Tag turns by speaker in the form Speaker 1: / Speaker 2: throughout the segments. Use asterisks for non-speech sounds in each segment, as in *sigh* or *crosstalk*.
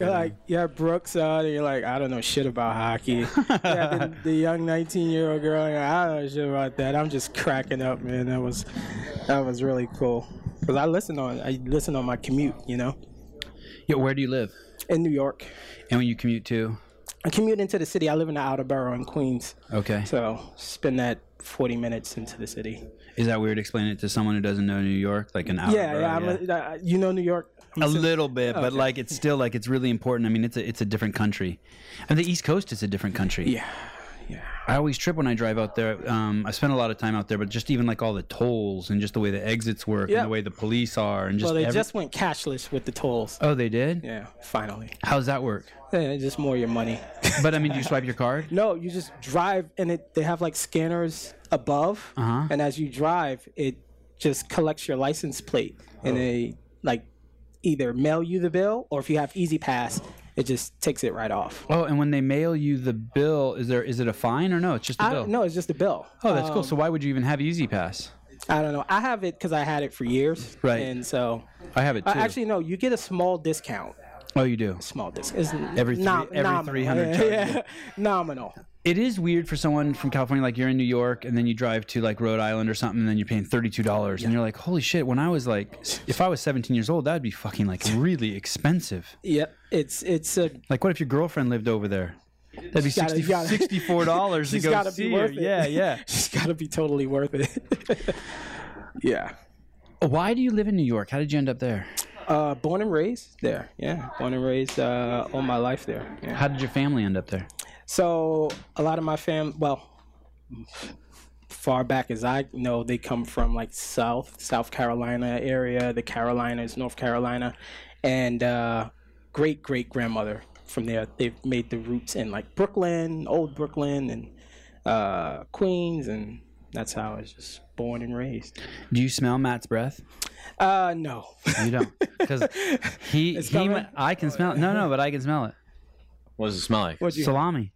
Speaker 1: You're like, yeah, Brooks out, and you're like, I don't know shit about *laughs* hockey. yeah, the, the young 19 year old girl, you're like, I don't know shit about that. I'm just cracking up, man. That was, that was really cool. Cause I listen on, I listen on my commute, you know,
Speaker 2: Yo, where do you live?
Speaker 1: in New York.
Speaker 2: And when you commute to?
Speaker 1: I commute into the city. I live in the outer borough in Queens,
Speaker 2: Okay.
Speaker 1: so spend that 40 minutes into the city.
Speaker 2: Is that weird explaining it to someone who doesn't know New York? Like an hour?
Speaker 1: Yeah, yeah. I'm a- uh, you know New York. I'm
Speaker 2: a
Speaker 1: assuming-
Speaker 2: little bit, but like it's still like it's really important. I mean, it's a it's a different country, and the East Coast is a different country.
Speaker 1: Yeah, yeah.
Speaker 2: I always trip when I drive out there. Um, I spend a lot of time out there, but just even like all the tolls and just the way the exits work
Speaker 1: Yeah.
Speaker 2: and the way the police are and just
Speaker 1: Well, they
Speaker 2: every-
Speaker 1: just went cashless with the tolls.
Speaker 2: oh they did.
Speaker 1: Yeah, finally.
Speaker 2: How's that work?
Speaker 1: Yeah, just more your money.
Speaker 2: But I mean, do you swipe your card?
Speaker 1: *laughs* No, you just drive, and it they have like scanners above,
Speaker 2: Uh-huh.
Speaker 1: and as you drive, it just collects your license plate, and
Speaker 2: Oh.
Speaker 1: they like either mail you the bill, or if you have Easy Pass, it just takes it right off.
Speaker 2: Oh, and when they mail you the bill, is there is it a fine or no? It's just a
Speaker 1: I
Speaker 2: bill.
Speaker 1: don't, no, um, it's just a bill.
Speaker 2: Oh, that's cool. So why would you even have Easy Pass?
Speaker 1: I don't know. I have it because I had it for years,
Speaker 2: Right.
Speaker 1: And so,
Speaker 2: I have it too.
Speaker 1: uh, actually, no, you get a small discount.
Speaker 2: oh, you do.
Speaker 1: Small discount. It's
Speaker 2: Every three-
Speaker 1: nom-
Speaker 2: every
Speaker 1: nominal. *laughs*
Speaker 2: 300
Speaker 1: Yeah,
Speaker 2: charges.
Speaker 1: yeah. nominal.
Speaker 2: It is weird for someone from California, like you're in New York, and then you drive to like Rhode Island or something, and then you're paying thirty two dollars, and you're like, "Holy shit!" When I was like, s- if I was seventeen years old, that'd be fucking like really expensive.
Speaker 1: Yep. It's it's a
Speaker 2: Like, what if your girlfriend lived over there? That'd be
Speaker 1: gotta-
Speaker 2: 60,
Speaker 1: gotta- *laughs*
Speaker 2: 64 dollars to
Speaker 1: She's
Speaker 2: go
Speaker 1: gotta be
Speaker 2: see her.
Speaker 1: worth it. *laughs*
Speaker 2: Yeah, yeah.
Speaker 1: She's got to be totally worth it. *laughs* yeah.
Speaker 2: Why do you live in New York? How did you end up there?
Speaker 1: Uh, born and raised there. Yeah. Born and raised uh, all my life there. Yeah.
Speaker 2: How did your family end up there?
Speaker 1: So a lot of my fam, well, far back as I know, they come from like South South Carolina area, the Carolinas, North Carolina, and uh, great great grandmother from there. They've made the roots in like Brooklyn, old Brooklyn, and uh, Queens, and that's how I was just born and raised.
Speaker 2: Do you smell Matt's breath?
Speaker 1: Uh, no. *laughs*
Speaker 2: You don't, because he he.
Speaker 1: coming?
Speaker 2: I can smell it. No, no, but I can smell it.
Speaker 3: What does it smell like?
Speaker 1: What'd you?
Speaker 2: Salami.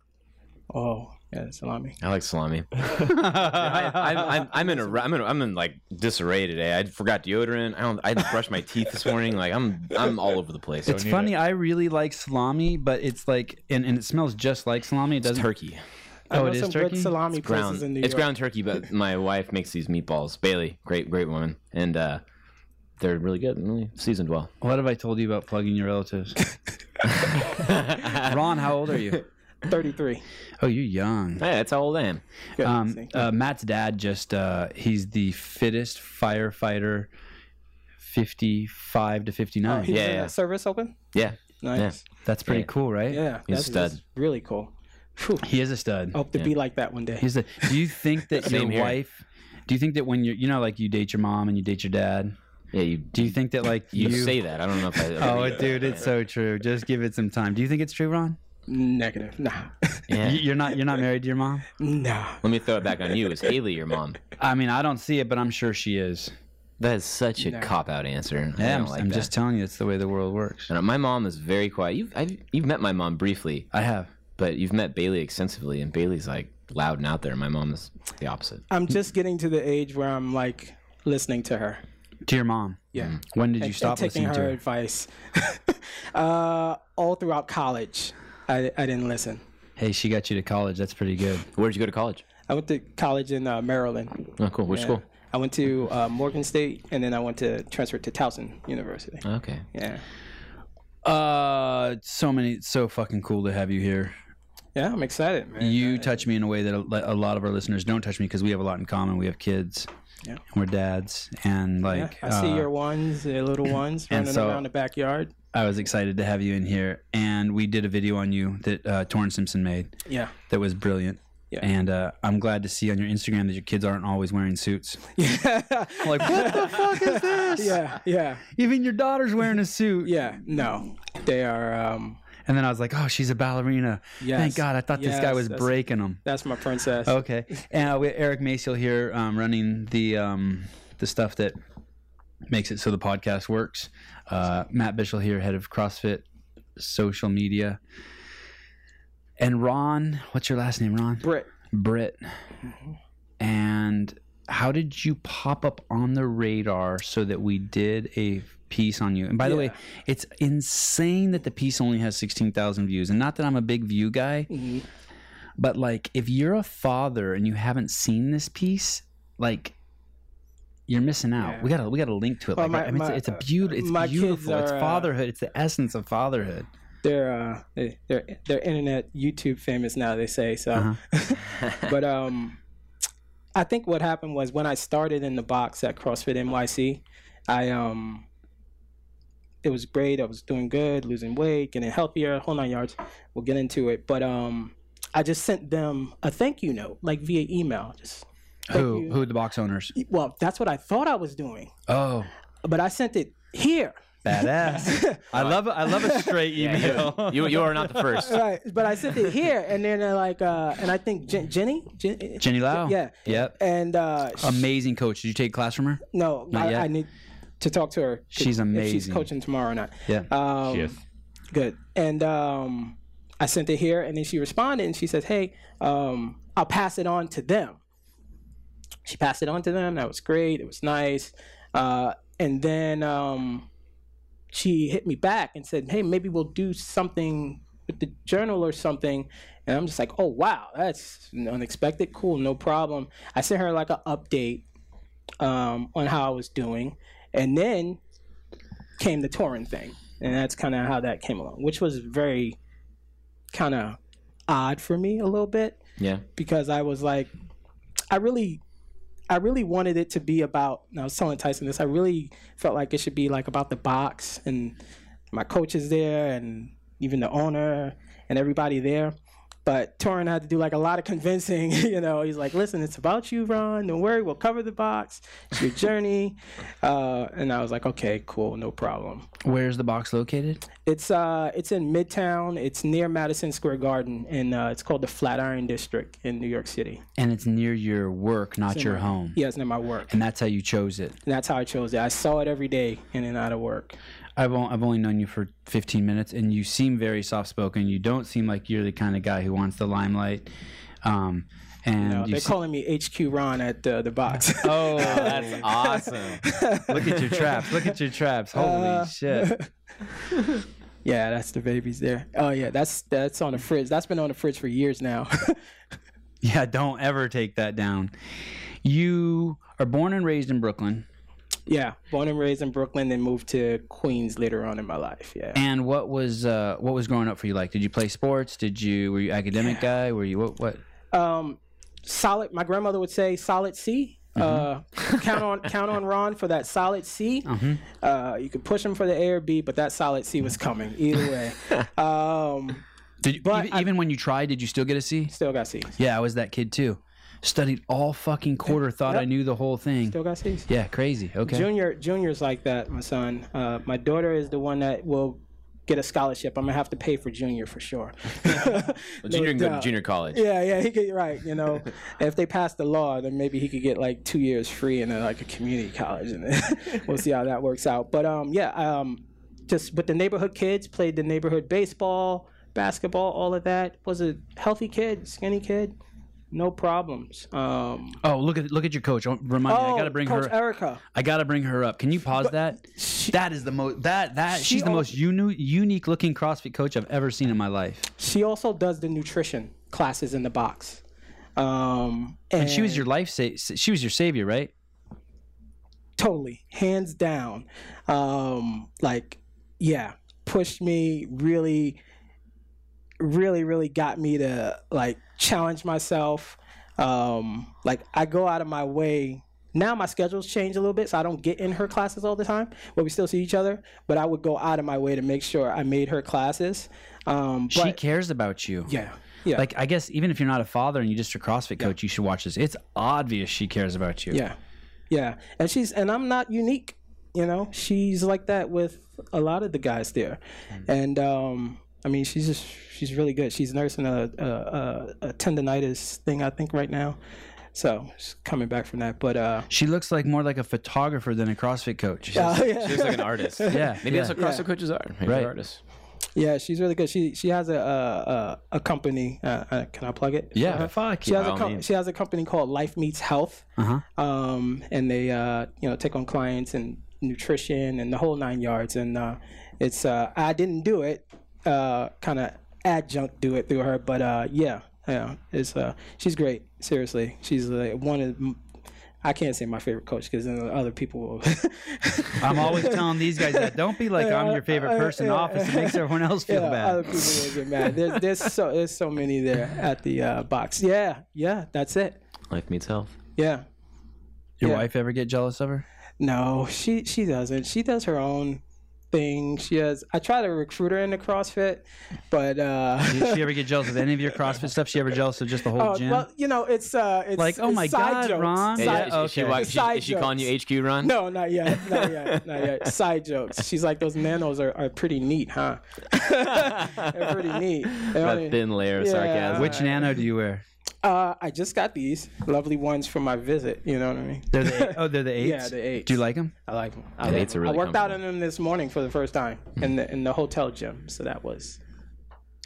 Speaker 1: oh, yeah, salami.
Speaker 3: I like *laughs* salami. I, I'm, I'm, I'm in a, ru- I'm in, a, I'm in like disarray today. I forgot deodorant. I don't. I brushed my teeth this morning. Like I'm, I'm all over the place.
Speaker 2: It's funny. I really like salami, but it's like, and, and it smells just like salami. It
Speaker 3: It's
Speaker 2: doesn't.
Speaker 3: turkey.
Speaker 1: I
Speaker 2: Oh,
Speaker 1: know
Speaker 2: it is
Speaker 1: some
Speaker 2: turkey?
Speaker 1: good salami
Speaker 3: Ground.
Speaker 1: places in New
Speaker 3: it's
Speaker 1: York.
Speaker 3: ground turkey, but my wife makes these meatballs. Bailey, great, great woman, and uh, they're really good and really seasoned *laughs* well.
Speaker 2: What have I told you about plugging your
Speaker 3: *laughs*
Speaker 2: relatives? Ron, how old are you?
Speaker 1: Thirty-three.
Speaker 2: Oh, you're young.
Speaker 3: Hey, that's how old I am.
Speaker 1: Good.
Speaker 2: Um,
Speaker 1: See?
Speaker 2: uh, Matt's dad just, uh, he's the fittest firefighter 55 to 59.
Speaker 1: He was Uh, in
Speaker 3: yeah.
Speaker 1: that Service open.
Speaker 3: Yeah,
Speaker 1: Nice.
Speaker 2: That's pretty
Speaker 3: Oh, Yeah.
Speaker 2: cool, right?
Speaker 1: Yeah,
Speaker 3: He's
Speaker 1: that's,
Speaker 3: a stud.
Speaker 1: that's really cool. Phew.
Speaker 2: He is a stud.
Speaker 1: I hope to be like that one day.
Speaker 2: He's a, do you think that your
Speaker 3: *laughs* Same here.
Speaker 2: wife, do you think that when you're, you know, like you date your mom and you date your dad,
Speaker 3: yeah. You,
Speaker 2: do you think that like
Speaker 3: you,
Speaker 2: you,
Speaker 3: say that. I don't know if I. ever
Speaker 2: Oh,
Speaker 3: did that.
Speaker 2: dude, it's so true. Just give it some time. Do you think it's true, Ron?
Speaker 1: Negative. Nah. *laughs*
Speaker 3: Yeah.
Speaker 2: You- You're not you're not married to your mom?
Speaker 1: nah.
Speaker 3: Let me throw it back on you. Is Haley your mom?
Speaker 2: I mean, I don't see it, but I'm sure she is.
Speaker 3: That is such a cop out answer. I
Speaker 2: Yeah, I'm,
Speaker 3: don't like
Speaker 2: I'm
Speaker 3: that.
Speaker 2: just telling you, it's the way the world works.
Speaker 3: And my mom is very quiet. You've I've, you've met my mom briefly,
Speaker 2: I have.
Speaker 3: but you've met Bailey extensively, and Bailey's like loud and out there. My mom is the opposite.
Speaker 1: I'm just getting to the age where I'm like listening to her.
Speaker 2: To your mom.
Speaker 1: Yeah.
Speaker 2: When did
Speaker 1: And-
Speaker 2: you
Speaker 1: and
Speaker 2: stop
Speaker 1: taking
Speaker 2: listening
Speaker 1: her
Speaker 2: to her?
Speaker 1: advice? *laughs* uh, all throughout college, I, I didn't listen.
Speaker 2: Hey, she got you to college. That's pretty good.
Speaker 3: Where'd you go to college?
Speaker 1: I went to college in uh, Maryland.
Speaker 3: Oh, cool. Which
Speaker 1: Yeah.
Speaker 3: school?
Speaker 1: I went to uh, Morgan State, and then I went to transfer to Towson University.
Speaker 3: Okay.
Speaker 1: Yeah.
Speaker 2: Uh, so many, so fucking cool to have you here.
Speaker 1: Yeah, I'm excited, man.
Speaker 2: You touch me in a way that a, a lot of our listeners don't touch me because we have a lot in common. We have kids,
Speaker 1: Yeah.
Speaker 2: and we're dads, and
Speaker 1: Yeah,
Speaker 2: like
Speaker 1: I see
Speaker 2: uh,
Speaker 1: your ones, your little
Speaker 2: *clears throat*
Speaker 1: ones running
Speaker 2: so-
Speaker 1: around the backyard.
Speaker 2: I was excited to have you in here, and we did a video on you that uh, Torrin Simpson made
Speaker 1: Yeah.
Speaker 2: that was brilliant.
Speaker 1: Yeah.
Speaker 2: And uh, I'm glad to see on your Instagram that your kids aren't always wearing suits.
Speaker 1: *laughs* yeah.
Speaker 2: I'm like,
Speaker 1: *laughs*
Speaker 2: what the fuck is this?
Speaker 1: Yeah. Yeah.
Speaker 2: Even your daughter's wearing a suit.
Speaker 1: Yeah, no, they are. Um,
Speaker 2: And then I was like, oh, she's a ballerina. Thank
Speaker 1: Yes.
Speaker 2: God. I thought this guy
Speaker 1: Yes,
Speaker 2: was
Speaker 1: that's-
Speaker 2: breaking them.
Speaker 1: that's my princess.
Speaker 2: Okay. And uh, we have Eric Maciel here um, running the um, the stuff that makes it so the podcast works. Uh, Matt Bischel here, head of CrossFit social media. And Ron, what's your last name, Ron?
Speaker 1: Brit.
Speaker 2: Britt.
Speaker 1: Mm-hmm.
Speaker 2: And how did you pop up on the radar so that we did a piece on you. And by the way, it's insane that the piece only has 16,000 views. And not that I'm a big view guy, but like if you're a father and you haven't seen this piece, like you're missing out.
Speaker 1: Yeah.
Speaker 2: We got to we got to link to it.
Speaker 1: Well,
Speaker 2: like
Speaker 1: my-
Speaker 2: I mean,
Speaker 1: my-
Speaker 2: it's, it's a beautiful it's
Speaker 1: my kids
Speaker 2: beautiful. it's
Speaker 1: are, uh,
Speaker 2: fatherhood. It's the essence of fatherhood.
Speaker 1: they're uh, they- they're they're internet YouTube famous now. They say so,
Speaker 2: Uh-huh.
Speaker 1: but um, I think what happened was when I started in the box at CrossFit NYC, I um, it was great. I was doing good, losing weight, getting healthier, whole nine yards. We'll get into it, but um, I just sent them a thank you note like via email. Just
Speaker 2: Who
Speaker 1: you.
Speaker 2: who the box owners?
Speaker 1: well, that's what I thought I was doing,
Speaker 2: Oh,
Speaker 1: but I sent it here. *laughs*
Speaker 2: badass. I love I love a straight email.
Speaker 3: *laughs* you you are not the
Speaker 1: *laughs*
Speaker 3: first.
Speaker 1: Right, but I sent it here, and then they're like, uh, and I think Jen- Jenny, Jen-
Speaker 2: Jenny Lau.
Speaker 1: Yeah.
Speaker 2: Yep.
Speaker 1: and uh, sh-
Speaker 2: Amazing coach. Did you take class from her?
Speaker 1: no,
Speaker 2: Not
Speaker 1: I,
Speaker 2: yet.
Speaker 1: I need to talk to her. 'cause
Speaker 2: She's
Speaker 1: If she's
Speaker 2: amazing.
Speaker 1: coaching tomorrow or not.
Speaker 2: Yeah.
Speaker 1: Um,
Speaker 3: Yes.
Speaker 1: Good. And um, I sent it here, and then she responded, and she says, "Hey, um, I'll pass it on to them." She passed it on to them. That was great. It was nice. Uh, and then um, she hit me back and said, "Hey, maybe we'll do something with the journal or something." And I'm just like, "Oh wow, that's unexpected. Cool, no problem." I sent her like an update um, on how I was doing, and then came the touring thing, and that's kind of how that came along, which was very kind of odd for me a little bit
Speaker 3: Yeah.
Speaker 1: because I was like, I really, I really wanted it to be about. And I was telling Tyson this. I really felt like it should be like about the box and my coaches there, and even the owner and everybody there. But Torin had to do like a lot of convincing. *laughs* You know, he's like, "Listen, it's about you, Ron. Don't worry, we'll cover the box. It's your journey." *laughs* uh, and I was like, "Okay, cool, no problem."
Speaker 2: Where's the box located?
Speaker 1: It's uh, it's in Midtown. It's near Madison Square Garden, and uh, it's called the Flatiron District in New York City.
Speaker 2: And it's near your work, not your home.
Speaker 1: Yeah, it's not my work. And
Speaker 2: And that's how you chose it.
Speaker 1: that's how I chose it. I saw it every day in and out of work.
Speaker 2: I've only, I've only known you for 15 minutes, and you seem very soft spoken. You don't seem like you're the kind of guy who wants the limelight. Um, and
Speaker 1: No,
Speaker 2: you
Speaker 1: Uh, they're
Speaker 2: se-
Speaker 1: calling me HQ Ron at uh, the
Speaker 2: *laughs*
Speaker 1: box.
Speaker 2: oh,
Speaker 3: That's awesome.
Speaker 2: *laughs* look at your traps! Look at your traps! Holy
Speaker 1: Uh.
Speaker 2: shit!
Speaker 1: yeah, that's the babies there. Oh yeah, that's that's on the fridge. That's been on the fridge for years now. *laughs*
Speaker 2: Yeah, don't ever take that down. You are born and raised in Brooklyn,
Speaker 1: yeah, born and raised in Brooklyn, then moved to Queens later on in my life. Yeah.
Speaker 2: and what was uh, what was growing up for you like? Did you play sports? Did you were you academic guy? Were you what? What?
Speaker 1: um, solid. My grandmother would say solid C.
Speaker 3: Mm-hmm. *laughs*
Speaker 1: Uh, count on count on Ron for that solid C. Uh, you could push him for the A or B, but that solid C was coming either
Speaker 3: *laughs*
Speaker 1: way. um,
Speaker 2: Did you,
Speaker 1: But
Speaker 2: even, even when you tried, did you still get a C?
Speaker 1: still got C's.
Speaker 2: Yeah, I was that kid too. Studied all fucking quarter, thought I knew the whole thing.
Speaker 1: Still got C's.
Speaker 2: yeah, crazy. Okay.
Speaker 1: Junior junior's like that. My son. Uh, my daughter is the one that will get a scholarship. I'm gonna have to pay for junior for
Speaker 3: *laughs*
Speaker 1: sure. *laughs* No
Speaker 3: Junior can go to
Speaker 1: doubt.
Speaker 3: junior college.
Speaker 1: Yeah, yeah, he could right. You know, if they pass the law, then maybe he could get like two years free in a, like a community college, and then *laughs* we'll see how that works out. But um, yeah, um, just with the neighborhood kids, played the neighborhood baseball, basketball, all of that. Was a healthy kid, skinny kid, no problems. Um,
Speaker 2: Oh, look at look at your coach. Oh, Remind me, I gotta bring
Speaker 1: Coach
Speaker 2: her.
Speaker 1: Erica.
Speaker 2: I gotta bring her up. Can you pause that? that is the most. That that
Speaker 1: She
Speaker 2: she's the
Speaker 1: al-
Speaker 2: most uni- unique looking CrossFit coach I've ever seen in my life.
Speaker 1: She also does the nutrition classes in the box. Um, and,
Speaker 2: And she was your life. Sa- she was your savior, right?
Speaker 1: totally hands down um like yeah pushed me really really really got me to like challenge myself um like i go out of my way now my schedules change a little bit so i don't get in her classes all the time but we still see each other but i would go out of my way to make sure i made her classes um
Speaker 2: she
Speaker 1: but
Speaker 2: cares about you.
Speaker 1: yeah yeah
Speaker 2: Like I guess even if you're not a father and you're just a CrossFit coach, you should watch this. It's obvious she cares about you.
Speaker 1: Yeah. Yeah. And she's and I'm not unique, you know. She's like that with a lot of the guys there. And um I mean, she's just she's really good. She's nursing a a, a, a tendonitis thing I think right now. So, she's coming back from that, but uh
Speaker 2: She looks like more like a photographer than a CrossFit
Speaker 1: *laughs*
Speaker 2: coach.
Speaker 3: She's like an artist.
Speaker 2: Yeah,
Speaker 3: Maybe
Speaker 2: yeah.
Speaker 3: that's what CrossFit coaches are. Maybe
Speaker 2: Right.
Speaker 3: they're artists.
Speaker 1: yeah, she's really good. She she has a a, a, a company. Uh, uh, can I plug it?
Speaker 2: Yeah, fuck
Speaker 1: She has, a
Speaker 3: all
Speaker 1: com-
Speaker 3: means.
Speaker 1: she has a company called Life Meets Health,
Speaker 2: Uh-huh.
Speaker 1: um, and they uh, you know take on clients and nutrition and the whole nine yards. And uh, it's uh, I didn't do it, uh, kind of adjunct do it through her, but uh, yeah, yeah, it's uh, she's great. Seriously, she's like one of. m- I can't say my favorite coach because then other people will. *laughs*
Speaker 2: I'm always telling these guys that don't be like I'm your favorite person in the office. It makes everyone else feel
Speaker 1: Yeah, Um, Other
Speaker 2: bad.
Speaker 1: people will get mad. There's, there's so there's so many there at the uh, box. Yeah, yeah, that's it.
Speaker 3: Life meets health.
Speaker 1: Yeah.
Speaker 2: Your
Speaker 1: yeah.
Speaker 2: wife ever get jealous of her?
Speaker 1: No, she she doesn't. She does her own thing. She has. I try to recruit her into CrossFit, but uh, *laughs*
Speaker 2: Did she ever get jealous of any of your CrossFit stuff? She ever jealous of just the whole
Speaker 1: oh,
Speaker 2: gym?
Speaker 1: well, you know, it's uh, it's
Speaker 2: Like, oh
Speaker 1: it's
Speaker 2: my
Speaker 1: side
Speaker 2: God,
Speaker 1: jokes.
Speaker 2: Ron.
Speaker 1: Side-
Speaker 2: Yeah,
Speaker 3: is, she,
Speaker 2: okay.
Speaker 3: wa- is she-
Speaker 1: Side
Speaker 3: is she calling you HQ Ron? *laughs*
Speaker 1: No, not yet. Not yet. Not yet. Side jokes. She's like, those nanos are, are pretty neat, huh? They're pretty neat. They
Speaker 3: That
Speaker 1: only-
Speaker 3: thin layer of
Speaker 1: Yeah.
Speaker 3: sarcasm.
Speaker 2: Which nano do you wear?
Speaker 1: uh, I just got these lovely ones from my visit. You know what I mean?
Speaker 2: They're the eight, oh, they're the eights.
Speaker 1: *laughs* Yeah, the eights.
Speaker 2: Do you like them?
Speaker 1: I like them. I,
Speaker 3: Yeah,
Speaker 1: like
Speaker 3: eights are
Speaker 1: them.
Speaker 3: really
Speaker 1: I worked out in
Speaker 3: comfortable.
Speaker 1: them this morning for the first time in the in the hotel gym. So that was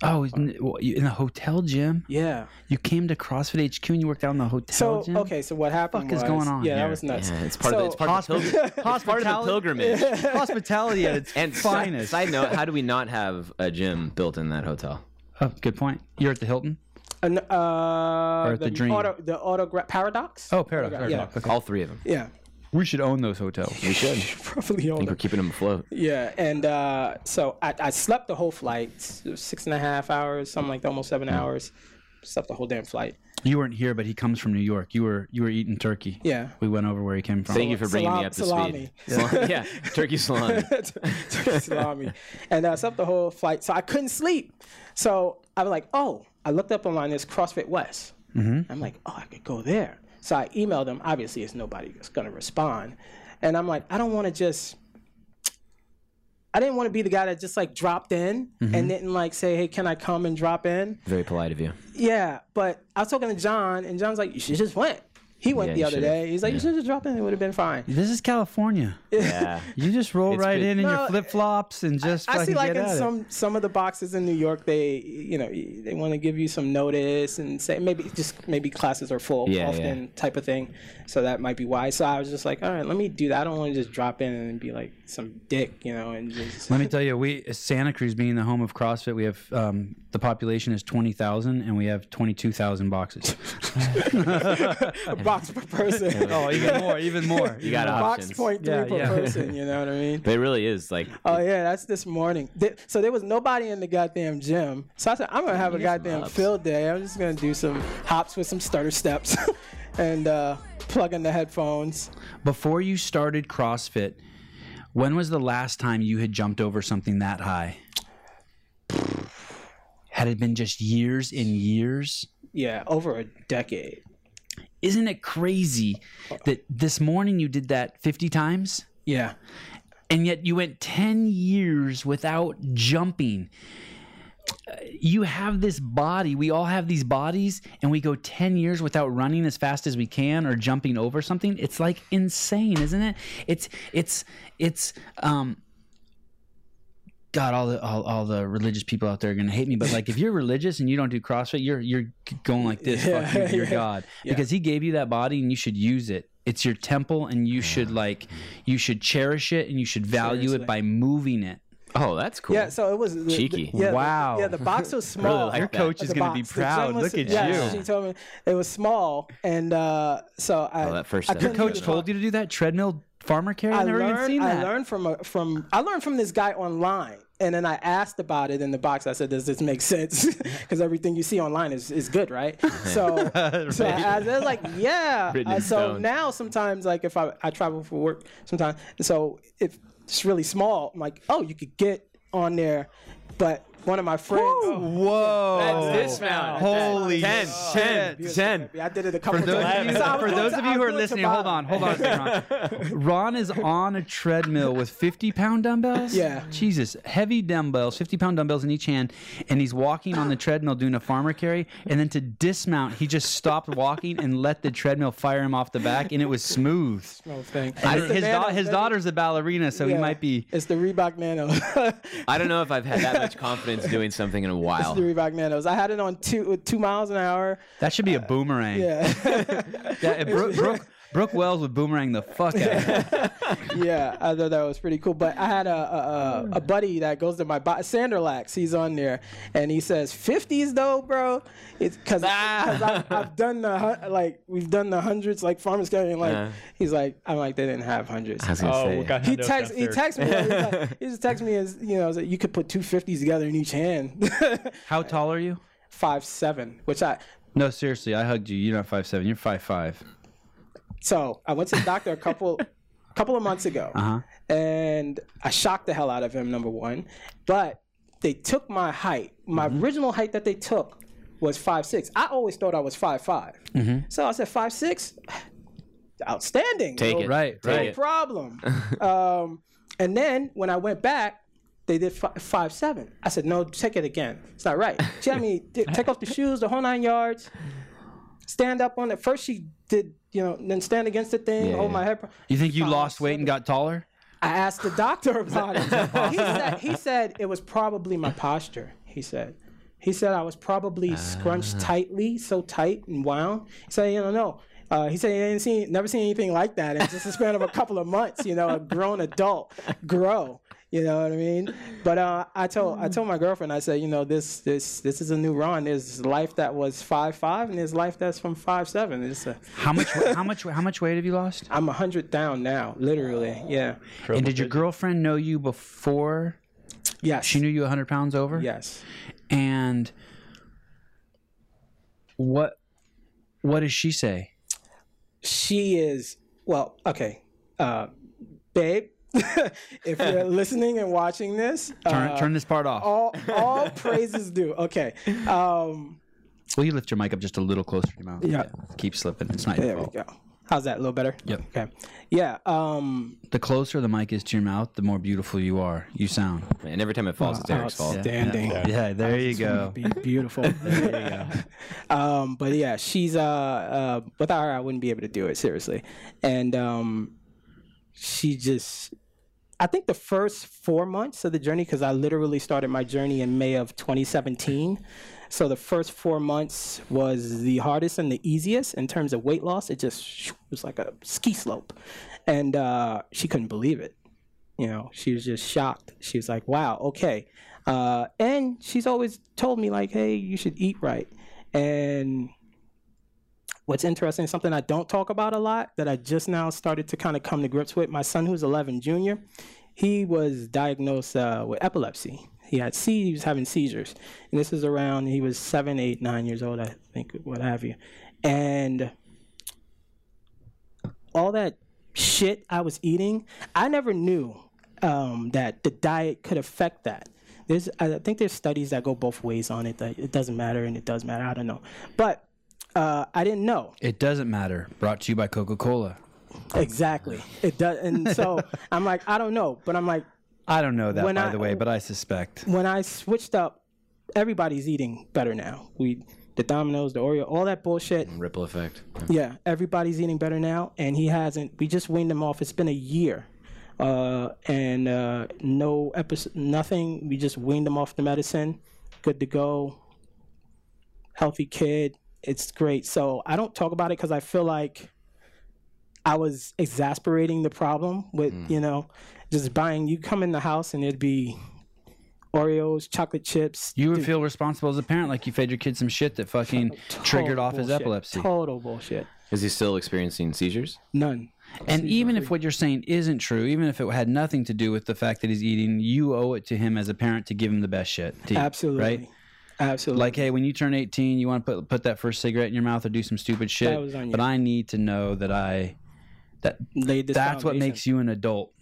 Speaker 1: Uh,
Speaker 2: Oh, in well, you- in the hotel gym.
Speaker 1: yeah.
Speaker 2: You came to CrossFit HQ and you worked out in the hotel
Speaker 1: So
Speaker 2: gym.
Speaker 1: okay, so what happened?
Speaker 2: Fuck is
Speaker 1: was-
Speaker 2: going on
Speaker 1: Yeah,
Speaker 2: here?
Speaker 1: that was nuts.
Speaker 3: yeah, it's part of the,
Speaker 1: So-
Speaker 3: it's part of the, pilgrim- it's part of the
Speaker 2: hospitality-
Speaker 3: pilgrimage.
Speaker 2: Hospitality at its
Speaker 3: And si-
Speaker 2: finest.
Speaker 3: side note, how do we not have a gym built in that hotel?
Speaker 2: oh, good point. You're at the Hilton.
Speaker 1: An, uh,
Speaker 2: at the Dream.
Speaker 1: Auto, the autograph paradox.
Speaker 2: Oh, Paradox. Paradox. Okay.
Speaker 3: All three of them.
Speaker 1: Yeah, *laughs*
Speaker 2: We should own those hotels.
Speaker 3: We should.
Speaker 1: probably on
Speaker 3: We're
Speaker 1: the.
Speaker 3: keeping them afloat.
Speaker 1: Yeah, and uh, so I, I slept the whole flight, s- six and a half hours, something like that, almost seven hours. Slept the whole damn flight.
Speaker 2: You weren't here, but he comes from New York. You were you were eating turkey.
Speaker 1: Yeah.
Speaker 2: We went over where he came from.
Speaker 3: Thank you for bringing
Speaker 1: Salam-
Speaker 3: me up to
Speaker 1: salami.
Speaker 3: speed. Salami. *laughs* Yeah,
Speaker 1: *laughs*
Speaker 3: turkey salami.
Speaker 1: Turkey salami. And I slept the whole flight, so I couldn't sleep. So I was like, oh, I looked up online, there's CrossFit West.
Speaker 3: Mm-hmm.
Speaker 1: I'm like, oh, I could go there. So I emailed them. Obviously, it's nobody that's going to respond. And I'm like, I don't want to just. I didn't want to be the guy that just like dropped in
Speaker 3: Mm-hmm.
Speaker 1: and didn't like say, "Hey, can I come and drop in?"
Speaker 3: Very polite of you.
Speaker 1: Yeah, but I was talking to John, and John's like, "You should just went." He went
Speaker 3: Yeah,
Speaker 1: the
Speaker 3: you
Speaker 1: other
Speaker 3: should've.
Speaker 1: day. He's like, "You should just drop in. It would have been fine."
Speaker 2: This is California.
Speaker 3: Yeah.
Speaker 2: You just roll
Speaker 3: It's
Speaker 2: right
Speaker 3: good.
Speaker 2: in in your
Speaker 1: No,
Speaker 2: flip flops and just
Speaker 1: I
Speaker 2: fucking
Speaker 1: see, like
Speaker 2: get
Speaker 1: in
Speaker 2: at it.
Speaker 1: some some of the boxes in New York, they you know they want to give you some notice and say maybe just maybe classes are full
Speaker 3: Yeah,
Speaker 1: often type of thing, so that might be why. So I was just like, all right, let me do that. I don't want to just drop in and be like some dick, you know, and
Speaker 2: *laughs*
Speaker 1: just *laughs*
Speaker 2: Let me tell you, we Santa Cruz being the home of CrossFit, we have um, the population is twenty thousand, and we have twenty two thousand boxes.
Speaker 3: *laughs*
Speaker 1: a box per person,
Speaker 2: oh, even more, even more.
Speaker 3: You got
Speaker 1: a *laughs* box
Speaker 3: options.
Speaker 1: point three
Speaker 2: Yeah,
Speaker 1: per
Speaker 2: yeah.
Speaker 1: person. You know what I
Speaker 2: *laughs*
Speaker 1: mean?
Speaker 3: But it really is like
Speaker 1: Oh yeah, that's this morning. Th- So there was nobody in the goddamn gym. So I said, I'm gonna have a goddamn
Speaker 3: hops.
Speaker 1: field day. I'm just gonna do some hops with some starter steps, *laughs* and uh, plug in the headphones.
Speaker 2: Before you started CrossFit, when was the last time you had jumped over something that high? Had it been just years and years?
Speaker 1: Yeah, over a decade.
Speaker 2: Isn't it crazy that this morning you did that fifty times?
Speaker 1: Yeah,
Speaker 2: and yet you went 10 years without jumping Uh, you have this body we all have these bodies and we go 10 years without running as fast as we can or jumping over something it's like insane isn't it it's it's it's um God, all the all, all the religious people out there are gonna hate me, but like if you're religious and you don't do CrossFit, you're you're going like this,
Speaker 1: Yeah,
Speaker 2: fuck you to
Speaker 1: *laughs*
Speaker 2: your
Speaker 1: yeah.
Speaker 2: God, because He gave you that body and you should use it. It's your temple, and you should like you should cherish it and you should value it
Speaker 1: Mm. Seriously.
Speaker 2: by moving it.
Speaker 3: oh, that's cool.
Speaker 1: yeah. So it was the- the-
Speaker 3: Cheeky.
Speaker 1: yeah, the-
Speaker 2: Wow.
Speaker 1: yeah, the box
Speaker 2: *laughs*
Speaker 1: was small.
Speaker 3: like Your that.
Speaker 2: coach
Speaker 1: The
Speaker 2: is gonna be
Speaker 1: box. The
Speaker 2: proud.
Speaker 1: gym was-
Speaker 2: Look at
Speaker 1: yeah,
Speaker 2: you.
Speaker 1: She told me it was small, and uh, so I.
Speaker 3: Oh, that first
Speaker 1: I
Speaker 3: step.
Speaker 1: couldn't
Speaker 3: Your
Speaker 1: do
Speaker 2: Coach
Speaker 1: the-
Speaker 2: told you to do that treadmill farmer carry. I
Speaker 1: I
Speaker 2: never
Speaker 1: learned,
Speaker 2: even seen
Speaker 1: I
Speaker 2: that.
Speaker 1: learned from a, from I learned from this guy online, and then I asked about it in the box. I said, "Does this make sense?" *laughs* Because everything you see online is, is good,
Speaker 2: *laughs*
Speaker 1: right? So, so I, asked- I was like, "Yeah."
Speaker 3: Written
Speaker 1: Uh,
Speaker 3: in
Speaker 1: so
Speaker 3: stone.
Speaker 1: now sometimes, like if I, I travel for work, sometimes so if it's really small, I'm like, "Oh, you could get on there," but one of my friends.
Speaker 2: Whoa!
Speaker 3: dismount.
Speaker 2: Holy
Speaker 3: Ten, ten,
Speaker 2: shit.
Speaker 3: ten.
Speaker 1: I did it a couple
Speaker 2: For those, of
Speaker 1: times.
Speaker 2: you,
Speaker 1: So I was
Speaker 2: for
Speaker 1: doing
Speaker 2: those
Speaker 1: to-
Speaker 2: of
Speaker 1: I
Speaker 2: you who
Speaker 1: was
Speaker 2: are
Speaker 1: doing to
Speaker 2: listening, hold on,
Speaker 1: Bob.
Speaker 2: hold on. a second, Ron. *laughs* Ron is on a treadmill with 50 pound dumbbells.
Speaker 1: Yeah.
Speaker 2: Jesus, heavy dumbbells, 50 pound dumbbells in each hand, and he's walking on the treadmill doing a farmer carry. And then to dismount, he just stopped walking and let the treadmill fire him off the back, and it was smooth.
Speaker 1: No, thanks.
Speaker 2: And
Speaker 1: It's the
Speaker 2: his,
Speaker 1: man
Speaker 2: da-
Speaker 1: on-
Speaker 2: his daughter's a ballerina, so he
Speaker 1: yeah.
Speaker 2: might be.
Speaker 1: It's the Reebok *laughs* Nano.
Speaker 3: I don't know if I've had that much confidence doing something in a while.
Speaker 1: the Reebok Nanos. I had it on two two miles an hour.
Speaker 2: *laughs* That should be a boomerang.
Speaker 1: Uh, Yeah. *laughs*
Speaker 2: Yeah, Brooke, Brooke, Brooke Wells would boomerang the fuck out. of me.
Speaker 1: yeah, *laughs* I thought that was pretty cool. But I had a a, a, a buddy that goes to my bo- Sanderlax. He's on there, and he says fifties though, bro. It's because *laughs* I've, I've done the hun- like we've done the hundreds like farmers carry and like
Speaker 3: Uh-huh.
Speaker 1: he's like I'm like they didn't have hundreds.
Speaker 3: I was gonna
Speaker 4: Oh,
Speaker 3: say.
Speaker 4: we got
Speaker 1: He
Speaker 4: Hundo
Speaker 1: texts he
Speaker 4: downstairs.
Speaker 1: texts me. He's like, he just texts me as you know like, you could put two fifties together in each hand. *laughs*
Speaker 2: How tall are you?
Speaker 1: Five seven, which I
Speaker 2: No, seriously, I hugged you. You're not five seven. You're five five.
Speaker 1: So I went to the doctor a
Speaker 3: *laughs*
Speaker 1: couple couple of months ago,
Speaker 3: Uh-huh.
Speaker 1: and I shocked the hell out of him. Number one, but they took my height. My
Speaker 3: Mm-hmm.
Speaker 1: original height that they took was five six. I always thought I was five
Speaker 3: Mm-hmm.
Speaker 1: So I said five six, outstanding.
Speaker 3: Take
Speaker 1: no,
Speaker 3: it.
Speaker 2: Right,
Speaker 3: Take
Speaker 2: right.
Speaker 1: No
Speaker 2: *laughs*
Speaker 1: problem. um, and then when I went back. They did fi- five seven. I said no, take it again. It's not
Speaker 2: *laughs*
Speaker 1: right. She had me t- take off the shoes, the whole nine yards stand up on it. First, she did, you know, then stand against the thing, hold my head. pro-
Speaker 2: You think you lost weight and got taller?
Speaker 1: I asked the doctor
Speaker 2: *laughs*
Speaker 1: about it. he, said, he said it was probably my posture. He said, he said I was probably
Speaker 2: Ah.
Speaker 1: scrunched tightly, so tight and wound. He said, you don't know. Uh, he said he ain't seen, never seen anything like that in just the span of a couple of months. You know, a grown adult grow. You know what I mean? But uh, I told I told my girlfriend I said, you know, this this this is a new run. There's life that was five five, and there's life that's from five seven. It's a,
Speaker 2: How much? How much? How much weight have
Speaker 1: *laughs*
Speaker 2: you lost?
Speaker 1: I'm a hundred down now, literally. Yeah.
Speaker 2: and did your girlfriend know you before
Speaker 1: Yes.
Speaker 2: she knew you hundred pounds over?
Speaker 1: Yes.
Speaker 2: And what? What does she say?
Speaker 1: she is well okay uh babe *laughs* if
Speaker 2: *laughs*
Speaker 1: you're listening and watching this
Speaker 2: Turn,
Speaker 1: uh,
Speaker 2: turn this part off.
Speaker 1: all all praises due okay um
Speaker 2: Will you lift your mic up just a little closer to your mouth?
Speaker 1: Yeah.
Speaker 2: Keep slipping. It's not your
Speaker 1: there we
Speaker 2: fault.
Speaker 1: go how's that a little better
Speaker 2: Yep.
Speaker 1: okay yeah um
Speaker 2: The closer the mic is to your mouth, the more beautiful you are. You sound.
Speaker 3: it. And every time it falls, it's
Speaker 1: Oh,
Speaker 3: Eric's fault.
Speaker 1: outstanding
Speaker 2: Yeah, there you go.
Speaker 1: be beautiful *laughs* um but yeah she's uh uh without her i wouldn't be able to do it seriously and um she just I think the first four months of the journey, because I literally started my journey in May of 2017. So the first four months was the hardest and the easiest in terms of weight loss. It just shoo, was like a ski slope. And uh, she couldn't believe it. You know, she was just shocked. She was like, wow, okay. Uh, and she's always told me, like, hey, you should eat right. And what's interesting, something I don't talk about a lot that I just now started to kind of come to grips with. My son, who's 11, junior, he was diagnosed uh, with epilepsy. He had se- he was having seizures, and this is around he was seven, eight, nine years old, I think, what have you, and all that shit I was eating, I never knew um, that the diet could affect that. There's, I think there's studies that go both ways on it. That it doesn't matter and it does matter. I don't know, but uh, I didn't know
Speaker 2: It doesn't matter. Brought to you by Coca Cola.
Speaker 1: exactly. It does, and so *laughs* I'm like, I don't know, but I'm like,
Speaker 2: I don't know that,
Speaker 1: When
Speaker 2: by
Speaker 1: I-
Speaker 2: the way, but I suspect.
Speaker 1: when I switched up, everybody's eating better now. We the Domino's, the Oreo, all that bullshit.
Speaker 3: Ripple effect.
Speaker 1: Yeah, everybody's eating better now, and he hasn't. We just weaned him off. It's been a year, uh, and uh, no episode, nothing. We just weaned him off the medicine. Good to go. Healthy kid. It's great. So I don't talk about it because I feel like I was exasperating the problem with
Speaker 2: Mm.
Speaker 1: you know just buying. You come in the house and it'd be Oreos, chocolate chips,
Speaker 2: You would feel responsible as a parent, like you fed your kid some shit that fucking triggered
Speaker 1: Total
Speaker 2: off his
Speaker 1: bullshit.
Speaker 2: epilepsy.
Speaker 1: Total bullshit.
Speaker 3: Is he still experiencing seizures?
Speaker 1: None.
Speaker 2: And even if what you're saying isn't true, even if it had nothing to do with the fact that he's eating, you owe it to him as a parent to give him the best shit. to eat,
Speaker 1: Absolutely.
Speaker 2: Right?
Speaker 1: Absolutely.
Speaker 2: Like, hey, when you turn 18, you want to put put that first cigarette in your mouth or do some stupid shit.
Speaker 1: was on you.
Speaker 2: But I need to know that I that
Speaker 1: laid this
Speaker 2: that's what
Speaker 1: foundation.
Speaker 2: makes you an adult.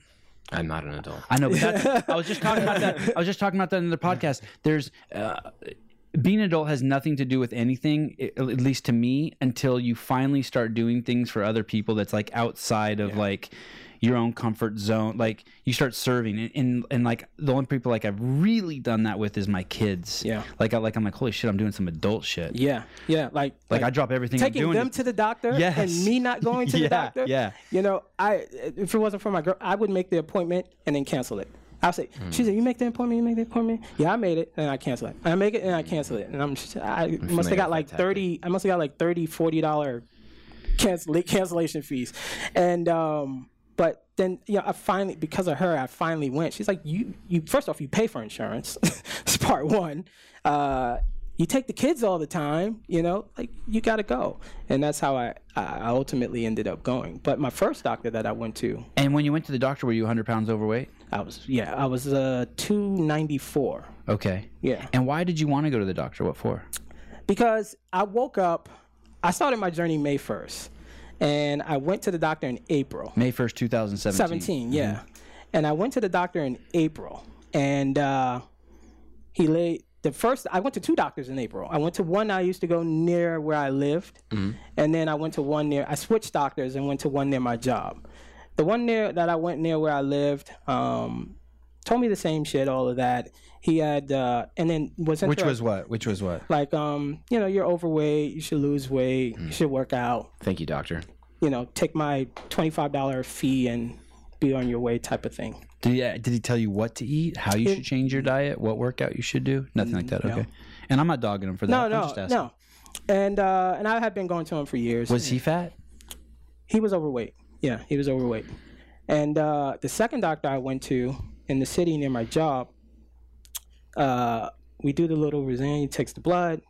Speaker 3: I'm not an adult.
Speaker 2: I know, but
Speaker 1: *laughs*
Speaker 2: that's, I was just talking about that. I was just talking about that in the podcast. There's uh, being an adult has nothing to do with anything, i- at least to me, until you finally start doing things for other people that's like outside of like your own comfort zone. Like you start serving, and, and and like the only people like I've really done that with is my kids.
Speaker 1: Yeah.
Speaker 2: like I like I'm like holy shit, I'm doing some adult shit.
Speaker 1: Yeah, yeah, like
Speaker 2: Like, I drop everything I'm
Speaker 1: taking
Speaker 2: doing.
Speaker 1: them to the doctor
Speaker 2: Yes.
Speaker 1: and me not
Speaker 2: *laughs*
Speaker 1: going to
Speaker 2: Yeah,
Speaker 1: the doctor.
Speaker 2: yeah.
Speaker 1: you know, I if it wasn't for my girl, I would make the appointment and then cancel it. I'll say,
Speaker 2: Hmm.
Speaker 1: she said, "You make the appointment, you make the appointment." Yeah, I made it and I cancel it. I make it and I cancel it, and I'm I must
Speaker 3: familiar
Speaker 1: have got
Speaker 3: with
Speaker 1: like
Speaker 3: that tactic.
Speaker 1: thirty. I must have got like 30 40 dollar cancel cancellation fees, and um, but then you know, I finally because of her, I finally went. She's like, you you first off, you pay for insurance. *laughs* That's part one. Uh, you take the kids all the time, you know, like you got to go, and that's how I I ultimately ended up going. But my first doctor that I went to,
Speaker 2: And when you went to the doctor, were you 100 pounds overweight?
Speaker 1: I was yeah, I was uh, two ninety four.
Speaker 2: Okay.
Speaker 1: Yeah.
Speaker 2: And why did you want to go to the doctor? What for?
Speaker 1: because I woke up, I started my journey May 1st, and I went to the doctor in April.
Speaker 2: May 1st, 2017.
Speaker 1: 17, yeah.
Speaker 4: Mm-hmm.
Speaker 1: And I went to the doctor in April, and uh, he laid the first. I went to two doctors in April. I went to one I used to go near where I lived,
Speaker 4: Mm-hmm.
Speaker 1: and then I went to one near. I switched doctors and went to one near my job. The one near that I went near where I lived um, told me the same shit, all of that. He had, uh, and then was
Speaker 4: Which
Speaker 1: interrupt-
Speaker 4: was what? Which was what?
Speaker 1: like um you know you're overweight you should lose weight
Speaker 4: Mm.
Speaker 1: you should work out
Speaker 3: Thank you, doctor.
Speaker 1: you know take my $25 fee and be on your way type of thing
Speaker 2: Did he, did he tell you what to eat, how you should change your diet, what workout you should do? Nothing like that. Okay. And I'm not dogging him for that.
Speaker 1: Mm, no
Speaker 2: I'm just
Speaker 1: no
Speaker 2: asking.
Speaker 1: no and uh and i had been going to him for years
Speaker 2: Was he fat?
Speaker 1: he was overweight yeah he was overweight and uh the second doctor i went to in the city near my job uh we do the little routine he takes the blood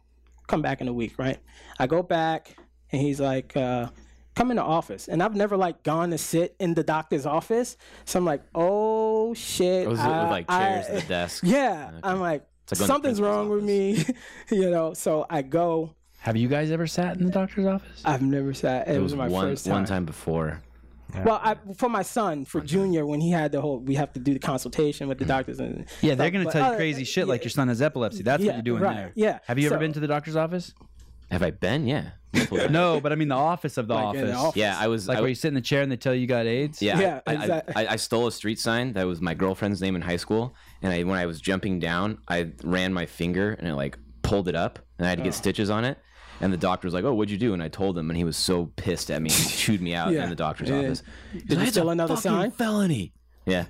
Speaker 1: come back in a week right i go back and he's like uh come in the office and i've never like gone to sit in the doctor's office so i'm like oh shit
Speaker 3: Was it
Speaker 1: I-
Speaker 3: with like chairs
Speaker 1: I-
Speaker 3: at the desk?
Speaker 1: *laughs* yeah i'm like
Speaker 3: like going to
Speaker 1: something's
Speaker 3: principal's
Speaker 1: wrong with me *laughs* you know so i go
Speaker 2: Have you guys ever sat in the doctor's office?
Speaker 1: i've never sat it,
Speaker 3: It
Speaker 1: was,
Speaker 3: was
Speaker 1: my
Speaker 3: one
Speaker 1: first time
Speaker 3: one time before.
Speaker 1: well, I, for my son, for Junior, when he had the whole, we have to do the consultation with the doctors. And,
Speaker 2: Yeah, they're going to
Speaker 1: but
Speaker 2: tell you
Speaker 1: other-
Speaker 2: crazy shit like your son has epilepsy. That's
Speaker 1: yeah,
Speaker 2: what you're doing
Speaker 1: right,
Speaker 2: there.
Speaker 1: yeah.
Speaker 2: Have you ever
Speaker 1: So-
Speaker 2: been to the doctor's office?
Speaker 3: Have I been? Yeah.
Speaker 1: *laughs*
Speaker 2: No, but I mean the office of the
Speaker 1: Like in
Speaker 2: office.
Speaker 1: the office.
Speaker 3: Yeah, I was.
Speaker 2: Like
Speaker 3: I,
Speaker 2: where you sit in the chair and they tell you you got AIDS?
Speaker 3: Yeah,
Speaker 1: Yeah,
Speaker 3: I, I-
Speaker 1: exact-
Speaker 3: I, I stole a street sign that was my girlfriend's name in high school, and I when I was jumping down, I ran my finger and it like pulled it up, and I had to get
Speaker 1: Oh.
Speaker 3: stitches on it. And the doctor was like, "Oh, what'd you do?" And I told him, and he was so pissed at me, he
Speaker 1: *laughs*
Speaker 3: chewed me out
Speaker 1: Yeah.
Speaker 3: in the doctor's
Speaker 1: Yeah.
Speaker 3: office. Did
Speaker 1: you steal another sign?"
Speaker 3: Felony.
Speaker 1: *laughs*
Speaker 3: Yeah,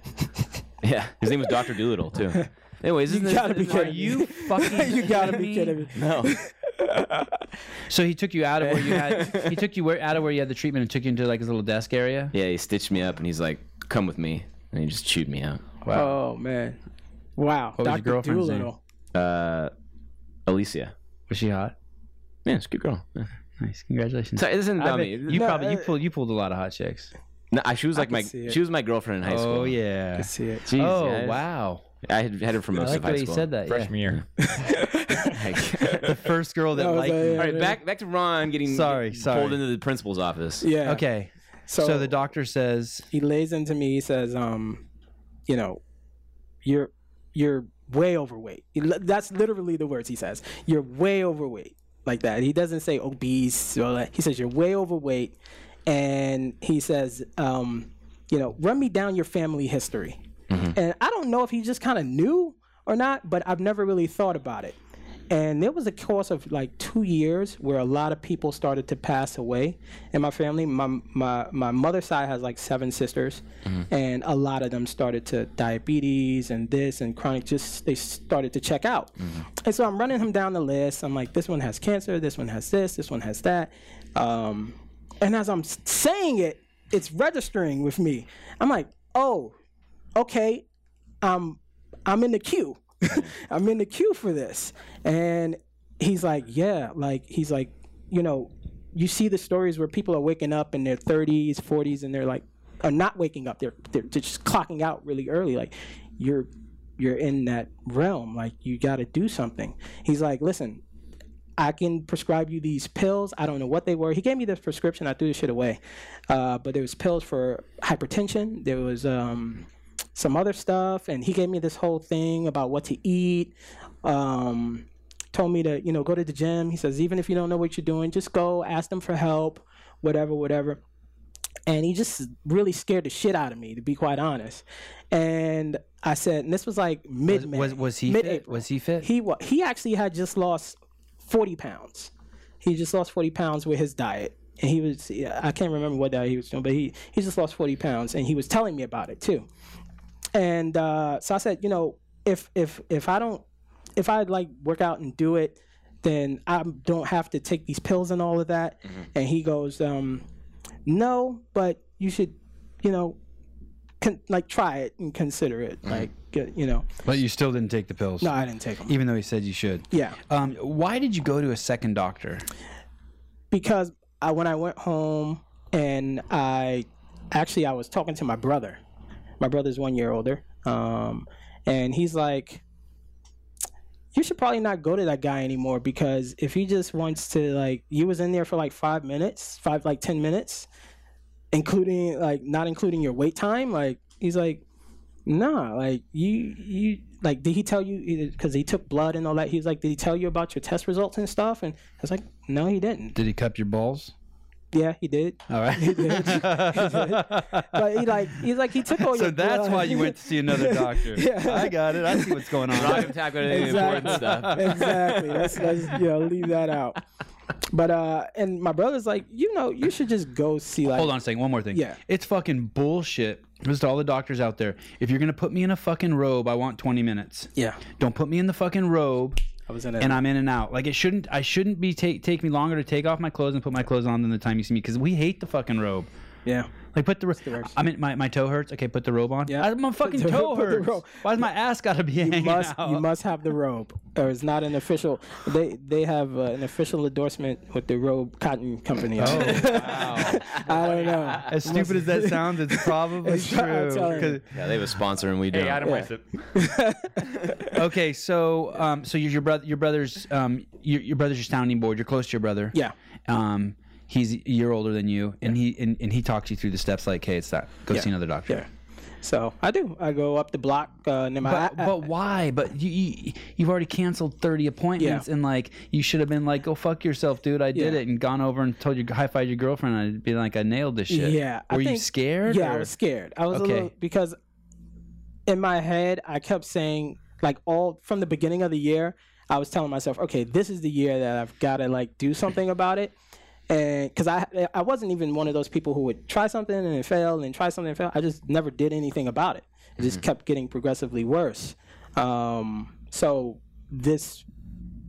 Speaker 3: yeah. His name was Doctor Doolittle too. Anyways, *laughs* isn't this-
Speaker 1: gotta be
Speaker 3: isn't- are
Speaker 1: kidding me.
Speaker 2: You
Speaker 1: *laughs*
Speaker 2: fucking
Speaker 1: you gotta be
Speaker 2: me?
Speaker 1: kidding me. *laughs*
Speaker 3: No,
Speaker 2: So he took you out of where
Speaker 1: *laughs*
Speaker 2: you had he took you where, out of where you had the treatment and took you into like his little desk area.
Speaker 3: yeah. He stitched me up, and he's like, "Come with me," and he just chewed me out.
Speaker 1: Oh man, wow.
Speaker 2: was your girlfriend's name?
Speaker 3: Uh, Alicia.
Speaker 2: Was she hot?
Speaker 3: Man, it's a good girl. Yeah.
Speaker 2: Nice, congratulations.
Speaker 3: So it isn't
Speaker 2: I
Speaker 3: about
Speaker 2: bet
Speaker 3: me.
Speaker 2: you
Speaker 1: No,
Speaker 2: probably you
Speaker 1: uh,
Speaker 2: pulled you pulled a lot of hot chicks.
Speaker 3: No, I- she was like
Speaker 1: can
Speaker 3: my
Speaker 1: see it.
Speaker 3: she was my girlfriend in high school.
Speaker 2: Oh yeah.
Speaker 1: I see it.
Speaker 3: Jeez,
Speaker 2: oh
Speaker 3: yeah, I-
Speaker 2: wow.
Speaker 3: I had had her for
Speaker 2: I
Speaker 3: most
Speaker 2: like
Speaker 3: of
Speaker 2: the
Speaker 3: high
Speaker 2: way you
Speaker 3: school.
Speaker 2: said that.
Speaker 4: Freshman
Speaker 3: *laughs*
Speaker 4: year.
Speaker 3: that.
Speaker 1: *laughs*
Speaker 2: The first girl that
Speaker 1: No,
Speaker 2: liked
Speaker 1: they-
Speaker 2: you.
Speaker 3: All right, back back to Ron getting
Speaker 2: Sorry,
Speaker 3: getting
Speaker 2: sorry.
Speaker 3: pulled into the principal's office.
Speaker 1: Yeah.
Speaker 2: Okay.
Speaker 1: So,
Speaker 2: so the doctor says
Speaker 1: he lays into me. He says, um, you know, you're you're way overweight. He li- That's literally the words he says. You're way overweight, like that. He doesn't say obese or that. He says you're way overweight, and he says, um, you know, run me down your family history. And I don't know if he just kind of knew or not, but I've never really thought about it. And there was a course of like two years where a lot of people started to pass away in my family. My my my mother's side has like seven sisters, and a lot of them started to diabetes and this and chronic. Just they started to check out, and so I'm running him down the list. I'm like, this one has cancer, this one has this, this one has that, um, and as I'm s- saying it, it's registering with me. I'm like, oh, okay, I'm I'm in the queue. *laughs* I'm in the queue for this. And he's like, yeah, like he's like, you know, you see the stories where people are waking up in their 30s, 40s, and they're like, are not waking up. They're they're just clocking out really early. Like, you're you're in that realm. Like, you got to do something. He's like, listen, I can prescribe you these pills. I don't know what they were. He gave me this prescription. I threw the shit away. Uh, but there was pills for hypertension. There was um, some other stuff, and he gave me this whole thing about what to eat. Um, told me to you know go to the gym. He says even if you don't know what you're doing, just go ask them for help, whatever, whatever. And he just really scared the shit out of me, to be quite honest. And I said, and this was like mid
Speaker 2: was was he fit?
Speaker 1: mid-April.
Speaker 2: Was he fit?
Speaker 1: He wa- he actually had just lost forty pounds. He just lost forty pounds with his diet, and he was yeah, I can't remember what diet he was doing, but he he just lost forty pounds, and he was telling me about it too. And uh, so I said, you know, if if if I don't, if I like work out and do it, then I don't have to take these pills and all of that. And he goes, um, no, but you should, you know, con- like try it and consider it. Like, get, you know,
Speaker 2: But you still didn't take the pills,
Speaker 1: no, I didn't take them.
Speaker 2: even though he said you should.
Speaker 1: Yeah.
Speaker 2: Um, why did you go to a second doctor?
Speaker 1: because I, when I went home and I actually I was talking to my brother. My brother's one year older, um, and he's like, "You should probably not go to that guy anymore because if he just wants to like, you was in there for like five minutes, five like ten minutes, including like not including your wait time. Like he's like, nah, like you you like did he tell you because he took blood and all that? He's like, did he tell you about your test results and stuff? And I was like, no, he didn't.
Speaker 2: Did he cup your balls?
Speaker 1: Yeah, he did.
Speaker 2: All right. *laughs*
Speaker 1: But he like he's like he took all your
Speaker 2: so that's
Speaker 1: blood.
Speaker 2: why you
Speaker 1: *laughs*
Speaker 2: went to see another doctor.
Speaker 1: Yeah.
Speaker 2: I got it. I see what's going
Speaker 3: Rock 'em,
Speaker 2: on.
Speaker 3: tackle, it, important
Speaker 1: Exactly.
Speaker 2: *laughs*
Speaker 3: stuff.
Speaker 1: exactly. That's that's you know, leave that out. But uh and my brother's like, you know, you should just go see like
Speaker 2: Hold on a second. One more thing.
Speaker 1: Yeah.
Speaker 2: It's fucking bullshit. This is to all the doctors out there. If you're gonna put me in a fucking robe, I want 20 minutes.
Speaker 1: Yeah.
Speaker 2: Don't put me in the fucking robe.
Speaker 1: I was in it.
Speaker 2: and I'm in and out. Like it shouldn't. I shouldn't be take take me longer to take off my clothes and put my clothes on than the time you see me because we hate the fucking robe.
Speaker 1: yeah.
Speaker 2: Like put the. ro-
Speaker 1: worst.
Speaker 2: I mean, my, my toe hurts. Okay, put the robe on.
Speaker 1: Yeah.
Speaker 2: I, my fucking
Speaker 1: the- *laughs*
Speaker 2: toe
Speaker 1: put the
Speaker 2: hurts.
Speaker 1: robe.
Speaker 2: Why's my ass gotta be hanging
Speaker 1: Must
Speaker 2: out?
Speaker 1: you must have the robe, or it's not an official. They they have uh, an official endorsement with the robe cotton company.
Speaker 2: Oh,
Speaker 1: *laughs* I don't know.
Speaker 2: as stupid
Speaker 1: *laughs*
Speaker 2: as that sounds, it's probably
Speaker 1: It's- I'm telling
Speaker 2: true.
Speaker 1: you.
Speaker 2: 'Cause-
Speaker 3: Yeah, they have a sponsor and we don't.
Speaker 4: Hey, Adam
Speaker 1: Yeah.
Speaker 4: yeah. it.
Speaker 2: Okay, so um, so your your brother your brother's um your, your brother's your sounding board. You're close to your brother.
Speaker 1: Yeah.
Speaker 2: Um, he's a year older than you, and he and, and he talks you through the steps like, hey, it's that. Go see another doctor.
Speaker 1: Yeah. So I do. I go up the block. Uh, near my,
Speaker 2: But,
Speaker 1: I- I-
Speaker 2: but why? But you, you you've already canceled thirty appointments,
Speaker 1: Yeah.
Speaker 2: and like you should have been like, go fuck yourself, dude. I did
Speaker 1: Yeah.
Speaker 2: it, and gone over and told you high five your girlfriend. I'd be like, I nailed this shit.
Speaker 1: Yeah. I
Speaker 2: Were you
Speaker 1: think-
Speaker 2: scared?
Speaker 1: Yeah,
Speaker 2: or-
Speaker 1: I was scared. I was
Speaker 2: Okay.
Speaker 1: a little because in my head I kept saying like all from the beginning of the year I was telling myself, okay, this is the year that I've got to like do something about it. And because I I wasn't even one of those people who would try something and it failed and try something and fail. I just never did anything about it. It just
Speaker 2: Mm-hmm.
Speaker 1: kept getting progressively worse. Um, so this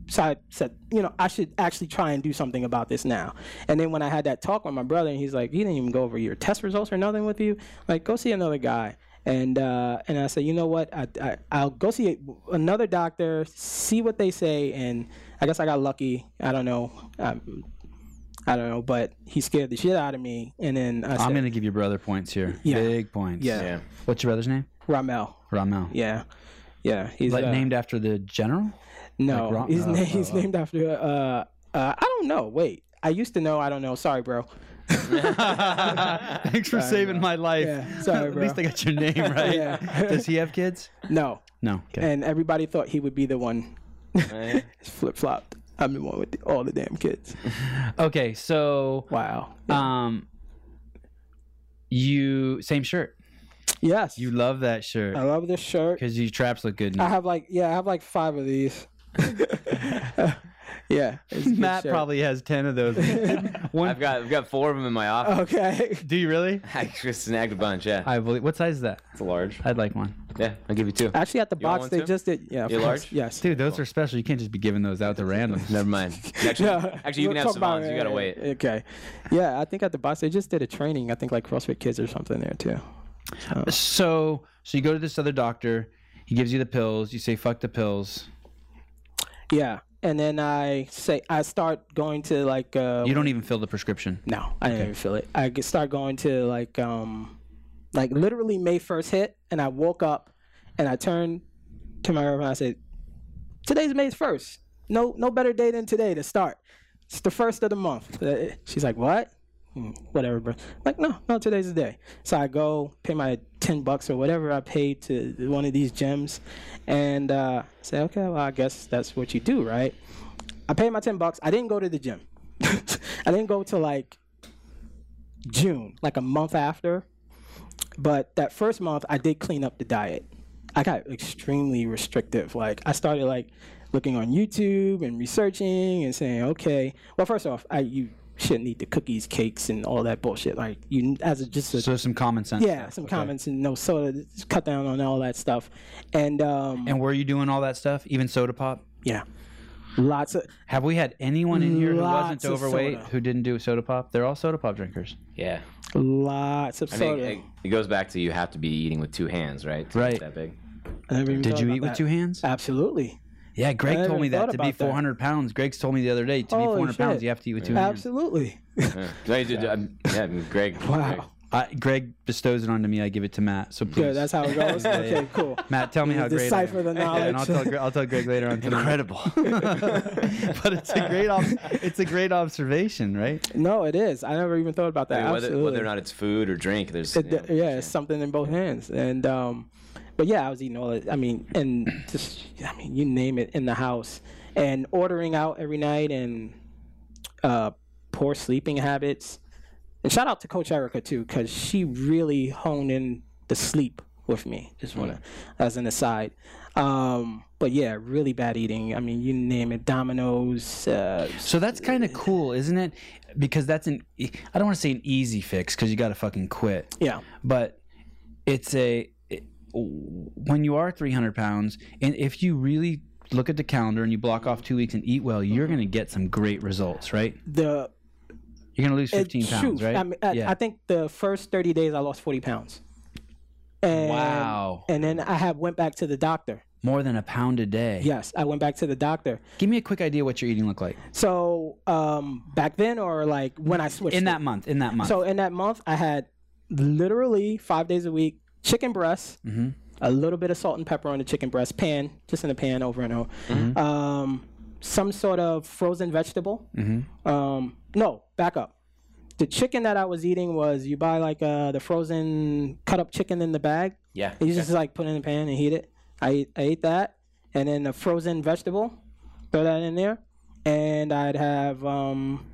Speaker 1: so I said, you know, I should actually try and do something about this now. And then when I had that talk with my brother, and he's like, you didn't even go over your test results or nothing with you. Like, go see another guy. And uh, and I said, you know what? I, I I'll go see a, another doctor, see what they say. And I guess I got lucky. I don't know. I, I don't know. But he scared the shit out of me. And then I said,
Speaker 2: I'm gonna give your brother points here.
Speaker 1: Yeah.
Speaker 2: Big points.
Speaker 1: Yeah.
Speaker 3: Yeah. *laughs*
Speaker 2: What's your brother's name?
Speaker 1: Ramel.
Speaker 2: Ramel.
Speaker 1: Yeah, yeah. He's
Speaker 2: Like
Speaker 1: uh,
Speaker 2: named after the general?
Speaker 1: No,
Speaker 2: Like Ron-
Speaker 1: he's,
Speaker 2: oh,
Speaker 1: na-
Speaker 2: oh,
Speaker 1: he's
Speaker 2: oh.
Speaker 1: *laughs* named after. Uh, uh, I don't know. Wait, I used to know. I don't know. Sorry, bro.
Speaker 2: Thanks for saving my life. *laughs*
Speaker 1: Yeah, sorry,
Speaker 2: At least
Speaker 1: bro.
Speaker 2: I got your name right.
Speaker 1: Yeah.
Speaker 2: *laughs* Does he have kids?
Speaker 1: No,
Speaker 2: No. Okay.
Speaker 1: and everybody thought he would be the one.
Speaker 3: Right.
Speaker 1: Flip flopped. I'm the one with the, all the damn
Speaker 2: *laughs*
Speaker 1: kids.
Speaker 2: Okay. So,
Speaker 1: Wow.
Speaker 2: um, you same shirt.
Speaker 1: Yes.
Speaker 2: You love that shirt.
Speaker 1: I love this shirt.
Speaker 2: Because your traps look good.
Speaker 1: I
Speaker 2: Now.
Speaker 1: have like yeah, I have like five of these. *laughs* yeah. it's a good
Speaker 2: Matt
Speaker 1: shirt.
Speaker 2: probably has ten of those. *laughs* One.
Speaker 3: I've got I've got four of them in my office.
Speaker 1: Okay. *laughs*
Speaker 2: Do you really?
Speaker 3: *laughs* I just snagged a bunch. Yeah,
Speaker 2: I believe. What size is that?
Speaker 3: it's large.
Speaker 2: I'd like one.
Speaker 3: Yeah, I'll give
Speaker 2: *laughs*
Speaker 3: you two.
Speaker 1: Actually, at the box
Speaker 3: want one
Speaker 1: they
Speaker 3: too?
Speaker 1: just did. Yeah. of
Speaker 3: You
Speaker 1: course.
Speaker 3: large?
Speaker 1: Yes.
Speaker 2: Dude, those are special. You can't just be giving those out to random.
Speaker 3: Never mind.
Speaker 1: *laughs*
Speaker 3: Actually,
Speaker 1: Yeah,
Speaker 3: actually, you
Speaker 1: we'll
Speaker 3: can have
Speaker 1: talk about
Speaker 3: Savans.
Speaker 1: it.
Speaker 3: You gotta wait.
Speaker 1: Okay. Yeah, I think at the box they just did a training. I think like CrossFit Kids or something there too.
Speaker 2: So, so you go to this other doctor. He gives you the pills. You say, "Fuck the pills."
Speaker 1: Yeah. And then I say I start going to like uh
Speaker 2: You don't even fill the prescription.
Speaker 1: no, I didn't even feel it. I g- start going to like um like literally May first hit and I woke up and I turned to my room and I said, Today's May first. No no better day than today to start. It's the first of the month. Uh, She's like, What? Hmm, Whatever, bro. I'm like, no, no, today's the day. So I go pay my ten bucks or whatever I paid to one of these gyms and uh say, Okay, well I guess that's what you do, right? I paid my ten bucks. I didn't go to the gym. *laughs* I didn't go to like June, like a month after. But that first month, I did clean up the diet. I got extremely restrictive. Like I started like looking on YouTube and researching and saying, okay, well, first off, I you shouldn't eat the cookies, cakes, and all that bullshit. Like you, as a, just a
Speaker 2: So some common sense.
Speaker 1: yeah, some comments and no soda. just Cut down on all that stuff. And um,
Speaker 2: And were you doing all that stuff? Even soda pop?
Speaker 1: yeah. Lots of
Speaker 2: Have we had anyone in here who
Speaker 1: Lots
Speaker 2: wasn't
Speaker 1: of
Speaker 2: overweight
Speaker 1: soda.
Speaker 2: who didn't do soda pop? They're all soda pop drinkers.
Speaker 3: Yeah.
Speaker 1: lots of
Speaker 3: I mean,
Speaker 1: soda.
Speaker 3: it, it goes back to you have to be eating with two hands, right? to get
Speaker 1: *laughs*
Speaker 2: Right.
Speaker 3: That big.
Speaker 1: I never even
Speaker 2: Did
Speaker 1: thought
Speaker 2: you
Speaker 1: about
Speaker 2: eat with
Speaker 1: that.
Speaker 2: two hands?
Speaker 1: Absolutely.
Speaker 2: Yeah,
Speaker 1: I
Speaker 2: Greg told
Speaker 1: hadn't
Speaker 2: me that
Speaker 1: thought
Speaker 2: to be
Speaker 1: about that.
Speaker 2: 400 pounds. Greg's told me the other day to be
Speaker 1: Holy
Speaker 2: 400 pounds,
Speaker 1: shit.
Speaker 2: you have to eat with two hands.
Speaker 1: Absolutely. *laughs*
Speaker 3: Yeah. No, you did- I'm- yeah, I mean, Greg. Greg.
Speaker 1: Wow.
Speaker 2: I, Greg bestows it onto me. I give it to Matt. So please,
Speaker 1: Good. That's how it
Speaker 2: *laughs*
Speaker 1: goes. Okay. Cool.
Speaker 2: Matt, tell me how great. I
Speaker 1: decipher
Speaker 2: am.
Speaker 1: the
Speaker 2: *laughs* Yeah, and I'll
Speaker 1: knowledge.
Speaker 2: tell, Gre- I'll tell Greg later on. Tonight.
Speaker 3: Incredible.
Speaker 2: *laughs* but it's a great ob- it's a great observation, right?
Speaker 1: No, it is. I never even thought about that.
Speaker 3: whether,
Speaker 1: Absolutely.
Speaker 3: whether or not it's food or drink, there's
Speaker 1: It-
Speaker 3: you know,
Speaker 1: yeah, it's something in both hands. And um, but yeah, I was eating all it. I mean, and just I mean, you name it in the house, and ordering out every night, and uh, poor sleeping habits. And shout out to Coach Erica too, because she really honed in the sleep with me. Just wanna as an aside. Um, but yeah, really bad eating. I mean, you name it. Dominoes. Uh,
Speaker 2: So that's kind of cool, isn't it? Because that's an e- I don't want to say an easy fix because you got to fucking quit,
Speaker 1: yeah.
Speaker 2: but it's a it- when you are 300 pounds and if you really look at the calendar and you block off two weeks and eat well, you're
Speaker 1: Mm-hmm.
Speaker 2: going to get some great results, right?
Speaker 1: The
Speaker 2: You're going to lose
Speaker 1: Uh,
Speaker 2: 15 pounds,
Speaker 1: shoot,
Speaker 2: right?
Speaker 1: I, mean, I,
Speaker 2: yeah.
Speaker 1: I think the first 30 days I lost 40 pounds. And,
Speaker 2: Wow.
Speaker 1: And then I had went back to the doctor.
Speaker 2: More than a pound a day.
Speaker 1: Yes, I went back to the doctor.
Speaker 2: Give me a quick idea what your eating looked like
Speaker 1: So um, back then, or like when I switched,
Speaker 2: in
Speaker 1: it.
Speaker 2: that month. In that month.
Speaker 1: so in that month, I had literally five days a week chicken breasts, a little bit of salt and pepper on the chicken breast pan, just in a pan over and over. Um, some sort of frozen vegetable. Um, no, back up. The chicken that I was eating was you buy like uh, the frozen cut up chicken in the bag.
Speaker 3: Yeah.
Speaker 1: You just like put it in the pan and heat it. I ate, I ate that, and then a frozen vegetable, throw that in there, and I'd have um,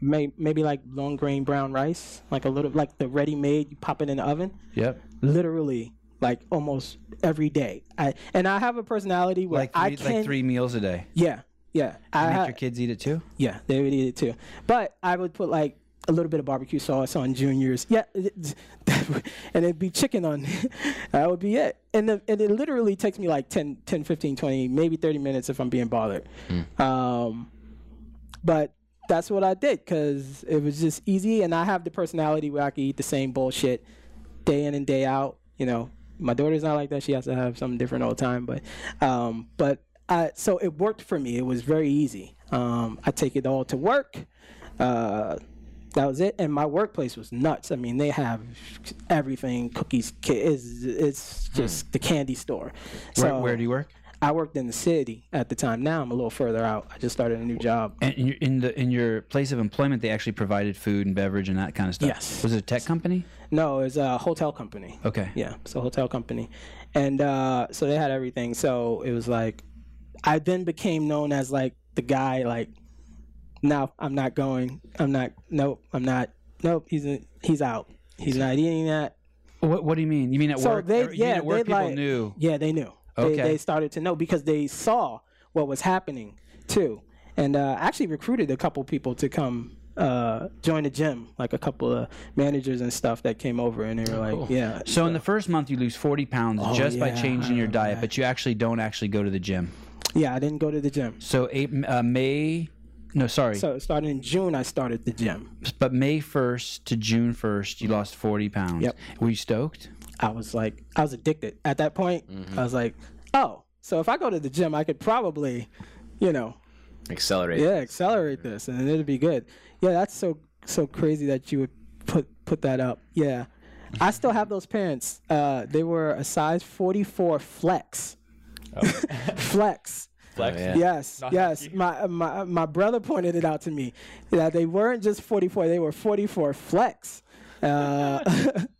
Speaker 1: may, maybe like long grain brown rice, like a little like the ready made. You pop it in the oven.
Speaker 2: yep.
Speaker 1: Literally, like almost every day. I and I have a personality where
Speaker 2: Like
Speaker 1: I
Speaker 2: three,
Speaker 1: can
Speaker 2: like three meals a day.
Speaker 1: yeah yeah I
Speaker 2: Make
Speaker 1: ha-
Speaker 2: your kids eat it too.
Speaker 1: yeah, they would eat it too. But I would put like a little bit of barbecue sauce on juniors. Yeah, *laughs* it- that would- and it'd be chicken on. *laughs* that would be it. And, the, and it literally takes me like 10, 10, 15, 20, maybe 30 minutes if I'm being bothered. Um, but that's what I did because it was just easy. And I have the personality where I could eat the same bullshit day in and day out. You know, my daughter's not like that. She has to have something different all the time. But, um, but I, so it worked for me. It was very easy. Um, I take it all to work. Uh, that was it. And my workplace was nuts. I mean, they have everything cookies. ki- It's, it's just the candy store. So
Speaker 2: Where, where do you work?
Speaker 1: I worked in the city at the time. Now I'm a little further out. I just started a new job.
Speaker 2: And in your- in the in your place of employment, they actually provided food and beverage and that kind of stuff.
Speaker 1: Yes.
Speaker 2: Was it a tech company?
Speaker 1: No, it's a hotel company.
Speaker 2: Okay.
Speaker 1: Yeah, it's a hotel company, and uh, so they had everything. So it was like, I then became known as like the guy like, no, I'm not going. I'm not. Nope, I'm not. Nope, he's he's out. He's not eating that.
Speaker 2: What What do you mean? You mean at
Speaker 1: So
Speaker 2: work?
Speaker 1: they-
Speaker 2: you mean
Speaker 1: yeah,
Speaker 2: at work
Speaker 1: they'd
Speaker 2: people
Speaker 1: like-
Speaker 2: knew.
Speaker 1: Yeah, they knew.
Speaker 2: Okay.
Speaker 1: They, they started to know because they saw what was happening too, and uh, I actually recruited a couple people to come uh, join the gym, like a couple of managers and stuff that came over, and they were like, yeah.
Speaker 2: So Oh, in the first month, you lose forty pounds just by
Speaker 1: yeah,
Speaker 2: changing your diet, but you actually don't actually go to the gym.
Speaker 1: Yeah, I didn't go to the gym.
Speaker 2: So eight, uh, May, no, sorry,
Speaker 1: So starting in June, I started the gym.
Speaker 2: but May first to June first, you lost forty pounds.
Speaker 1: Yep.
Speaker 2: Were you stoked?
Speaker 1: I was like, I was addicted at that point.
Speaker 2: Mm-hmm.
Speaker 1: I was like, oh, so if I go to the gym, I could probably, you know,
Speaker 3: accelerate.
Speaker 1: yeah, accelerate this, and it'd be good. Yeah, that's so so crazy that you would put put that up. Yeah, I still have those pants. Uh, they were a size 44 flex. *laughs* flex.
Speaker 4: Flex.
Speaker 3: yeah.
Speaker 1: Yes, yes. My my my brother pointed it out to me that they weren't just 44; they were 44 flex. Uh,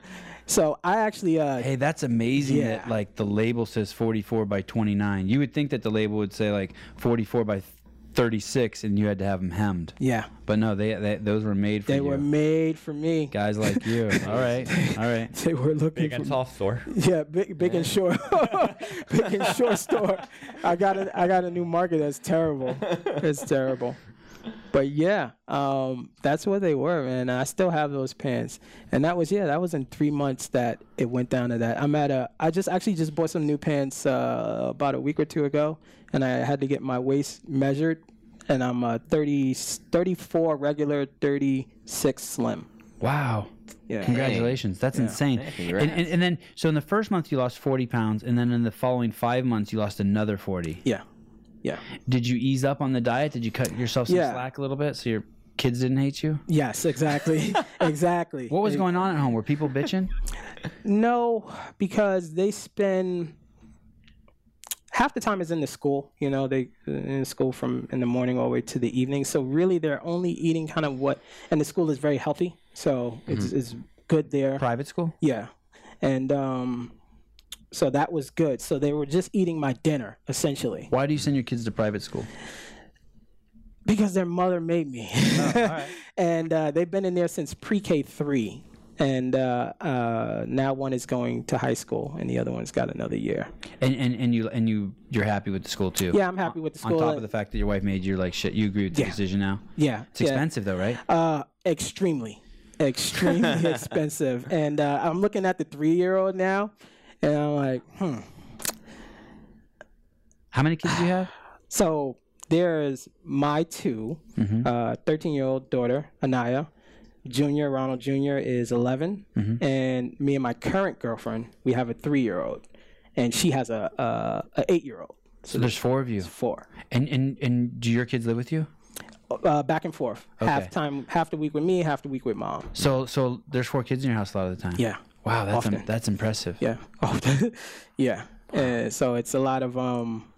Speaker 1: *laughs* so I actually uh,
Speaker 2: Hey, that's amazing that
Speaker 1: Yeah.
Speaker 2: like the label says 44 by 29. You would think that the label would say like 44 by 36 and you had to have them hemmed.
Speaker 1: yeah,
Speaker 2: But no, they, they those were made for
Speaker 1: they
Speaker 2: you.
Speaker 1: were made for me.
Speaker 2: Guys like you. *laughs* All right. All right.
Speaker 1: They were looking
Speaker 4: Big
Speaker 1: for
Speaker 4: and soft store.
Speaker 1: yeah, big big and short, *laughs* big and short store. I got a I got a new market that's terrible. It's terrible. But yeah, um, that's what they were, man. I still have those pants, and that was yeah, that was in three months that it went down to that. I'm at a, I just actually just bought some new pants uh, about a week or two ago, and I had to get my waist measured, and I'm a 30, 34 regular, 36 slim.
Speaker 2: Wow.
Speaker 1: Yeah.
Speaker 2: Congratulations. That's insane.
Speaker 3: Congrats.
Speaker 2: And, and, and then, so in the first month, you lost 40 pounds. And then in the following five months, you lost another 40.
Speaker 1: Yeah, yeah,
Speaker 2: Did you ease up on the diet? Did you cut yourself some
Speaker 1: Yeah.
Speaker 2: slack a little bit so your kids didn't hate you?
Speaker 1: yes, *laughs* exactly, exactly.
Speaker 2: What was going on at home? Were
Speaker 1: *laughs*
Speaker 2: people bitching?
Speaker 1: No, because they spend half the time is in the school. You know, they in school from in the morning all the way to the evening. So really, they're only eating kind of what. And the school is very healthy, so it's it's good there.
Speaker 2: Private school?
Speaker 1: Yeah, and um, so that was good. So they were just eating my dinner essentially
Speaker 2: Why do you send your kids to private school?
Speaker 1: because their mother made me, *laughs* and uh, they've been in there since pre-K three. And uh, uh, now one is going to high school, and the other one's got another year.
Speaker 2: And, and, and you and you you're happy with the school too.
Speaker 1: Yeah, I'm happy with the
Speaker 2: On
Speaker 1: school.
Speaker 2: top of the fact that your wife made you like shit, you agree with the decision now.
Speaker 1: yeah,
Speaker 2: It's expensive though, right?
Speaker 1: Uh, extremely,
Speaker 2: *laughs*
Speaker 1: extremely expensive. And uh, I'm looking at the three-year-old now, and I'm like, hmm.
Speaker 2: How many kids do you have?
Speaker 1: *sighs* So there's my 2
Speaker 2: Mm-hmm.
Speaker 1: uh, 13-year-old daughter, Anaya. Junior Ronald Jr. is 11,
Speaker 2: Mm-hmm.
Speaker 1: and me and my current girlfriend, we have a three-year-old, and she has a a, a eight-year-old,
Speaker 2: So there's four of you.
Speaker 1: four,
Speaker 2: And and and do your kids live with you?
Speaker 1: uh, back and forth, half time, half the week with me, half the week with mom.
Speaker 2: So so there's four kids in your house a lot of the time.
Speaker 1: Yeah.
Speaker 2: Wow, that's im-
Speaker 1: Often.
Speaker 2: that's impressive.
Speaker 1: Yeah. Oh, *laughs* yeah. Uh, so it's a lot of um,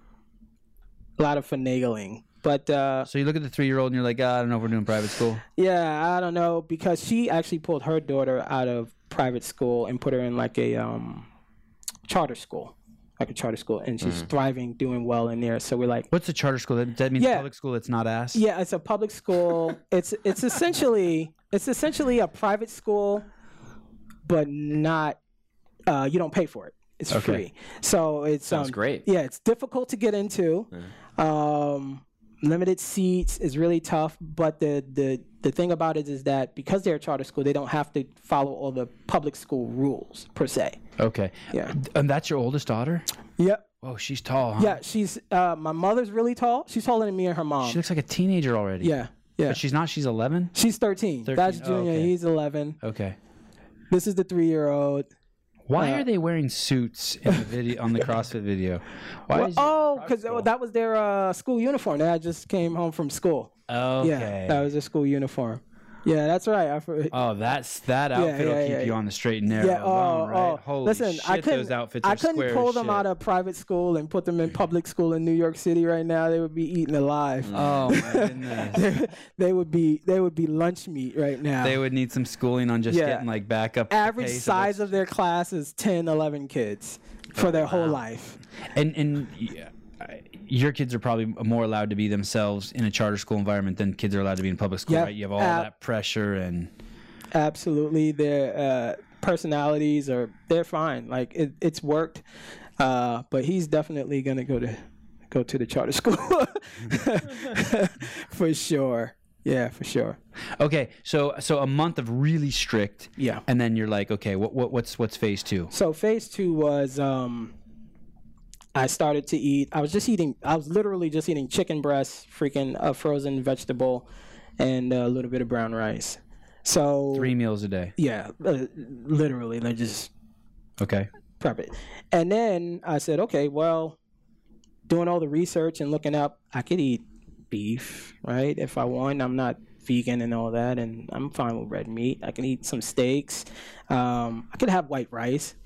Speaker 1: a lot of finagling. But uh,
Speaker 2: So you look at the three year old and you're like, "Ah, I don't know if we're doing private school.
Speaker 1: yeah, I don't know because she actually pulled her daughter out of private school and put her in like a um, charter school, like a charter school, and she's thriving, doing well in there. So we're like,
Speaker 2: What's a charter school? That, that means
Speaker 1: Yeah.
Speaker 2: public school that's not ass.
Speaker 1: yeah, it's a public school. it's it's essentially it's essentially a private school, but not. Uh, you don't pay for it. It's free. So it's
Speaker 3: Sounds
Speaker 1: um,
Speaker 3: great.
Speaker 1: Yeah, it's difficult to get into. Um, limited seats is really tough. But the, the the thing about it is that because they're a charter school, they don't have to follow all the public school rules per se.
Speaker 2: Okay.
Speaker 1: Yeah.
Speaker 2: And that's your oldest daughter?
Speaker 1: Yep.
Speaker 2: Oh, she's tall, huh?
Speaker 1: Yeah, she's uh, my mother's really tall. She's taller than me and her mom.
Speaker 2: She looks like a teenager already.
Speaker 1: yeah, yeah.
Speaker 2: But she's not, she's eleven?
Speaker 1: She's 13. That's
Speaker 2: 13. Oh,
Speaker 1: Junior.
Speaker 2: okay.
Speaker 1: He's 11.
Speaker 2: Okay.
Speaker 1: This is the three year old. Uh,
Speaker 2: Why are they wearing suits
Speaker 1: *laughs*
Speaker 2: in the video on the CrossFit video? Why is it-
Speaker 1: Oh, because that was their uh, school uniform. That I just came home from school.
Speaker 2: okay.
Speaker 1: uh, Yeah, that was their school uniform. Yeah, that's right. I, for-
Speaker 2: Oh, that's that outfit will
Speaker 1: yeah,
Speaker 2: keep
Speaker 1: yeah,
Speaker 2: you
Speaker 1: yeah.
Speaker 2: on the straight and narrow.
Speaker 1: Yeah. Oh,
Speaker 2: alone, right?
Speaker 1: oh.
Speaker 2: Holy
Speaker 1: Listen,
Speaker 2: shit,
Speaker 1: I couldn't.
Speaker 2: those outfits are
Speaker 1: I couldn't
Speaker 2: square
Speaker 1: pull
Speaker 2: as
Speaker 1: them
Speaker 2: shit.
Speaker 1: out of private school and put them in public school in New York City right now. They would be eaten alive.
Speaker 2: Oh my goodness.
Speaker 1: *laughs* they would be. They would be lunch meat right now.
Speaker 2: they would need some schooling on just
Speaker 1: Yeah.
Speaker 2: getting like back up. to the
Speaker 1: Average
Speaker 2: pace of
Speaker 1: size of their class is 10, 11 kids
Speaker 2: Oh,
Speaker 1: for their whole life.
Speaker 2: what's- and and yeah, I- your kids are probably more allowed to be themselves in a charter school environment than kids are allowed to be in public school,
Speaker 1: Yeah.
Speaker 2: right? You have all
Speaker 1: Uh,
Speaker 2: that pressure and
Speaker 1: Absolutely, their uh, personalities are. They're fine. Like it, it's worked. Uh, but he's definitely gonna go to go to the charter school *laughs* for sure. Yeah, for sure.
Speaker 2: okay. So so a month of really strict,
Speaker 1: Yeah.
Speaker 2: and then you're like, okay, what what what's what's phase two?
Speaker 1: So phase two was um, I started to eat. I was just eating. I was literally just eating chicken breast, freaking a frozen vegetable, and a little bit of brown rice. So
Speaker 2: Three meals a day.
Speaker 1: yeah, uh, literally, they just
Speaker 2: Okay.
Speaker 1: prep it. And then I said, okay, well, doing all the research and looking up, I could eat beef, right? If I want, I'm not vegan and all that, and I'm fine with red meat. I can eat some steaks. Um, I could have white rice.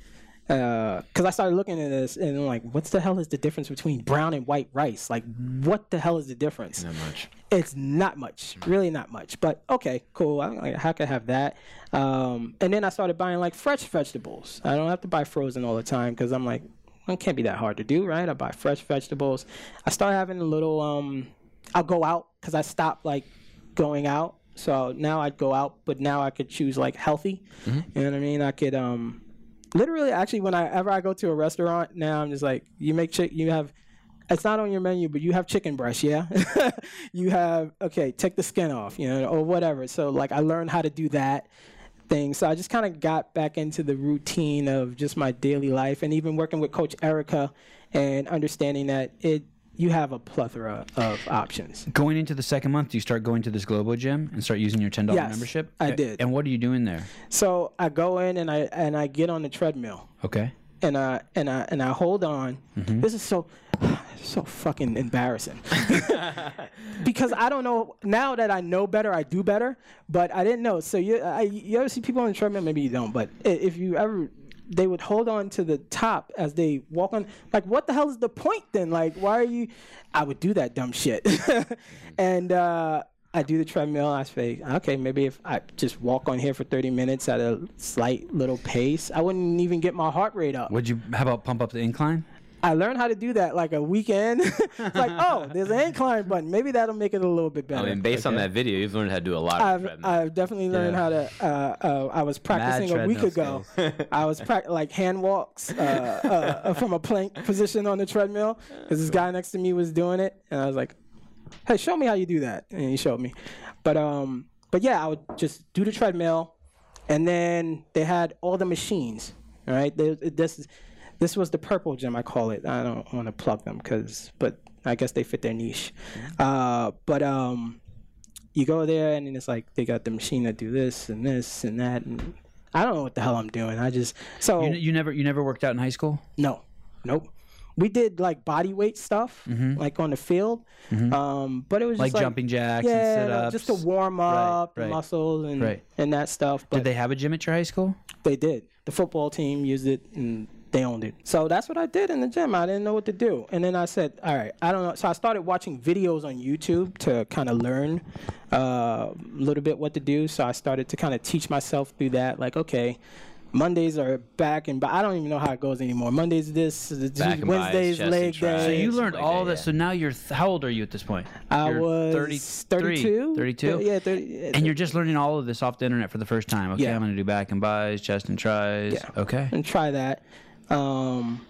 Speaker 1: Because I started looking at this and I'm like, what's the hell is the difference between brown and white rice? Like, what the hell is the difference?
Speaker 3: Not much.
Speaker 1: it's not much, really not much. But okay, cool. I, I, I could have that. Um, and then I started buying like fresh vegetables. I don't have to buy frozen all the time because I'm like, it can't be that hard to do, right? I buy fresh vegetables. I start having a little. Um, I'll go out because I stopped like going out. So now I'd go out, but now I could choose like healthy. You know what I mean? I could um, literally actually whenever I go to a restaurant now, I'm just like, you make sure you have it's not on your menu, but you have chicken breast, yeah? *laughs* you have, okay, take the skin off, you know, or whatever. So, like, I learned how to do that thing. So, I just kind of got back into the routine of just my daily life and even working with Coach Erica and understanding that it, you have a plethora of options.
Speaker 2: Going into the second month, you start going to this Globo Gym and start using your ten dollar
Speaker 1: Yes,
Speaker 2: membership.
Speaker 1: I
Speaker 2: A-
Speaker 1: did.
Speaker 2: And what are you doing there?
Speaker 1: So, I go in and I, and I get on the treadmill.
Speaker 2: Okay.
Speaker 1: and I and I and I hold on. This is so *sighs* so fucking embarrassing because I don't know now that I know better, I do better, but I didn't know. So you I, you ever see people on the treadmill? Maybe you don't, but i- if you ever. They would hold on to the top as they walk on. Like, what the hell is the point then? Like, why are you? I would do that dumb shit. *laughs* and uh, I do the treadmill. I say, okay, maybe if I just walk on here for 30 minutes at a slight little pace, I wouldn't even get my heart rate up.
Speaker 2: Would you? How about pump up the incline?
Speaker 1: I learned how to do that like a weekend. *laughs* it's like,
Speaker 2: *laughs*
Speaker 1: oh, there's an incline button. Maybe that'll make it a little bit
Speaker 2: Oh,
Speaker 3: I
Speaker 1: better.
Speaker 3: mean, based on that video, you've learned how to do a lot of
Speaker 1: I've,
Speaker 3: treadmill.
Speaker 1: I've definitely learned
Speaker 2: Yeah.
Speaker 1: how to. Uh, uh, I was practicing a week ago.
Speaker 2: treadmill
Speaker 1: I was prac like hand walks uh, uh, from a plank position on the treadmill because this guy next to me was doing it, and I was like, "Hey, show me how you do that," and he showed me. But um, but yeah, I would just do the treadmill, and then they had all the machines. All right, There- this is this was the purple gym I call it. I don't want to plug them because, but I guess they fit their niche.
Speaker 2: Mm-hmm.
Speaker 1: Uh, but um you go there and then it's like they got the machine that do this and this and that and I don't know what the hell I'm doing. I just so
Speaker 2: You, you never you never worked out in high school.
Speaker 1: no, nope. We did like body weight stuff, like on the field, um, but it was
Speaker 2: Mm-hmm. Like
Speaker 1: just like
Speaker 2: jumping jacks and
Speaker 1: yeah, no,
Speaker 2: sit-ups.
Speaker 1: just to warm up the
Speaker 2: right.
Speaker 1: muscles and
Speaker 2: Right.
Speaker 1: and that stuff. But
Speaker 2: Did they have a gym at your high school?
Speaker 1: they did. The football team used it and they owned it. So that's what I did in the gym. I didn't know what to do. And then I said, all right, I don't know. So I started watching videos on YouTube to kind of learn uh, a little bit what to do. So I started to kind of teach myself through that. Like, okay. Mondays are back and but I don't even know how it goes anymore. Mondays this,
Speaker 3: Back and biceps,
Speaker 1: Wednesdays
Speaker 3: chest and
Speaker 1: leg
Speaker 3: triceps.
Speaker 1: day.
Speaker 3: So
Speaker 2: You
Speaker 3: Something
Speaker 2: learned
Speaker 3: like
Speaker 2: all
Speaker 3: that,
Speaker 2: this.
Speaker 3: yeah.
Speaker 2: So now you're th- how old are you at this point?
Speaker 1: I
Speaker 2: You're
Speaker 1: was 32.
Speaker 2: 32.
Speaker 1: Yeah, 30.
Speaker 2: And you're just learning all of this off the internet for the first time. Okay,
Speaker 1: Yeah.
Speaker 2: I'm going to do back and buys, chest and tries. Okay.
Speaker 1: and try that. Um,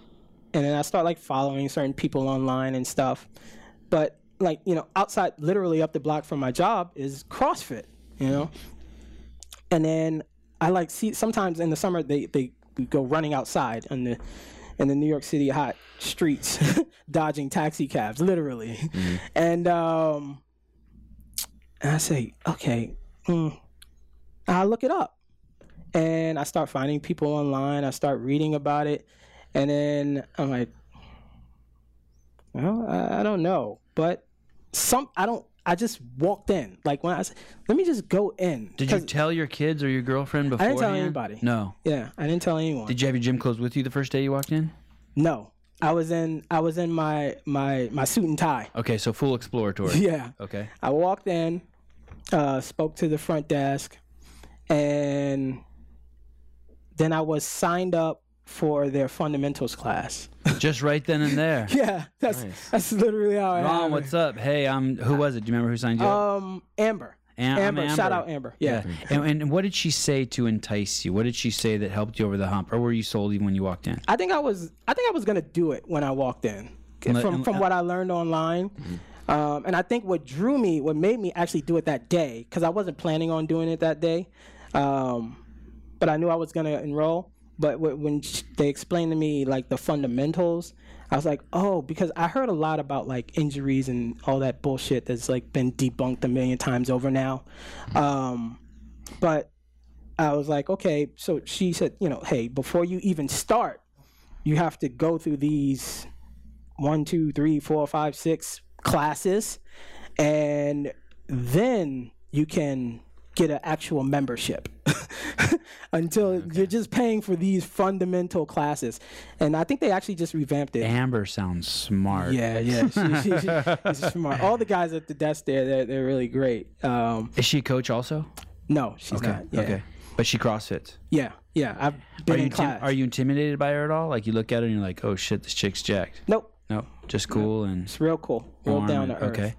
Speaker 1: and then I start like following certain people online and stuff. But like you know, outside, literally up the block from my job is CrossFit. You know, and then I like see sometimes in the summer they they go running outside in the in the New York City hot streets, *laughs* dodging taxi cabs, literally. And um, and I say, okay, mm, I'll look it up and I start finding people online. I start reading about it, and then I'm like, well, I, I don't know, but some I don't. I just walked in. Like when I said, let me just go in.
Speaker 2: Did you
Speaker 1: 'Cause-
Speaker 2: tell your kids or your girlfriend before?
Speaker 1: tell anybody.
Speaker 2: No.
Speaker 1: yeah, I didn't tell anyone.
Speaker 2: Did you have your gym clothes with you the first day you walked in?
Speaker 1: no, I was in. I was in my my my suit and tie.
Speaker 2: Okay, so full
Speaker 1: *laughs*
Speaker 2: exploratory.
Speaker 1: Yeah.
Speaker 2: Okay.
Speaker 1: I walked in, uh, spoke to the front desk, and then I was signed up for their fundamentals class. *laughs*
Speaker 2: Just right then and there.
Speaker 1: Yeah, that's that's literally how I
Speaker 2: Mom,
Speaker 1: happened.
Speaker 2: what's up? Hey, I'm. Who was it? Do you remember who signed you? up?
Speaker 1: Um, Amber.
Speaker 2: Am- I'm
Speaker 1: Amber. Shout
Speaker 2: Amber.
Speaker 1: out Amber. Yeah.
Speaker 2: And, and what did she say to entice you? What did she say that helped you over the hump, or were you sold even when you walked in?
Speaker 1: I think I was. I think I was gonna do it when I walked in.
Speaker 2: Let-
Speaker 1: From from what I learned online. Um, and I think what drew me, what made me actually do it that day, because I wasn't planning on doing it that day, um, but I knew I was gonna enroll. But wh- when sh- they explained to me like the fundamentals, I was like, oh, because I heard a lot about like injuries and all that bullshit that's like been debunked a million times over now. Um, but I was like, okay. So she said, you know, hey, before you even start, you have to go through these one, two, three, four, five, six classes, and then you can get an actual membership. *laughs* Until you're just paying for these fundamental classes, and I think they actually just revamped it.
Speaker 2: Amber sounds smart.
Speaker 1: yeah,
Speaker 2: *laughs*
Speaker 1: yeah, she, she, she, she's smart. All the guys at the desk there, they're, they're really great. Um,
Speaker 2: Is she a coach also?
Speaker 1: no, she's not. Yeah.
Speaker 2: Okay. But she CrossFits.
Speaker 1: Yeah, yeah. I've been
Speaker 2: Are you,
Speaker 1: in
Speaker 2: intim-
Speaker 1: class.
Speaker 2: are you intimidated by her at all? Like you look at her and you're like, oh shit, this chick's jacked.
Speaker 1: nope.
Speaker 2: No, just cool and
Speaker 1: It's real cool. Real
Speaker 2: Arm
Speaker 1: down
Speaker 2: and-
Speaker 1: to earth.
Speaker 2: okay.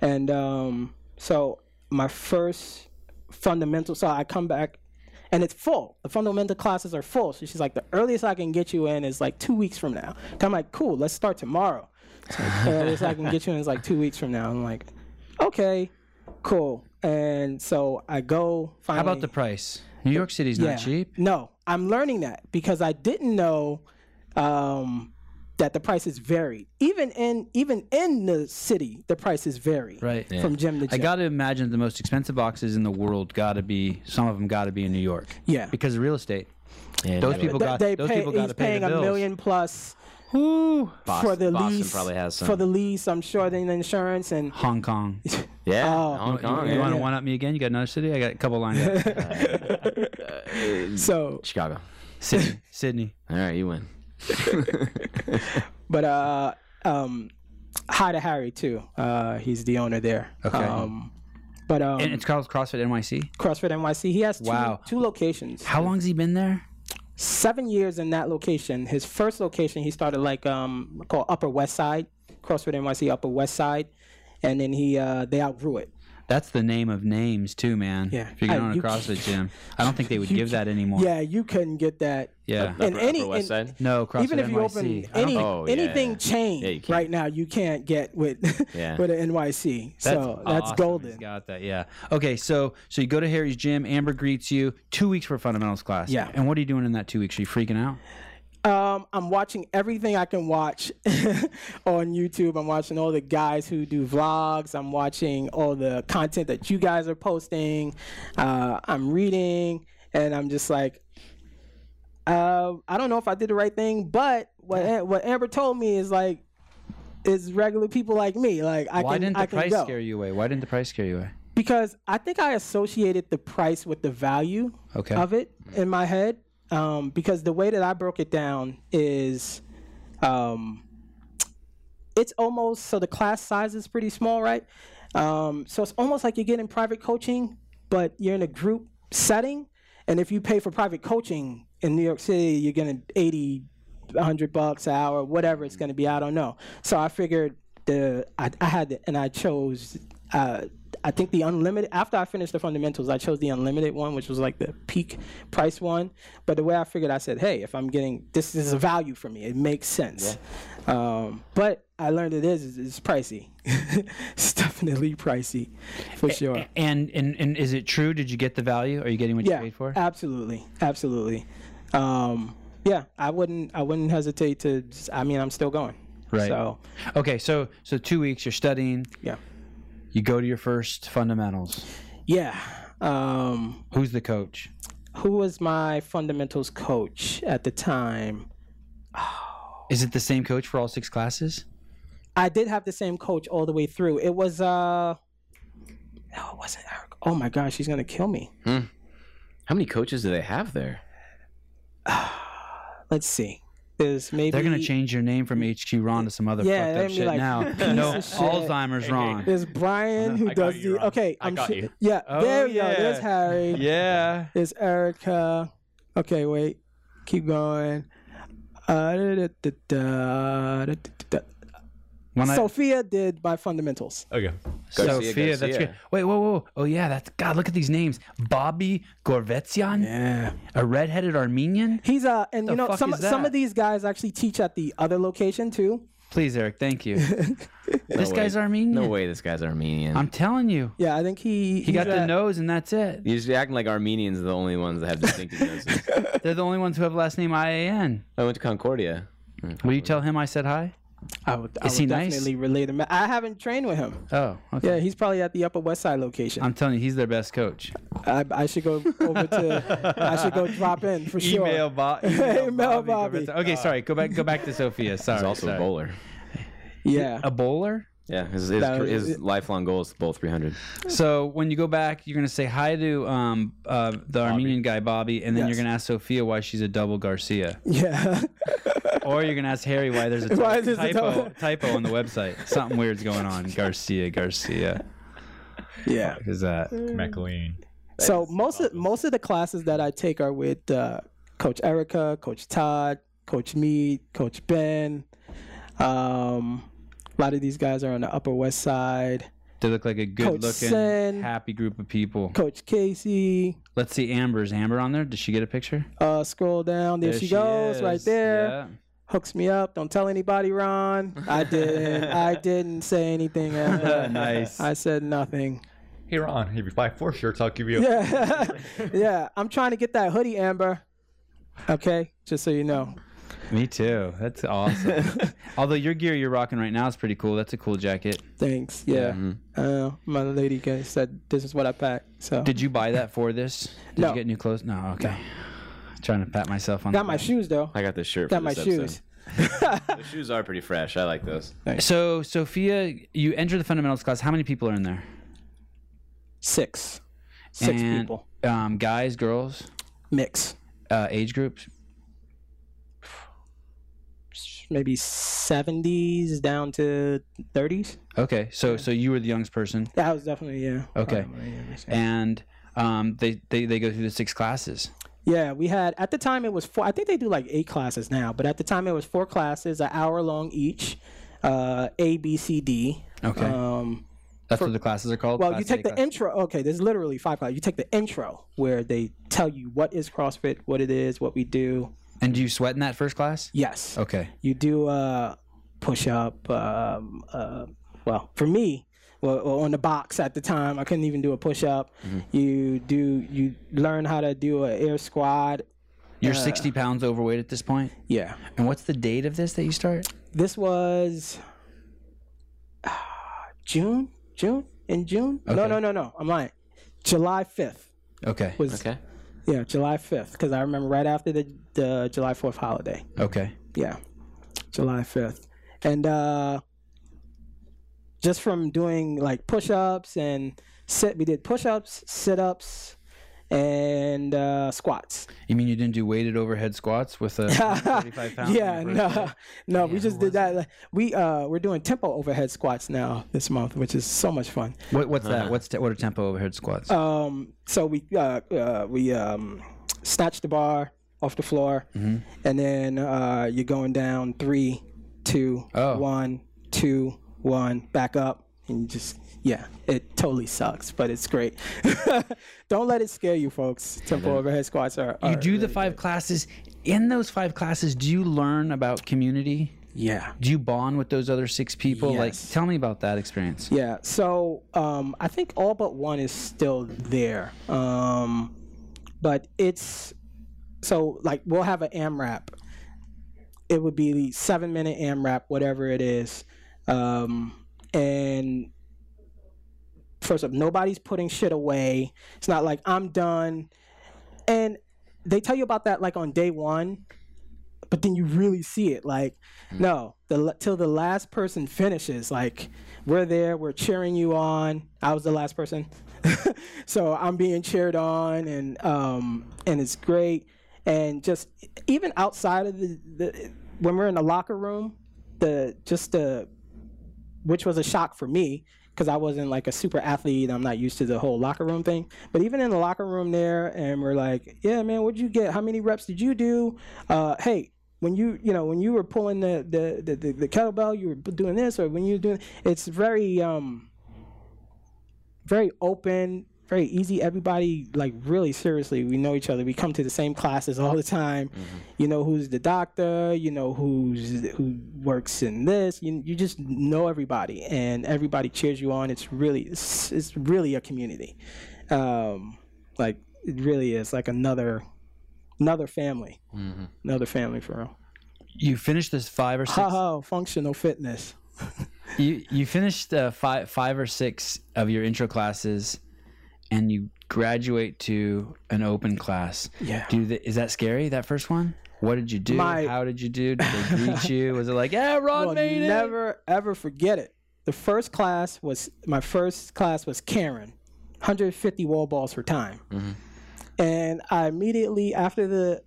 Speaker 1: And um, so my first fundamental. So I come back, and it's full. The fundamental classes are full. So she's like, the earliest I can get you in is like two weeks from now. And I'm like, cool. Let's start tomorrow. It's like, earliest I can get you in is like two weeks from now. I'm like, okay, cool. And so I go. Finally,
Speaker 2: How about the price? New York City's not cheap.
Speaker 1: No, I'm learning that because I didn't know um, that the prices varied. Even in even in the city, the prices vary
Speaker 2: Right. Yeah.
Speaker 1: from gym to gym.
Speaker 2: I got to imagine the most expensive boxes in the world got to be some of them got to be in New York.
Speaker 1: Yeah.
Speaker 2: Because of real estate.
Speaker 3: Yeah,
Speaker 2: Those
Speaker 3: no,
Speaker 2: people
Speaker 1: Th-
Speaker 2: got
Speaker 1: they
Speaker 2: those
Speaker 1: pay,
Speaker 2: people got
Speaker 1: he's
Speaker 2: to pay
Speaker 1: paying
Speaker 2: the
Speaker 1: a
Speaker 2: bills.
Speaker 1: million plus
Speaker 2: Woo.
Speaker 3: Boston,
Speaker 1: for the
Speaker 3: Boston
Speaker 1: lease
Speaker 3: probably has some.
Speaker 1: for the lease. I'm sure then the insurance and
Speaker 2: Hong *laughs* Kong.
Speaker 3: yeah,
Speaker 1: Oh.
Speaker 3: Hong
Speaker 2: you
Speaker 3: Kong,
Speaker 2: you
Speaker 3: yeah.
Speaker 2: want to one up me again? You got another city? I got a couple lined *laughs* up.
Speaker 3: Hmm.
Speaker 1: so.
Speaker 3: *laughs* Chicago.
Speaker 2: Sydney. Sydney.
Speaker 3: All right, you win.
Speaker 1: But uh, um, hi to Harry too. Uh, he's the owner there.
Speaker 2: Okay.
Speaker 1: Um, but um,
Speaker 2: And it's Carl's CrossFit NYC.
Speaker 1: CrossFit NYC. He has two,
Speaker 2: Wow.
Speaker 1: two locations.
Speaker 2: How long's he been there?
Speaker 1: Seven years in that location. His first location, he started like um called Upper West Side, CrossFit NYC Upper West Side, and then he uh they outgrew it.
Speaker 2: That's the name of names too, man.
Speaker 1: Yeah.
Speaker 2: If you're going
Speaker 1: Uh,
Speaker 2: on a
Speaker 1: you- *laughs*
Speaker 2: CrossFit gym, I don't think they would give that anymore.
Speaker 1: Yeah, you couldn't get that.
Speaker 2: Yeah.
Speaker 1: In
Speaker 3: Upper-
Speaker 1: any
Speaker 3: Upper West
Speaker 1: in-
Speaker 3: Side?
Speaker 2: No, CrossFit
Speaker 1: even if you
Speaker 2: NYC.
Speaker 1: open
Speaker 2: I don't
Speaker 1: any
Speaker 2: think-
Speaker 3: Oh, yeah,
Speaker 1: anything
Speaker 3: yeah.
Speaker 1: chain
Speaker 3: Yeah, you can't.
Speaker 1: right now, you can't get with *laughs*
Speaker 3: Yeah.
Speaker 1: with an NYC. so that's
Speaker 2: awesome. He's
Speaker 1: golden.
Speaker 2: got that, yeah. Okay, so so you go to Harry's gym. Amber greets you. Two weeks for fundamentals class.
Speaker 1: Yeah.
Speaker 2: And what are you doing in that two weeks? Are you freaking out?
Speaker 1: Um, I'm watching everything I can watch *laughs* on YouTube. I'm watching all the guys who do vlogs. I'm watching all the content that you guys are posting. Uh, I'm reading, and I'm just like, uh, I don't know if I did the right thing, but what what Amber told me is like, is regular people like me. Like I
Speaker 2: Why
Speaker 1: can
Speaker 2: didn't the
Speaker 1: I can
Speaker 2: price
Speaker 1: go.
Speaker 2: scare you away? Why didn't the price scare you away?
Speaker 1: because I think I associated the price with the value
Speaker 2: Okay.
Speaker 1: of it in my head. Um, because the way that I broke it down is, um, it's almost so the class size is pretty small, right? Um, so it's almost like you're getting private coaching, but you're in a group setting. And if you pay for private coaching in New York City, you're getting 80, 100 bucks an hour, whatever it's going to be. I don't know. So I figured the I, I had the, and I chose. Uh, I think the unlimited. After I finished the fundamentals, I chose the unlimited one, which was like the peak price one. But the way I figured, I said, "Hey, if I'm getting this is a value for me. It makes sense." Um, but I learned it is it's pricey. *laughs* it's definitely pricey,
Speaker 2: Eh,
Speaker 1: for sure.
Speaker 2: And, and and is it true? Did you get the value? Are you getting what
Speaker 1: Yeah,
Speaker 2: you paid for?
Speaker 1: absolutely, absolutely. Um, yeah, I wouldn't. I wouldn't hesitate to. s- I mean, I'm still going.
Speaker 2: Right.
Speaker 1: So
Speaker 2: Okay, so so two weeks you're studying.
Speaker 1: yeah,
Speaker 2: You go to your first fundamentals.
Speaker 1: yeah. Um,
Speaker 2: Who's the coach?
Speaker 1: who was my fundamentals coach at the time?
Speaker 2: Is it the same coach for all six classes?
Speaker 1: I did have the same coach all the way through. It was uh, no, it wasn't Eric. Oh my gosh, she's gonna kill me.
Speaker 3: How many coaches do they have there?
Speaker 1: Let's see. There's maybe
Speaker 2: They're gonna change your name from HQ Ron to some other
Speaker 1: Yeah, they're
Speaker 2: fucked up
Speaker 1: gonna be
Speaker 2: shit
Speaker 1: like,
Speaker 2: now.
Speaker 1: "Piece
Speaker 2: No,
Speaker 1: of shit."
Speaker 2: Alzheimer's Ron.
Speaker 1: There's Brian who
Speaker 4: I got
Speaker 1: does
Speaker 4: you,
Speaker 1: the
Speaker 4: Ron.
Speaker 1: okay.
Speaker 4: I
Speaker 1: I'm
Speaker 4: got
Speaker 1: sure-
Speaker 4: you.
Speaker 1: Yeah,
Speaker 2: Oh,
Speaker 1: there you
Speaker 2: yeah.
Speaker 1: go. There's Harry.
Speaker 2: Yeah.
Speaker 1: There's Erica. Okay, wait. Keep going. Uh, da, da, da, da, da, da, da.
Speaker 2: When I-
Speaker 1: Sophia did my fundamentals.
Speaker 4: *laughs* Okay.
Speaker 3: Garcia,
Speaker 2: Sophia, that's
Speaker 3: Garcia.
Speaker 2: good. Wait, whoa, whoa. Oh yeah, that's God. Look at these names: Bobby Gorvetzian,
Speaker 1: Yeah.
Speaker 2: a redheaded Armenian.
Speaker 1: He's uh, and you know
Speaker 2: fuck
Speaker 1: some
Speaker 2: is
Speaker 1: some
Speaker 2: that?
Speaker 1: of these guys actually teach at the other location too.
Speaker 2: Please, Eric,
Speaker 1: *laughs*
Speaker 2: thank you. this
Speaker 3: way.
Speaker 2: guy's Armenian.
Speaker 3: No way, this guy's Armenian.
Speaker 2: I'm telling you,
Speaker 1: Yeah, I think he
Speaker 2: he got the nose, and that's it.
Speaker 3: You're just acting like Armenians are the only ones that have
Speaker 1: *laughs*
Speaker 3: distinctive noses.
Speaker 2: They're the only ones who have last name I A N.
Speaker 3: I went to Concordia.
Speaker 2: Will you tell him I said hi?
Speaker 1: I would, I
Speaker 2: Is
Speaker 1: would
Speaker 2: he nice?
Speaker 1: definitely relate him. I haven't trained with him.
Speaker 2: Oh, okay.
Speaker 1: Yeah, he's probably at the Upper West Side location.
Speaker 2: I'm telling you, he's their best coach.
Speaker 1: I, I should go over to. I should go drop in for sure. *laughs*
Speaker 2: Email, Bob.
Speaker 1: Email Bobby.
Speaker 2: Gorvetzian. Okay, sorry. Go back. Go back to Sophia. Sorry.
Speaker 3: He's also
Speaker 2: sorry.
Speaker 3: a bowler.
Speaker 1: Yeah.
Speaker 2: A bowler.
Speaker 3: Yeah, his, his,
Speaker 1: That was-
Speaker 3: his lifelong goal is to bowl 300.
Speaker 2: So when you go back, you're gonna say hi to um, uh, the Armenian guy Bobby, and then
Speaker 1: Yes.
Speaker 2: you're gonna ask Sophia why she's a
Speaker 1: *laughs*
Speaker 2: double Garcia,
Speaker 1: Yeah.
Speaker 2: or you're gonna ask Harry why there's a,
Speaker 1: *laughs*
Speaker 2: ty-
Speaker 1: Why is this a
Speaker 2: typo
Speaker 1: double-
Speaker 2: typo on the website. Something weird's going on. Garcia, Garcia.
Speaker 1: yeah.
Speaker 2: Is that?
Speaker 4: McLean.
Speaker 1: So most of most of the classes that I take are with uh, Coach Erica, Coach Todd, Coach Mead, Coach Ben. Um, a lot of these guys are on the Upper West Side.
Speaker 2: They look like a good
Speaker 1: Sen.
Speaker 2: looking, happy group of people.
Speaker 1: Coach Casey.
Speaker 2: Let's see. Amber is Amber on there? Did she get a picture?
Speaker 1: Uh, scroll down. There, she, goes, right
Speaker 2: is.
Speaker 1: there. hooks me up. Don't tell anybody, Ron.
Speaker 2: *laughs*
Speaker 1: I didn't. I didn't say anything. at all.
Speaker 2: Nice.
Speaker 1: I said nothing. *laughs*
Speaker 4: Hey Ron, if you buy four shirts, I'll give you. A-
Speaker 1: Yeah, yeah. I'm trying to get that hoodie, Amber. Okay, just so you know.
Speaker 2: Me too. That's awesome.
Speaker 1: *laughs*
Speaker 2: Although your gear you're rocking right now is pretty cool. That's a cool jacket.
Speaker 1: Thanks. Yeah.
Speaker 3: Mm-hmm.
Speaker 1: Uh, my lady guy said this is what I pack. So
Speaker 2: Did you buy that for this? Did
Speaker 1: No.
Speaker 2: you get new clothes? No. Okay. Trying to pat myself on. the
Speaker 1: got my
Speaker 2: back.
Speaker 1: shoes though.
Speaker 3: I got this shirt.
Speaker 1: Got
Speaker 3: for
Speaker 1: my
Speaker 3: this episode.
Speaker 1: shoes. *laughs*
Speaker 3: The shoes are pretty fresh. I like those.
Speaker 2: So Sophia, you enter the fundamentals class. How many people are in there?
Speaker 1: Six. Six
Speaker 2: And,
Speaker 1: people.
Speaker 2: Um, guys, girls,
Speaker 1: Mix.
Speaker 2: uh, age groups.
Speaker 1: Maybe 70s down to 30s.
Speaker 2: Okay. So so you were the youngest person.
Speaker 1: That was definitely yeah.
Speaker 2: Okay.
Speaker 1: Probably, yeah.
Speaker 2: And um, they, they they go through the six classes.
Speaker 1: Yeah, we had at the time it was four. I think they do like eight classes now, but at the time it was four classes, an hour long each, uh, A, B, C, D.
Speaker 2: Okay.
Speaker 1: Um,
Speaker 2: That's what the classes are called.
Speaker 1: well,
Speaker 2: Class
Speaker 1: you
Speaker 2: A,
Speaker 1: take the
Speaker 2: class-
Speaker 1: intro. Okay, there's literally five classes. You take the intro where they tell you what is CrossFit, what it is, what we do.
Speaker 2: and do you sweat in that first class?
Speaker 1: Yes,
Speaker 2: Okay.
Speaker 1: you do uh, push up. Um, uh, well, for me. Well, well, on the box at the time, I couldn't even do a push up.
Speaker 2: Mm-hmm.
Speaker 1: You do, you learn how to do an air squat.
Speaker 2: You're
Speaker 1: Uh,
Speaker 2: 60 pounds overweight at this point.
Speaker 1: Yeah,
Speaker 2: And what's the date of this that you start?
Speaker 1: this was ah, June, June, in June. No,
Speaker 2: Okay.
Speaker 1: no, no, no. I'm lying. July 5th
Speaker 2: Okay.
Speaker 1: was
Speaker 3: Okay.
Speaker 1: yeah, July 5th because I remember right after the the July 4th holiday.
Speaker 2: Okay.
Speaker 1: Yeah, July 5th, and uh, just from doing like push ups and sit, we did push ups, sit ups, and uh, squats.
Speaker 2: You mean you didn't do weighted overhead squats with uh, a *laughs* 35 pounds?
Speaker 1: Yeah, no, *laughs* no, we just did that. like, We uh, we're doing tempo overhead squats now this month, which is so much fun.
Speaker 2: What, what's that? What's te- what are tempo overhead squats?
Speaker 1: Um, so we uh, uh, we um, snatch the bar off the floor,
Speaker 2: Mm-hmm.
Speaker 1: and then uh, you're going down three, two, one, two,
Speaker 2: Oh.
Speaker 1: one, back up, and you just yeah, it totally sucks, but it's great. *laughs* Don't let it scare you, folks. Tempo overhead squats are. are
Speaker 2: you do the five classes. In those five classes, do you learn about community?
Speaker 1: yeah.
Speaker 2: Do you bond with those other six people? Like,
Speaker 1: Yes.
Speaker 2: tell me about that experience.
Speaker 1: Yeah. So um, I think all but one is still there, um, but it's so like we'll have an AMRAP. It would be the seven minute AMRAP, whatever it is, um, and first up, nobody's putting shit away. It's not like I'm done, and they tell you about that like on day one, but then you really see it like no the la- till the last person finishes like we're there we're cheering you on i was the last person *laughs* so i'm being cheered on and um and it's great and just even outside of the, the when we're in the locker room the just the which was a shock for me because I wasn't like a super athlete. I'm not used to the whole locker room thing. But even in the locker room there, and we're like, yeah, man, what'd you get? How many reps did you do? Uh, hey, when you you know when you were pulling the the, the, the the kettlebell, you were doing this, or when you were doing it's very um very open. Very easy. Everybody like really seriously. We know each other. We come to the same classes all the time. You know who's the doctor. You know who's who works in this. You you just know everybody, and everybody cheers you on. It's really it's, it's really a community. Um, like it really is like another another family, another family for real.
Speaker 2: You finished this five or six.
Speaker 1: Haha, functional fitness.
Speaker 2: you you finished uh, five five or six of your intro classes, and you graduate to an open class.
Speaker 1: Yeah.
Speaker 2: Do the, is that scary? That first one. What did you do?
Speaker 1: My-
Speaker 2: How did you do? Did they
Speaker 1: *laughs*
Speaker 2: greet you? Was it like, yeah, Ron
Speaker 1: will
Speaker 2: made it?
Speaker 1: never ever forget it. The first class was my first class was Karen, 150 wall balls for time, and I immediately after the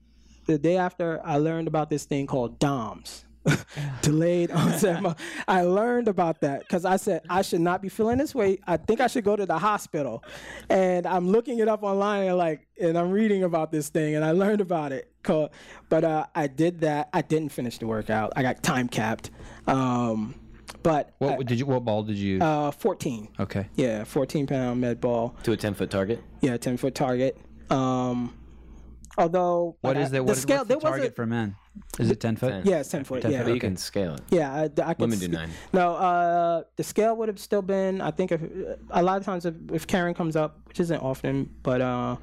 Speaker 1: the day after I learned about this thing called DOMS. *laughs* Delayed
Speaker 2: *laughs*
Speaker 1: onset. mo- I learned about that because I said I should not be feeling this way. I think I should go to the hospital, and I'm looking it up online and like, and I'm reading about this thing, and I learned about it. Co- But uh, I did that. I didn't finish the workout. I got time capped. Um, but
Speaker 2: What did you? What ball did you?
Speaker 1: uh, 14.
Speaker 2: okay.
Speaker 1: Yeah, 14 pound med ball.
Speaker 3: To a ten foot target.
Speaker 1: Yeah, 10 foot target. Um, although
Speaker 2: What
Speaker 1: like,
Speaker 2: is
Speaker 1: I-
Speaker 2: the, what is- what's the
Speaker 1: uh, there was a-
Speaker 2: target for men? Is it ten foot?
Speaker 3: Ten.
Speaker 1: Yeah, it's ten foot.
Speaker 2: Ten
Speaker 1: Yeah,
Speaker 2: foot,
Speaker 3: But you
Speaker 2: okay.
Speaker 3: can scale it.
Speaker 1: yeah. I, I could
Speaker 3: Women do
Speaker 1: s-
Speaker 3: nine.
Speaker 1: No, uh, the scale would have still been. I think if a lot of times if, if Karen comes up, which isn't often, but uh,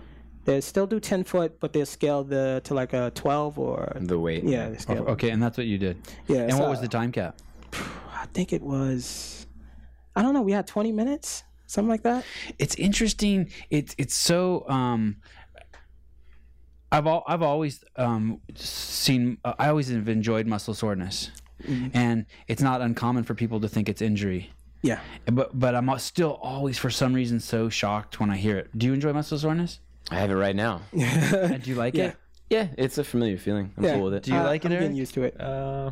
Speaker 1: they still do ten foot, but they scale the to like a twelve or
Speaker 3: The weight.
Speaker 1: yeah, they scale.
Speaker 2: Okay, and that's what you did.
Speaker 1: Yeah,
Speaker 2: And
Speaker 1: so-
Speaker 2: what was the time cap?
Speaker 1: I think it was. I don't know. We had twenty minutes, something like that.
Speaker 2: it's interesting. It's it's so. Um, I've al- I've always um, seen. Uh, I always have enjoyed muscle soreness,
Speaker 1: Mm-hmm.
Speaker 2: and it's not uncommon for people to think it's injury. *laughs*
Speaker 1: Yeah.
Speaker 2: But but I'm al- still always for some reason so shocked when I hear it. Do you enjoy muscle soreness?
Speaker 3: I have it right now.
Speaker 2: Uh, Do you like it?
Speaker 3: Yeah, it's a familiar feeling. I'm
Speaker 1: Yeah.
Speaker 3: cool with it.
Speaker 2: Do you
Speaker 1: I-
Speaker 2: like it,
Speaker 1: I'm
Speaker 2: Eric?
Speaker 1: getting used to it.
Speaker 4: Uh,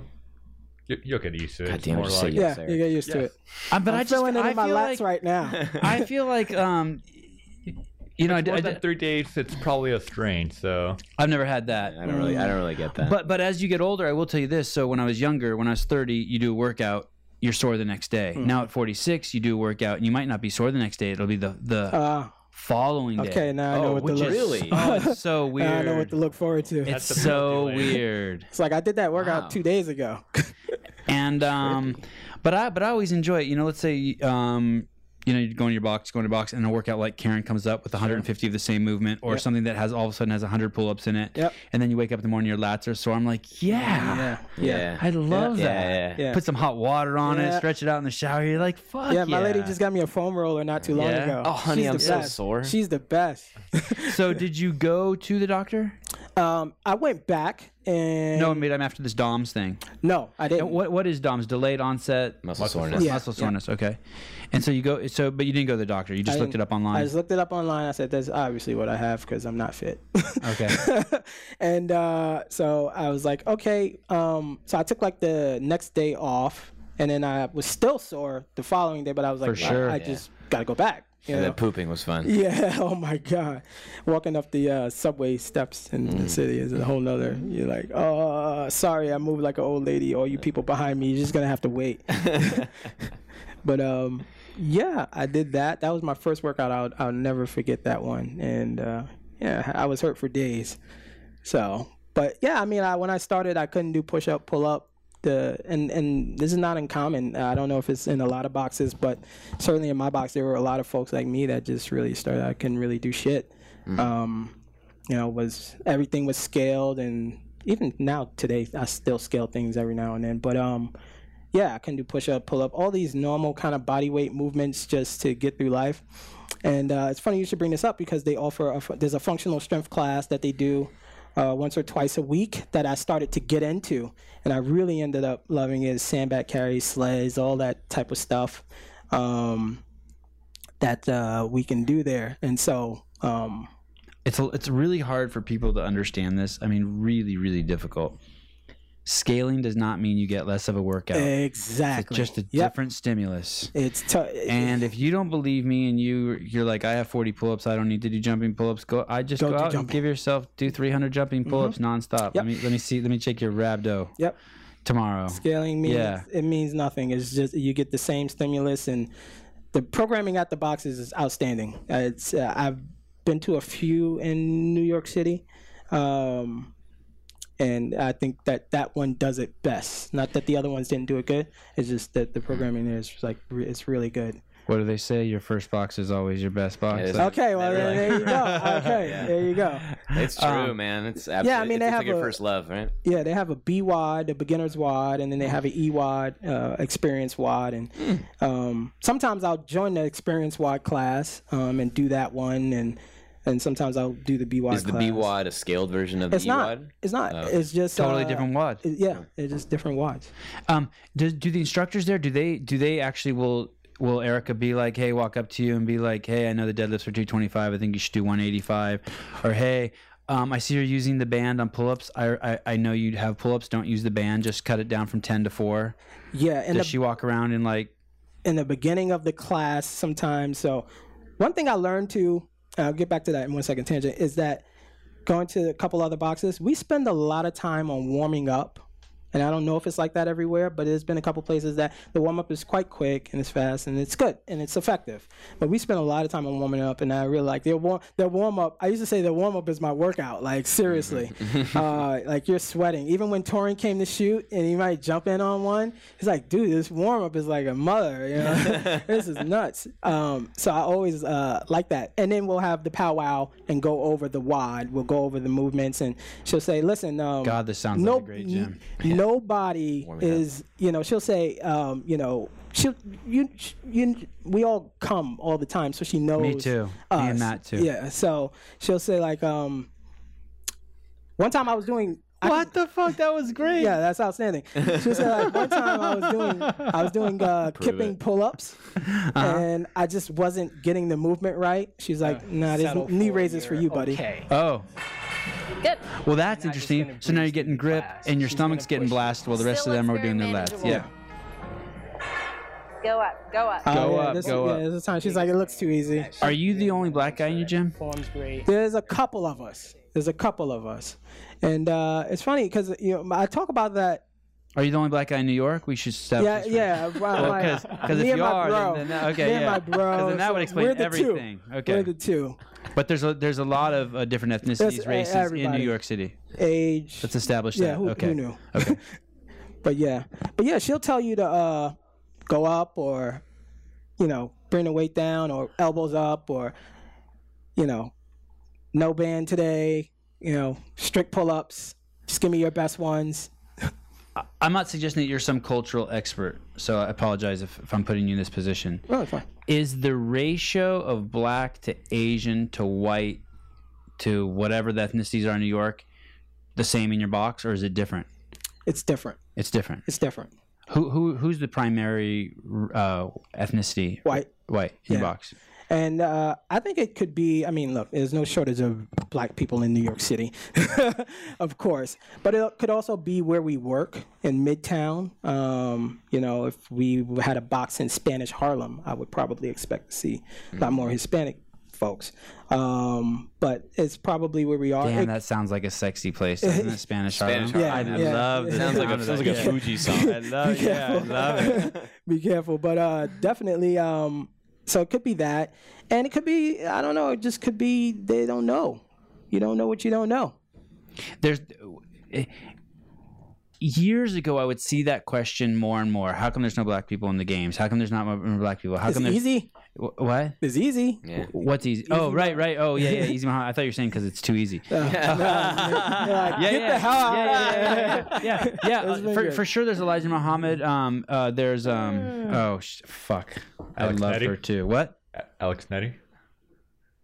Speaker 4: you, you'll get used to it.
Speaker 3: God
Speaker 4: It's
Speaker 3: damn it,
Speaker 4: more
Speaker 3: just say
Speaker 4: like,
Speaker 1: yeah,
Speaker 3: yes,
Speaker 1: you
Speaker 3: Eric.
Speaker 1: get used to it.
Speaker 2: Uh, but i just
Speaker 1: Filling it
Speaker 2: I
Speaker 1: in my
Speaker 2: feel
Speaker 1: lats
Speaker 2: like
Speaker 1: right
Speaker 2: *laughs*
Speaker 1: now.
Speaker 2: I feel like um, you know I, d-
Speaker 4: more
Speaker 2: I
Speaker 4: than
Speaker 2: d-
Speaker 4: three days, it's probably a strain. So
Speaker 2: I've never had that.
Speaker 3: I don't really, I don't really get that.
Speaker 2: But but as you get older, I will tell you this. So when I was younger, when I was 30, you do a workout, you're sore the next day.
Speaker 1: Hmm.
Speaker 2: Now at 46, you do a workout, and you might not be sore the next day. It'll be the the
Speaker 1: Uh,
Speaker 2: following day.
Speaker 1: okay, now I know what to
Speaker 2: which
Speaker 1: look.
Speaker 2: is-
Speaker 1: *laughs*
Speaker 3: Really?
Speaker 2: Oh, it's so weird.
Speaker 1: now I know what to look forward to.
Speaker 2: it's
Speaker 4: the
Speaker 2: so
Speaker 4: penalty lane.
Speaker 2: weird.
Speaker 1: It's like I did that workout
Speaker 3: Wow.
Speaker 1: two days ago. *laughs*
Speaker 2: And um, but I but I always enjoy it. You know, let's say um. You know, you go in your box, go in your box, and a workout like Karen comes up with 150 of the same movement, or something that has all of a sudden has 100 pull-ups in it,
Speaker 1: Yep.
Speaker 2: and then you wake up in the morning, your lats are sore. I'm like, yeah,
Speaker 3: yeah.
Speaker 2: I love
Speaker 3: Yeah,
Speaker 2: that.
Speaker 3: yeah,
Speaker 1: yeah.
Speaker 2: Put some hot water on
Speaker 1: Yeah.
Speaker 2: it, stretch it out in the shower. You're like, fuck.
Speaker 1: yeah, my lady just got me a foam roller not too long
Speaker 2: Yeah.
Speaker 1: ago.
Speaker 3: Oh, honey,
Speaker 1: She's the
Speaker 3: I'm so
Speaker 1: best.
Speaker 3: sore.
Speaker 1: She's the best. *laughs*
Speaker 2: So, did you go to the doctor?
Speaker 1: um, I went back and
Speaker 2: No, I mean, I'm after this DOMS thing.
Speaker 1: no, I didn't.
Speaker 2: And what What is DOMS? Delayed onset
Speaker 3: Muscle
Speaker 4: Muscle
Speaker 3: soreness.
Speaker 1: Yeah.
Speaker 2: muscle soreness. Okay. And so you go. So, but you didn't go to the doctor. You just
Speaker 1: I
Speaker 2: looked it
Speaker 1: didn't-
Speaker 2: up
Speaker 1: I
Speaker 2: online.
Speaker 1: just looked it up online. I said, "That's obviously what I have because I'm not fit." *laughs*
Speaker 2: okay.
Speaker 1: and uh, so I was like, "Okay." Um, so I took like the next day off, and then I was still sore the following day. But I was like,
Speaker 2: For
Speaker 1: "Well,
Speaker 2: sure.
Speaker 1: I just gotta go back." You
Speaker 3: And
Speaker 1: know?
Speaker 3: that pooping was fun.
Speaker 1: *laughs* Yeah. Oh my God. Walking up the uh, subway steps in the city is a whole nother. You're like, oh, sorry, I moved like an old lady. All you people behind me, you're just gonna have to wait. *laughs* but um, yeah, I did that. That was my first workout. I'll I'll never forget that one. And uh, yeah, I was hurt for days. So, but yeah, I mean, I, when I started, I couldn't do push up, pull up. The and and this is not uncommon. I don't know if it's in a lot of boxes, but certainly in my box, there were a lot of folks like me that just really started. I couldn't really do shit. Um, you know, was everything was scaled, and even now today, I still scale things every now and then. But um, yeah, I can do push up, pull up, all these normal kind of body weight movements just to get through life. And uh, it's funny you should bring this up because they offer a, fu- there's a functional strength class that they do uh, once or twice a week that I started to get into, and I really ended up loving it. Sandbag carries, sleds, all that type of stuff um, that uh, we can do there. And so, um,
Speaker 2: it's a, it's really hard for people to understand this. I mean, really, really difficult. Scaling does not mean you get less of a workout.
Speaker 1: exactly,
Speaker 2: Oh, Just a
Speaker 1: Yep.
Speaker 2: different stimulus.
Speaker 1: It's t-
Speaker 2: And if you don't believe me, and you you're like, I have 40 pull-ups, I don't need to do jumping pull-ups. Go, I just go,
Speaker 1: Go do
Speaker 2: out and
Speaker 1: jumping. Mm-hmm.
Speaker 2: give yourself do 300 jumping pull-ups nonstop. Let me let me see, let me check your rhabdo
Speaker 1: yep.
Speaker 2: tomorrow.
Speaker 1: scaling means
Speaker 2: Yeah.
Speaker 1: it means nothing. It's just you get the same stimulus, and the programming at the boxes is outstanding. Uh, It's uh, I've been to a few in New York City, um, and I think that that one does it best. Not that the other ones didn't do it good. It's just that the programming there is like re- it's really good.
Speaker 2: What do they say? Your first box is always your best box.
Speaker 3: it's-
Speaker 2: Uh,
Speaker 1: Okay, well there, there you go. Okay, there you go.
Speaker 3: It's true, man. It's absolutely.
Speaker 1: Um, I mean, they
Speaker 3: it's
Speaker 1: have
Speaker 3: like your
Speaker 1: a-
Speaker 3: first love, right?
Speaker 1: Yeah, they have a B wad, a beginner's wad, and then they have an E wad, uh, experience wad, and um, sometimes I'll join the experience wad class um, and do that one, and and sometimes I'll do the B wad.
Speaker 3: Is the
Speaker 1: class.
Speaker 3: B wad a scaled version of
Speaker 1: It's
Speaker 3: the E
Speaker 1: not.
Speaker 3: wad? Oh.
Speaker 1: It's not. It's just
Speaker 2: totally
Speaker 1: uh,
Speaker 2: different wad.
Speaker 1: it- yeah, it's just different wads.
Speaker 2: Um, do, do the instructors there? Do they do they actually will will Erica be like, hey, walk up to you and be like, hey, I know the deadlifts are 225. I think you should do 185, or hey. Um, I see you're using the band on pull-ups. I, I, I know you have pull-ups. Don't use the band. Just cut it down from ten to four.
Speaker 1: Yeah, and
Speaker 2: Does
Speaker 1: the
Speaker 2: she walk around and like
Speaker 1: in the beginning of the class sometimes. So, one thing I learned to, and I'll get back to that in one second tangent, is that going to a couple other boxes, we spend a lot of time on warming up And I don't know if it's like that everywhere, but there's been a couple places that the warm up is quite quick and it's fast and it's good and it's effective. But we spend a lot of time on warming up, and I really like their warm their warm up. I used to say their warm up is my workout. Like seriously,
Speaker 2: Mm-hmm.
Speaker 1: uh, like you're sweating. Even when Torin came to shoot and he might jump in on one, he's like, dude, this warm up is like a mother. You
Speaker 2: *laughs*
Speaker 1: know, this is nuts. Um, so I always uh, like that. And then we'll have the powwow and go over the wad. We'll go over the movements, and she'll say, listen, um,
Speaker 2: God, this sounds like a great gym.
Speaker 1: n- Nobody
Speaker 3: Warming up.
Speaker 1: is, you know, she'll say, um, you know, she, you, you, we all come all the time, so she knows.
Speaker 2: Me too.
Speaker 1: Us.
Speaker 2: Me and Matt too.
Speaker 1: Yeah. So she'll say like, um, one time I was doing. I
Speaker 2: What the fuck? That was great.
Speaker 1: yeah, that's outstanding. She said like one time I was doing I was doing uh, kipping
Speaker 3: it.
Speaker 1: pull ups,
Speaker 2: Uh-huh.
Speaker 1: and I just wasn't getting the movement right. She's like, "Nah, there's
Speaker 5: Uh, Settle
Speaker 1: knee
Speaker 5: for
Speaker 1: raises for
Speaker 5: your
Speaker 1: you, buddy."
Speaker 5: Okay.
Speaker 2: Oh,
Speaker 6: Good.
Speaker 2: well, that's
Speaker 5: just
Speaker 2: interesting.
Speaker 5: gonna
Speaker 2: So now
Speaker 5: breeze
Speaker 2: you're getting
Speaker 5: through
Speaker 2: grip,
Speaker 5: class.
Speaker 2: and your
Speaker 5: She's
Speaker 2: stomach's
Speaker 5: gonna
Speaker 2: getting
Speaker 5: push you.
Speaker 2: blasted while the rest
Speaker 6: Still
Speaker 2: of them are
Speaker 6: looks
Speaker 2: doing
Speaker 6: very
Speaker 2: their lats.
Speaker 6: manageable.
Speaker 2: Yeah.
Speaker 6: Go up. Go up.
Speaker 1: Oh,
Speaker 2: Go
Speaker 1: yeah,
Speaker 2: up,
Speaker 1: this,
Speaker 2: go
Speaker 1: yeah,
Speaker 2: up.
Speaker 1: this is time. She's like, "It looks too easy."
Speaker 2: Are you the only black guy in your gym?
Speaker 5: Form's great.
Speaker 1: There's a couple of us. There's a couple of us, and uh, it's funny because you know I talk about that.
Speaker 2: Are you the only black guy in New York? We should stop.
Speaker 1: Yeah,
Speaker 2: this
Speaker 1: yeah. Because
Speaker 2: Because if you are, then- then, that, okay,
Speaker 1: me
Speaker 2: yeah.
Speaker 1: and my bro.
Speaker 2: 'Cause then that
Speaker 1: so
Speaker 2: would explain
Speaker 1: we're the
Speaker 2: everything.
Speaker 1: Two.
Speaker 2: Okay,
Speaker 1: We're the two.
Speaker 2: but there's a there's a lot of uh, different ethnicities,
Speaker 1: That's, uh,
Speaker 2: races in
Speaker 1: everybody.
Speaker 2: New York City.
Speaker 1: Age.
Speaker 2: Let's establish
Speaker 1: yeah,
Speaker 2: that.
Speaker 1: who,
Speaker 2: okay.
Speaker 1: who knew? *laughs* but yeah, but yeah, she'll tell you to uh, go up or, you know, bring the weight down or elbows up or, you know, no band today. You know, strict pull-ups. Just give me your best ones.
Speaker 2: I'm not suggesting that you're some cultural expert, so I apologize if, if I'm putting you in this position.
Speaker 1: Oh, it's fine.
Speaker 2: Is the ratio of black to Asian to white to whatever the ethnicities are in New York the same in your box, or is it different?
Speaker 1: It's different.
Speaker 2: It's different.
Speaker 1: It's different.
Speaker 2: Who who who's the primary uh, ethnicity?
Speaker 1: White.
Speaker 2: White in your
Speaker 1: Yeah.
Speaker 2: box.
Speaker 1: And uh, I think it could be. I mean, look, there's no shortage of black people in New York City, *laughs* of course. But it could also be where we work in Midtown. Um, you know, if we had a box in Spanish Harlem, I would probably expect to see a lot more Hispanic folks. Um, but it's probably where we are.
Speaker 2: Damn,
Speaker 1: It-
Speaker 2: that sounds like a sexy place,
Speaker 1: *laughs*
Speaker 2: doesn't it? Spanish Harlem.
Speaker 3: Spanish
Speaker 1: Harlem. Yeah,
Speaker 2: I
Speaker 1: yeah.
Speaker 2: love the
Speaker 3: Sounds like
Speaker 2: sound
Speaker 3: a
Speaker 2: of
Speaker 3: sounds
Speaker 2: that.
Speaker 3: like a Fuji song.
Speaker 1: *laughs*
Speaker 2: I love, Oh, yeah, I love it.
Speaker 1: be careful. But uh, definitely, um, so it could be that, and it could be I don't know. It just could be they don't know. You don't know what you don't know.
Speaker 2: There's eh, years ago, I would see that question more and more. How come there's no black people in the games? How come there's not more black people? How
Speaker 1: It's
Speaker 2: come there's
Speaker 1: easy.
Speaker 2: Wh- what?
Speaker 1: It's
Speaker 2: *laughs*
Speaker 1: easy.
Speaker 3: Yeah.
Speaker 2: What's easy? Oh, right, right. Oh,
Speaker 1: *laughs*
Speaker 2: yeah, yeah. Easy Muhammad. I thought you were saying because it's too easy.
Speaker 1: Like,
Speaker 2: yeah,
Speaker 1: get
Speaker 2: yeah.
Speaker 1: the hell out. *laughs*
Speaker 2: Yeah, yeah, yeah, yeah, *laughs* yeah.
Speaker 1: That's
Speaker 2: Uh,
Speaker 1: been
Speaker 2: for,
Speaker 1: good. Mm.
Speaker 2: for sure, there's Elijah Muhammad. Um, uh, there's um, oh sh- fuck, I
Speaker 4: Alex
Speaker 2: love
Speaker 4: Nettie?
Speaker 2: her too. What?
Speaker 4: Alex Netty.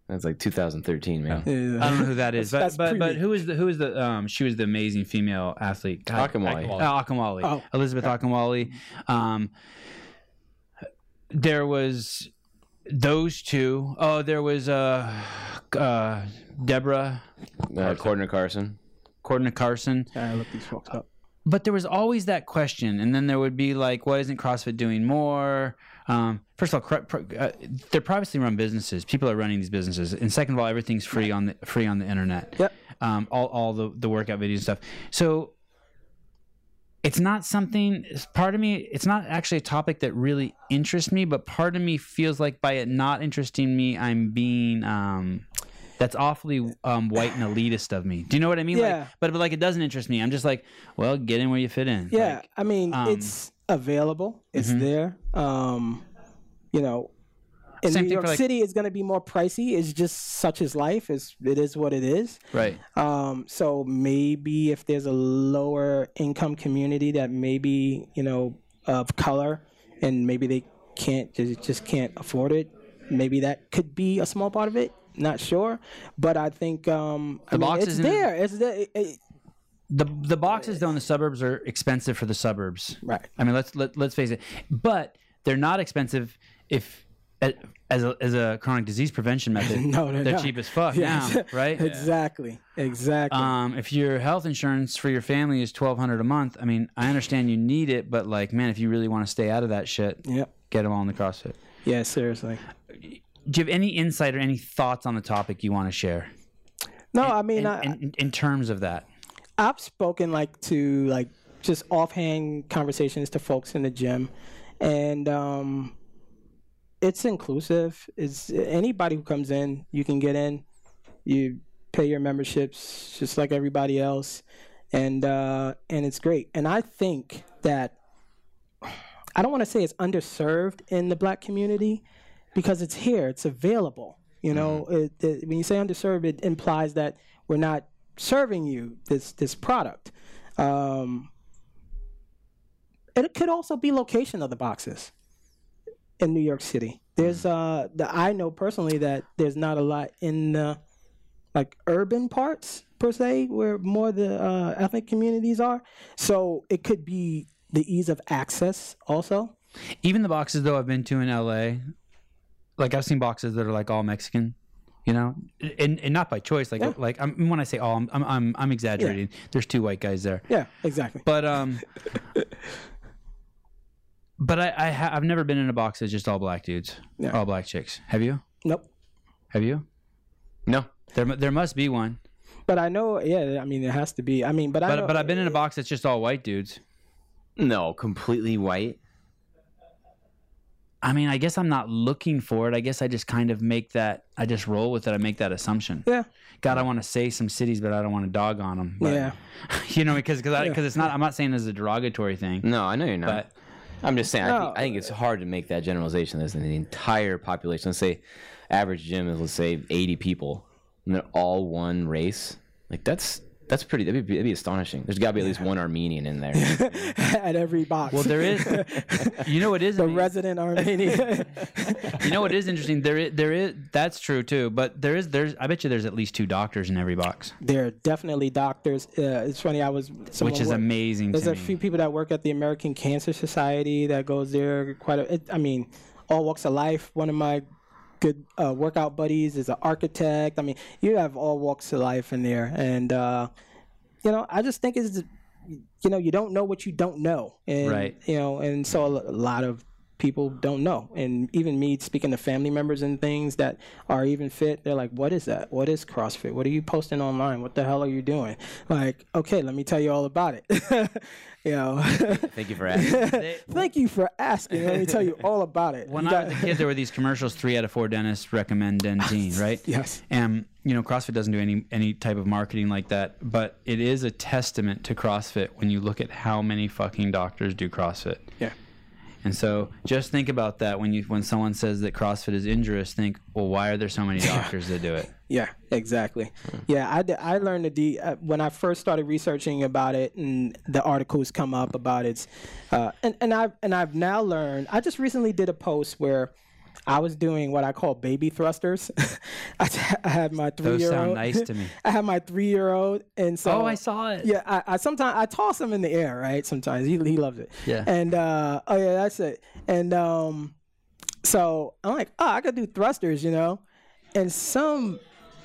Speaker 3: That's like 2013, man.
Speaker 1: Yeah.
Speaker 2: I don't know who that is,
Speaker 1: *laughs*
Speaker 2: but
Speaker 1: That's
Speaker 2: but, but
Speaker 1: pretty.
Speaker 2: who is the who is the um? She was the amazing female athlete. God,
Speaker 3: Akamai.
Speaker 4: Akamai.
Speaker 2: Uh, Akinwale.
Speaker 1: Oh.
Speaker 2: Elizabeth Akinwale. Um, there was those two. Oh, there was uh, uh, Deborah Oh.
Speaker 3: Uh, Cordner Carson.
Speaker 2: Cordner Carson.
Speaker 1: I look these folks up.
Speaker 2: but there was always that question and then there would be like why isn't crossfit doing more um, first of all cro- pro- uh, they're privately run businesses people are running these businesses and second of all everything's free on the free on the internet
Speaker 1: Yep.
Speaker 2: um, all, all the, the workout videos and stuff so it's not something it's- part of me it's not actually a topic that really interests me but part of me feels like by it not interesting me i'm being um, that's awfully um, white and elitist of me do you know what i mean
Speaker 1: Yeah.
Speaker 2: like but, but like it doesn't interest me i'm just like well get in where you fit in
Speaker 1: Yeah,
Speaker 2: Like,
Speaker 1: I mean,
Speaker 2: um, mm-hmm.
Speaker 1: it's available. It's there. Um, you know, in
Speaker 2: Same
Speaker 1: New
Speaker 2: thing
Speaker 1: York
Speaker 2: for, like-
Speaker 1: City, it's going to be more pricey. It's just such is life. It's, it is what it is.
Speaker 2: right
Speaker 1: Um, so maybe if there's a lower income community that maybe you know of color, and maybe they can't they just can't afford it, maybe that could be a small part of it. Not sure, but I think um, I
Speaker 2: The
Speaker 1: mean,
Speaker 2: box
Speaker 1: it's
Speaker 2: isn't-
Speaker 1: there. It's there. It- it-
Speaker 2: the the boxes though in the suburbs are expensive for the suburbs
Speaker 1: right.
Speaker 2: I mean, let's let, let's face it. But they're not expensive if a- as a, as a chronic disease prevention
Speaker 1: *laughs*
Speaker 2: method.
Speaker 1: No, they're
Speaker 2: they're
Speaker 1: not.
Speaker 2: cheap as fuck
Speaker 1: Yes. *laughs*
Speaker 2: now, right?
Speaker 1: Exactly. Exactly.
Speaker 2: Um, if your health insurance for your family is twelve hundred a month, I mean, I understand you need it, but like, man, if you really want to stay out of that shit,
Speaker 1: yep.
Speaker 2: get them all in the CrossFit.
Speaker 1: Yeah. Seriously.
Speaker 2: Do you have any insight or any thoughts on the topic you want to share
Speaker 1: No, I mean,
Speaker 2: in,
Speaker 1: I,
Speaker 2: in, in terms of that?
Speaker 1: I've spoken like to like just offhand conversations to folks in the gym, and um, it's inclusive. It's anybody who comes in, you can get in. You pay your memberships just like everybody else, and uh, and it's great. And I think that I don't want to say it's underserved in the black community because it's here, it's available. You know, it, it, when you say underserved, it implies that we're not serving you this this product. Um, it could also be location of the boxes in New York City. There's
Speaker 2: Mm-hmm.
Speaker 1: uh, the, I know personally that there's not a lot in the like urban parts per se where more the uh, ethnic communities are. So it could be the ease of access also.
Speaker 2: Even the boxes though I've been to in LA, like I've seen boxes that are like all Mexican, you know, and, and not by choice. Like like I'm, when I say all, I'm I'm I'm, I'm exaggerating. There's two white guys there,
Speaker 1: Yeah, exactly. *laughs*
Speaker 2: but um, but I, I ha- I've never been in a box that's just all black dudes,
Speaker 1: Yeah.
Speaker 2: all black chicks. Have you?
Speaker 1: nope.
Speaker 2: Have you?
Speaker 3: No.
Speaker 2: There mu- there must be one,
Speaker 1: But I know, yeah. I mean, it has to be. I mean, but, I eh.
Speaker 2: but
Speaker 1: know,
Speaker 2: but I've been in a box that's just all white dudes.
Speaker 3: No, completely white.
Speaker 2: I mean, I guess I'm not looking for it. I guess I just kind of make that. I just roll with it. I make that assumption.
Speaker 1: yeah,
Speaker 2: God, I want to say some cities, but I don't want to dog on them. But,
Speaker 1: yeah. *laughs*
Speaker 2: *laughs* you know, because because because it's not. I'm not saying this is a derogatory thing,
Speaker 3: No, I know you're not.
Speaker 2: but
Speaker 3: I'm just saying. I,
Speaker 1: No.
Speaker 3: think, I think it's hard to make that generalization. There's an entire population. Let's say average gym is let's say 80 people, and they're all one race. Like that's that's pretty. That'd be, that'd be astonishing. There's got to be at least one Armenian in there.
Speaker 1: At every box.
Speaker 2: well,
Speaker 1: *laughs*
Speaker 2: there is. you know, it is.
Speaker 1: the resident Armenian.
Speaker 2: you know, it is interesting. There is there is that's true too. But there is there's. I bet you there's at least two doctors in every box,
Speaker 1: They're definitely doctors. Uh, it's funny. I was someone
Speaker 2: which is
Speaker 1: wa-
Speaker 2: amazing.
Speaker 1: There's
Speaker 2: to
Speaker 1: a
Speaker 2: me.
Speaker 1: few people that work at the American Cancer Society that goes there quite a. It, I mean, all walks of life. One of my good uh, workout buddies is an architect. I mean, you have all walks of life in there, and uh, you know, I just think it's you know you don't know what you don't know, and
Speaker 2: Right.
Speaker 1: you know, and so a lot of people don't know, and even me speaking to family members and things that are even fit, they're like, "What is that? What is CrossFit? What are you posting online? What the hell are you doing?" Like, okay, let me tell you all about it. *laughs* you know,
Speaker 3: *laughs*
Speaker 1: *laughs*
Speaker 3: Thank you for asking.
Speaker 1: thank you for asking. Let me tell you all about it.
Speaker 2: When
Speaker 1: You
Speaker 2: I
Speaker 1: got- *laughs*
Speaker 2: was a kid, there were these commercials: three out of four dentists recommend dentine, right?
Speaker 1: Yes.
Speaker 2: And you know, CrossFit doesn't do any any type of marketing like that, but it is a testament to CrossFit when you look at how many fucking doctors do CrossFit.
Speaker 1: yeah.
Speaker 2: And so, just think about that when you when someone says that CrossFit is injurious, think, well, why are there so many doctors that
Speaker 1: *laughs*
Speaker 2: do it?
Speaker 1: Yeah, exactly.
Speaker 2: Mm.
Speaker 1: Yeah, I, d- I learned the D uh, when I first started researching about it, and the articles come up about it. Uh, and and I've and I've now learned. I just recently did a post where I was doing what I call baby thrusters. *laughs* I, t- I had my three year old.
Speaker 2: nice to me.
Speaker 1: *laughs* I had my three year old, and so
Speaker 2: Oh, I saw it.
Speaker 1: yeah, I, I sometimes I toss him in the air, right? Sometimes he he loves it.
Speaker 2: Yeah.
Speaker 1: And uh, oh yeah, that's it. And um, so I'm like, oh, I could do thrusters, you know. And some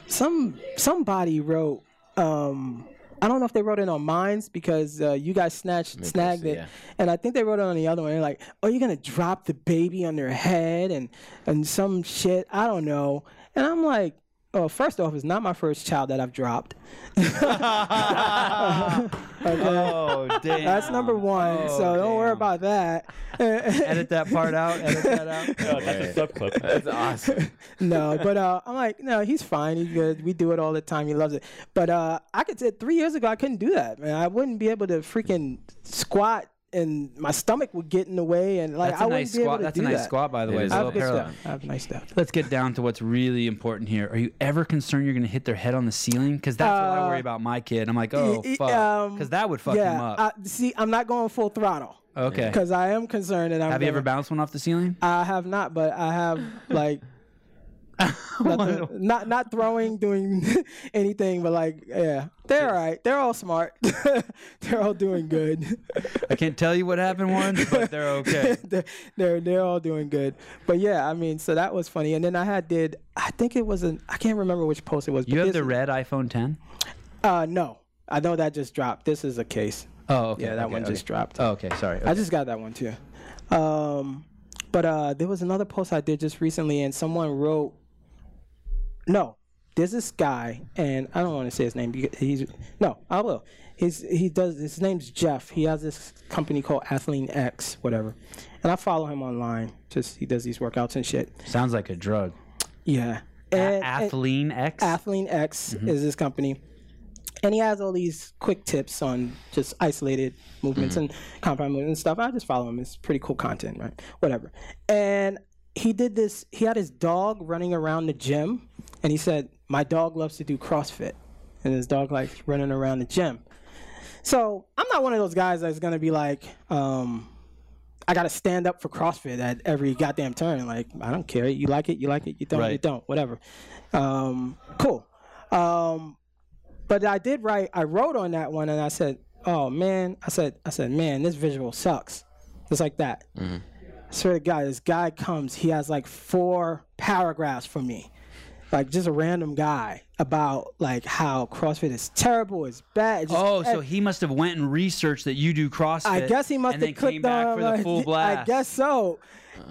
Speaker 1: some somebody wrote, um, I don't know if they wrote it on mines because uh, you guys snatched snagged it,
Speaker 3: yeah.
Speaker 1: and I think they wrote it on the other one. They're like, oh, you're gonna drop the baby on their head and and some shit. I don't know. And I'm like. Oh, first off, it's not my first child that I've dropped. *laughs*
Speaker 2: *laughs* Oh, damn. Oh,
Speaker 1: That's number one. so don't worry about that.
Speaker 2: *laughs*
Speaker 1: *laughs*
Speaker 2: Edit that part out. Edit that out.
Speaker 4: Oh, that's a sub clip.
Speaker 3: That's awesome.
Speaker 1: no, but uh, I'm like, no, he's fine. He's good. We do it all the time. He loves it. But uh, I could say three years ago, I couldn't do that, man. I wouldn't be able to freaking squat, and my stomach would get in the way, and like
Speaker 2: That's
Speaker 1: I
Speaker 2: a
Speaker 1: wouldn't
Speaker 2: nice
Speaker 1: be able
Speaker 2: squat.
Speaker 1: to
Speaker 2: That's a
Speaker 1: do
Speaker 2: nice
Speaker 1: that.
Speaker 2: squat, by the
Speaker 3: It
Speaker 2: way.
Speaker 3: is
Speaker 2: It's a
Speaker 1: I
Speaker 2: little
Speaker 1: have good
Speaker 2: parallel.
Speaker 1: stuff. I have nice stuff.
Speaker 2: Let's get down to what's really important here. Are you ever concerned you're going to hit their head on the ceiling? Because that's what I worry about my kid. I'm like, oh,
Speaker 1: Uh, y-
Speaker 2: fuck. Because
Speaker 1: um,
Speaker 2: that would fuck him
Speaker 1: yeah.
Speaker 2: up.
Speaker 1: I, see, I'm not going full throttle
Speaker 2: okay.
Speaker 1: because I am concerned that I'm.
Speaker 2: Have you
Speaker 1: gonna-
Speaker 2: ever bounced one off the ceiling?
Speaker 1: I have not, but I
Speaker 2: *laughs*
Speaker 1: have like not, the- not not throwing, doing *laughs* anything, but like yeah, they're all right. They're all smart. *laughs* they're all doing good. *laughs*
Speaker 2: I can't tell you what happened once, but they're okay.
Speaker 1: they're, they're they're all doing good. But yeah, I mean, so that was funny. And then I had did I think it was an I can't remember which post it was.
Speaker 2: You
Speaker 1: but
Speaker 2: have the
Speaker 1: this-
Speaker 2: red iPhone 10?
Speaker 1: uh no, I know that just dropped. This is a case.
Speaker 2: Oh, okay.
Speaker 1: Yeah, that
Speaker 2: okay,
Speaker 1: one
Speaker 2: okay.
Speaker 1: just dropped.
Speaker 2: Oh, okay. Sorry.
Speaker 1: I
Speaker 2: Okay.
Speaker 1: just got that one too. Um, but uh, there was another post I did just recently, and someone wrote, "No, there's this guy, and I don't want to say his name because he's no, I will. He's he does his name's Jeff. He has this company called Athlean X, whatever. And I follow him online. Just he does these workouts and shit.
Speaker 2: Sounds like a drug.
Speaker 1: Yeah. And, and-
Speaker 2: Athlean X.
Speaker 1: Athlean X is his company. And he has all these quick tips on just isolated movements and compound movements and stuff. I just follow him. It's pretty cool content, right? Whatever. And he did this, he had his dog running around the gym and he said, My dog loves to do CrossFit. And his dog like running around the gym. So I'm not one of those guys that's gonna be like, um, I gotta stand up for CrossFit at every goddamn turn. Like, I don't care. You like it, you like it, you don't, you
Speaker 2: Right.
Speaker 1: don't, whatever. Um, cool. Um, but I did write, I wrote on that one and I said, oh man, I said, I said, man, this visual sucks. It's like that.
Speaker 2: Mm-hmm.
Speaker 1: I swear to God, this guy comes, he has like four paragraphs for me. Like just a random guy about like how CrossFit is terrible, it's bad. it's just
Speaker 2: Oh, so he must have went and researched that you do CrossFit.
Speaker 1: I guess he must
Speaker 2: and then
Speaker 1: have clicked
Speaker 2: came back
Speaker 1: on
Speaker 2: for the
Speaker 1: my-
Speaker 2: full blast.
Speaker 1: *laughs*
Speaker 2: Uh-huh.
Speaker 1: I guess so.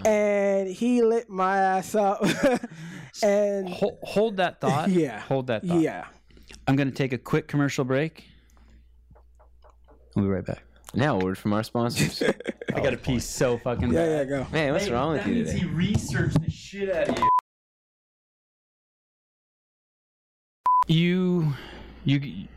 Speaker 1: And he lit my ass up. *laughs* and
Speaker 2: Hold, hold that
Speaker 1: *laughs*
Speaker 2: thought.
Speaker 1: Yeah.
Speaker 2: Hold that thought.
Speaker 1: yeah.
Speaker 2: I'm going to take a quick commercial break. We'll be right back.
Speaker 3: *laughs*
Speaker 2: Oh,
Speaker 3: Now, a word from our *laughs* sponsors.
Speaker 2: I got a piece so fucking
Speaker 1: Yeah, yeah, go.
Speaker 3: Man, what's wrong with you today?
Speaker 2: researched the shit out of you. You, you,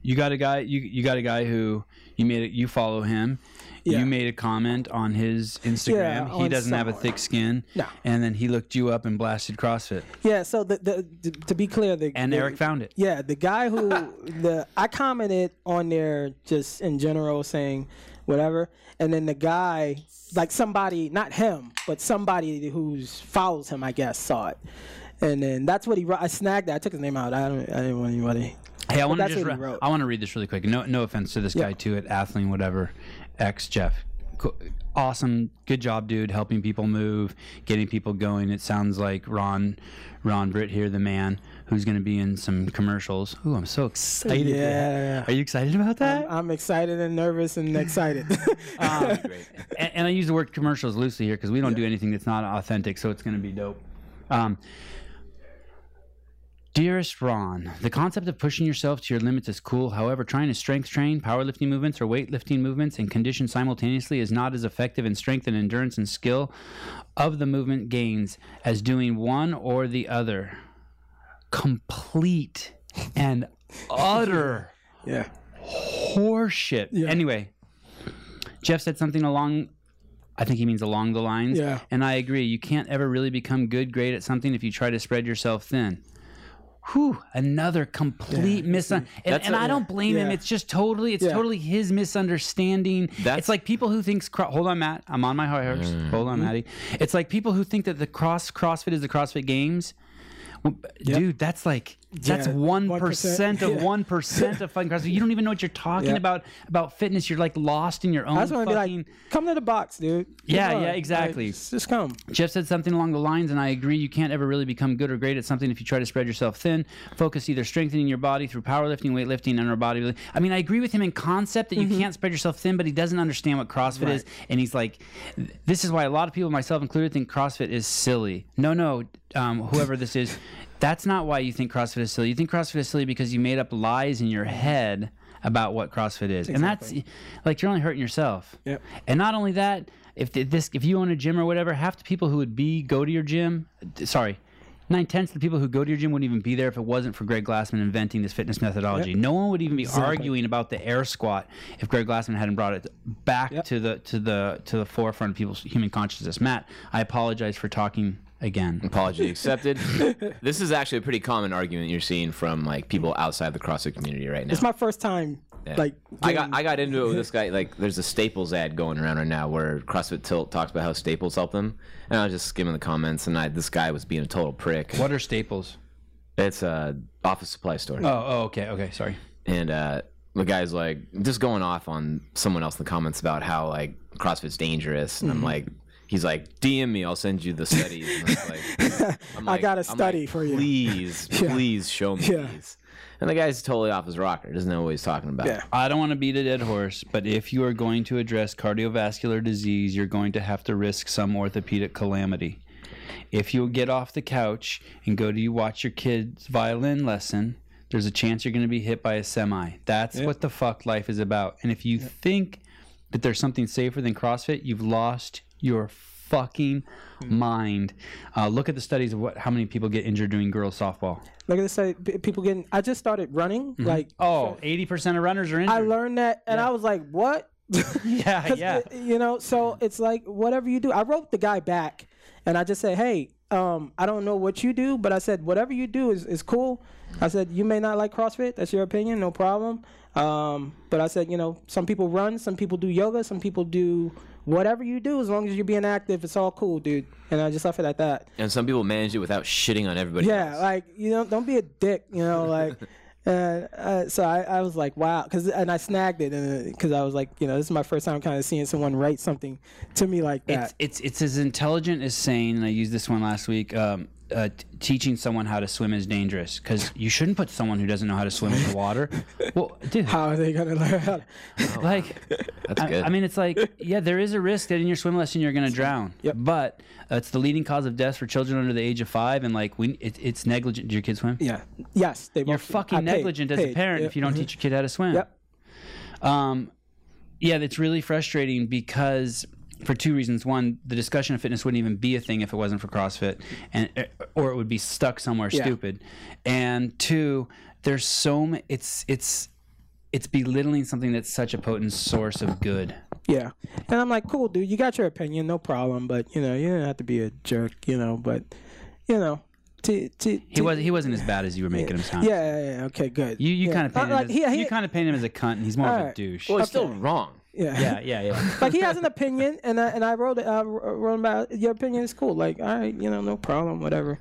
Speaker 2: you got a guy. You you got a guy who you made it. You follow him.
Speaker 1: Yeah.
Speaker 2: You made a comment on his Instagram.
Speaker 1: Yeah,
Speaker 2: he
Speaker 1: on
Speaker 2: doesn't have a
Speaker 1: someone.
Speaker 2: thick skin.
Speaker 1: No.
Speaker 2: And then he looked you up and blasted CrossFit.
Speaker 1: Yeah, so the, the, the to be clear, the
Speaker 2: And
Speaker 1: the-
Speaker 2: Eric found it.
Speaker 1: Yeah, the guy
Speaker 2: *laughs*
Speaker 1: who the I commented on there just in general saying whatever, and then the guy like somebody not him but somebody who's follows him I guess saw it, and then that's what he wrote. I snagged that. I took his name out. I don't. I didn't want anybody.
Speaker 2: Hey, I want to
Speaker 1: that's
Speaker 2: just
Speaker 1: what he
Speaker 2: re-
Speaker 1: wrote.
Speaker 2: I want to read this really quick. No, no offense to this guy too at Athleen whatever, ex Jeff. Co- Awesome, good job, dude. Helping people move, getting people going. It sounds like Ron, Ron Britt here, the man who's going to be in some commercials. Ooh, I'm so excited.
Speaker 1: Yeah. Um,
Speaker 2: Are you excited about that?
Speaker 1: I'm excited and nervous and
Speaker 2: *laughs*
Speaker 1: excited.
Speaker 2: Ah. and, and I use the word commercials loosely here because we don't do anything that's not authentic, so it's going to be dope. Um, Dearest Ron, the concept of pushing yourself to your limits is cool. However, trying to strength train, powerlifting movements, or weightlifting movements and condition simultaneously is not as effective in strength and endurance and skill of the movement gains as doing one or the other. Complete and utter
Speaker 1: *laughs* yeah.
Speaker 2: horseshit. Anyway, Jeff said something along. I think he means along the lines.
Speaker 1: Yeah.
Speaker 2: And I agree. You can't ever really become good, great at something if you try to spread yourself thin. Whew, another complete misunderstanding. And, and I don't blame him.
Speaker 1: yeah.
Speaker 2: It's just totally, it's
Speaker 1: Yeah.
Speaker 2: totally his misunderstanding.
Speaker 3: That's-
Speaker 2: it's like people who think, cro- hold on, Matt. I'm on my high horse. Hold
Speaker 1: Mm-hmm.
Speaker 2: on, Matty. It's like people who think that the cross CrossFit is the CrossFit Games. Well, b- Dude, that's like that's
Speaker 1: Yeah,
Speaker 2: one
Speaker 1: 1%.
Speaker 2: percent
Speaker 1: *laughs*
Speaker 2: of
Speaker 1: Yeah.
Speaker 2: one percent of fucking CrossFit. You don't even know what you're talking
Speaker 1: Yeah.
Speaker 2: about about fitness. You're like lost in your own
Speaker 1: I just want to be
Speaker 2: fucking.
Speaker 1: like, come to the box, dude. Come
Speaker 2: Yeah,
Speaker 1: on.
Speaker 2: yeah,
Speaker 1: Like,
Speaker 2: exactly.
Speaker 1: just come.
Speaker 2: Jeff said something along the lines, and I agree. You can't ever really become good or great at something if you try to spread yourself thin. Focus either strengthening your body through powerlifting, weightlifting, and our body. I mean, I agree with him in concept that
Speaker 1: Mm-hmm.
Speaker 2: you can't spread yourself thin, but he doesn't understand what CrossFit is, and he's like, "This is why a lot of people, myself included, think CrossFit is silly." No, no, um, whoever this is, that's not why you think CrossFit is silly. You think CrossFit is silly because you made up lies in your head about what CrossFit is, and that's like you're only hurting yourself.
Speaker 1: Yep.
Speaker 2: And not only that, if th- this, if you own a gym or whatever, half the people who would be go to your gym, d- sorry, nine tenths of the people who go to your gym wouldn't even be there if it wasn't for Greg Glassman inventing this fitness methodology. No one would even be arguing about the air squat if Greg Glassman hadn't brought it back to the to the to the forefront of people's human consciousness. Matt, I apologize for talking again.
Speaker 3: Apology *laughs* accepted. this is actually a pretty common argument you're seeing from like people outside the CrossFit community right now.
Speaker 1: It's my first time. Like
Speaker 3: I got
Speaker 1: getting-
Speaker 3: I got into it with this guy. Like, there's a Staples ad going around right now where CrossFit Tilt talks about how Staples helped them, and I was just skimming the comments, and I this guy was being a total prick.
Speaker 2: What are staples?
Speaker 3: It's a office supply store,
Speaker 2: Oh, oh, okay, okay, sorry.
Speaker 3: and uh, the guy's like just going off on someone else in the comments about how like CrossFit's dangerous, and I'm
Speaker 1: Mm-hmm.
Speaker 3: like. He's like, DM me, I'll send you the studies. And
Speaker 1: *laughs*
Speaker 3: it's like- I'm
Speaker 1: I
Speaker 3: like-
Speaker 1: got a
Speaker 3: I'm
Speaker 1: study
Speaker 3: like,
Speaker 1: for you.
Speaker 3: Please, please show me
Speaker 1: Yeah.
Speaker 3: these. And the guy's totally off his rocker, doesn't know what he's talking about.
Speaker 1: Yeah.
Speaker 2: I don't want to beat a dead horse, but if you are going to address cardiovascular disease, you're going to have to risk some orthopedic calamity. If you get off the couch and go to watch your kid's violin lesson, There's a chance you're going to be hit by a semi. That's what the fuck life is about. And if you think that there's something safer than CrossFit, you've lost your fucking Hmm. mind. Uh, look at the studies of what how many people get injured doing girls softball.
Speaker 1: Look at this. uh, p- People getting. I just started running.
Speaker 3: Mm-hmm.
Speaker 1: Like
Speaker 2: Oh, 80% of runners are injured.
Speaker 1: I learned that, and I was like,
Speaker 3: *laughs*
Speaker 1: "What?"
Speaker 2: *laughs* yeah,
Speaker 1: *laughs* 'Cause,
Speaker 2: yeah.
Speaker 1: uh, You know, so
Speaker 3: Mm-hmm.
Speaker 1: it's like whatever you do. I wrote the guy back, and I just said, "Hey, um, I don't know what you do, but I said whatever you do is is cool." I said you may not like CrossFit. That's your opinion, no problem. Um, but I said you know some people run, some people do yoga, some people do whatever you do as long as you're being active. It's all cool, dude. And I just left it at that.
Speaker 3: And some people manage it without shitting on everybody.
Speaker 1: Yeah,
Speaker 3: else.
Speaker 1: like you know, don't be a dick. You know,
Speaker 2: *laughs*
Speaker 1: like. Uh, uh, so I, I was like, wow, cause and I snagged it, and because I was like, you know, this is my first time kind of seeing someone write something to me like that.
Speaker 2: It's, it's it's as intelligent as saying, and I used this one last week. Um, uh, t- teaching someone how to swim is dangerous because you shouldn't put someone who doesn't know how to swim in
Speaker 1: *laughs*
Speaker 2: the water. Well, dude,
Speaker 1: How are they gonna learn? How
Speaker 2: *laughs*
Speaker 1: to,
Speaker 2: like,
Speaker 3: that's
Speaker 2: I,
Speaker 3: good.
Speaker 2: I mean, it's like, yeah, there is a risk that in your swim lesson you're going to drown.
Speaker 1: Yep.
Speaker 2: But uh, it's the leading cause of death for children under the age of five, and like, we, it, it's negligent. Do your kids swim?
Speaker 1: yeah, yes, they.
Speaker 2: You're fucking negligent as a parent if you don't teach your kid how to swim.
Speaker 1: mm-hmm. Yep.
Speaker 2: Um, yeah, that's really frustrating because for two reasons. One, the discussion of fitness wouldn't even be a thing if it wasn't for CrossFit, and or it would be stuck somewhere
Speaker 1: Yeah.
Speaker 2: stupid. And two, there's so ma- it's it's it's belittling something that's such a potent source of good.
Speaker 1: Yeah, and I'm like, cool, dude. You got your opinion, no problem. But you know, you didn't have to be a jerk. You know, but you know, to to,
Speaker 2: He was he wasn't as bad as you were making him sound.
Speaker 1: Yeah, yeah, yeah. Okay, good.
Speaker 2: You you
Speaker 1: Yeah.
Speaker 2: kind of paint
Speaker 1: Uh, like,
Speaker 2: him as,
Speaker 1: he- he-
Speaker 2: you kind of paint him as a cunt, and he's more of a
Speaker 1: Alright.
Speaker 2: douche.
Speaker 3: well, it's still wrong.
Speaker 1: yeah.
Speaker 2: yeah, yeah, yeah.
Speaker 1: like he has an opinion, and I, and I wrote it. I wrote about your opinion is cool. Like all right, you know, no problem, whatever.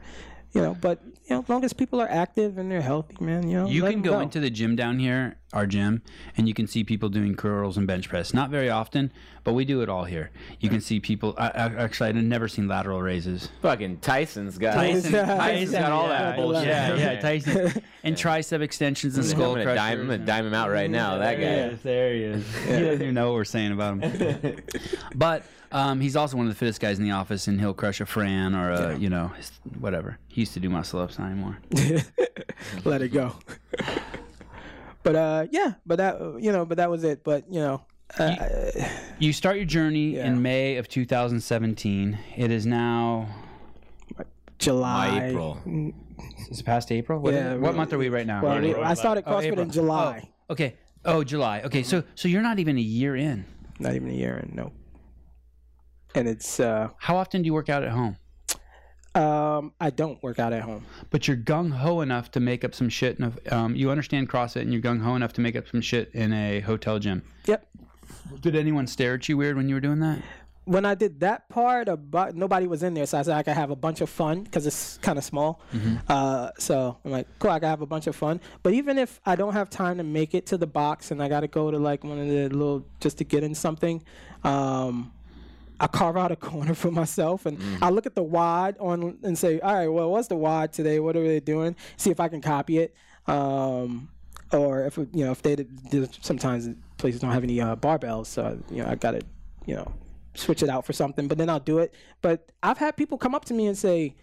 Speaker 1: You know, but you know, as long as people are active and they're healthy, man, you know,
Speaker 2: You
Speaker 1: let
Speaker 2: can
Speaker 1: 'em
Speaker 2: go, into the gym down here, our gym, and you can see people doing curls and bench press. Not very often, but we do it all here. You can see people. I, I, actually, I've never seen lateral raises.
Speaker 3: Fucking Tyson's got
Speaker 1: Tyson-
Speaker 3: Tyson's got all that
Speaker 2: yeah,
Speaker 3: bullshit.
Speaker 2: Yeah,
Speaker 3: down
Speaker 2: yeah,
Speaker 3: there.
Speaker 2: Tyson and tricep extensions and
Speaker 3: I'm
Speaker 2: skull
Speaker 3: gonna
Speaker 2: crushers.
Speaker 3: dime, I'm gonna dime him out right now. That
Speaker 2: There he
Speaker 3: guy.
Speaker 2: is. There he is. *laughs* He doesn't even know what we're saying about him. but um, he's also one of the fittest guys in the office, and he'll crush a Fran or a, you know, his, whatever. He used to do muscle ups, not anymore.
Speaker 1: *laughs* let it go. but uh, yeah, but that you know, but that was it. But you know,
Speaker 2: You start your journey
Speaker 1: Uh, Yeah.
Speaker 2: in May of 2017. It is now.
Speaker 1: July,
Speaker 3: April.
Speaker 2: Is it past April? What,
Speaker 1: Yeah,
Speaker 2: what
Speaker 1: we-
Speaker 2: month are we right now?
Speaker 1: Well, we- I started
Speaker 2: Oh,
Speaker 1: CrossFit
Speaker 2: April.
Speaker 1: in July.
Speaker 2: Oh, okay. Oh, July. Okay, so so you're not even a year in.
Speaker 1: Not even a year in. No. And it's uh,
Speaker 2: How often do you work out at home?
Speaker 1: um, I don't work out at home.
Speaker 2: But you're gung ho enough to make up some shit. In a, um, you understand CrossFit, and you're gung ho enough to make up some shit in a hotel gym.
Speaker 1: Yep.
Speaker 2: Did anyone stare at you weird when you were doing that?
Speaker 1: when I did that part, about nobody was in there, so I said I could have a bunch of fun because it's kind of small. Uh, so I'm like, cool, I can have a bunch of fun. But even if I don't have time to make it to the box and I got to go to like one of the little just to get in something, um, I carve out a *laughs* corner for myself and I look at the wad on and say, all right, well, what's the wad today? What are they doing? See if I can copy it. Um, or if you know if they did, did- sometimes places don't have any uh, barbells, so you know I gotta you know switch it out for something. But then I'll do it. But I've had people come up to me and say,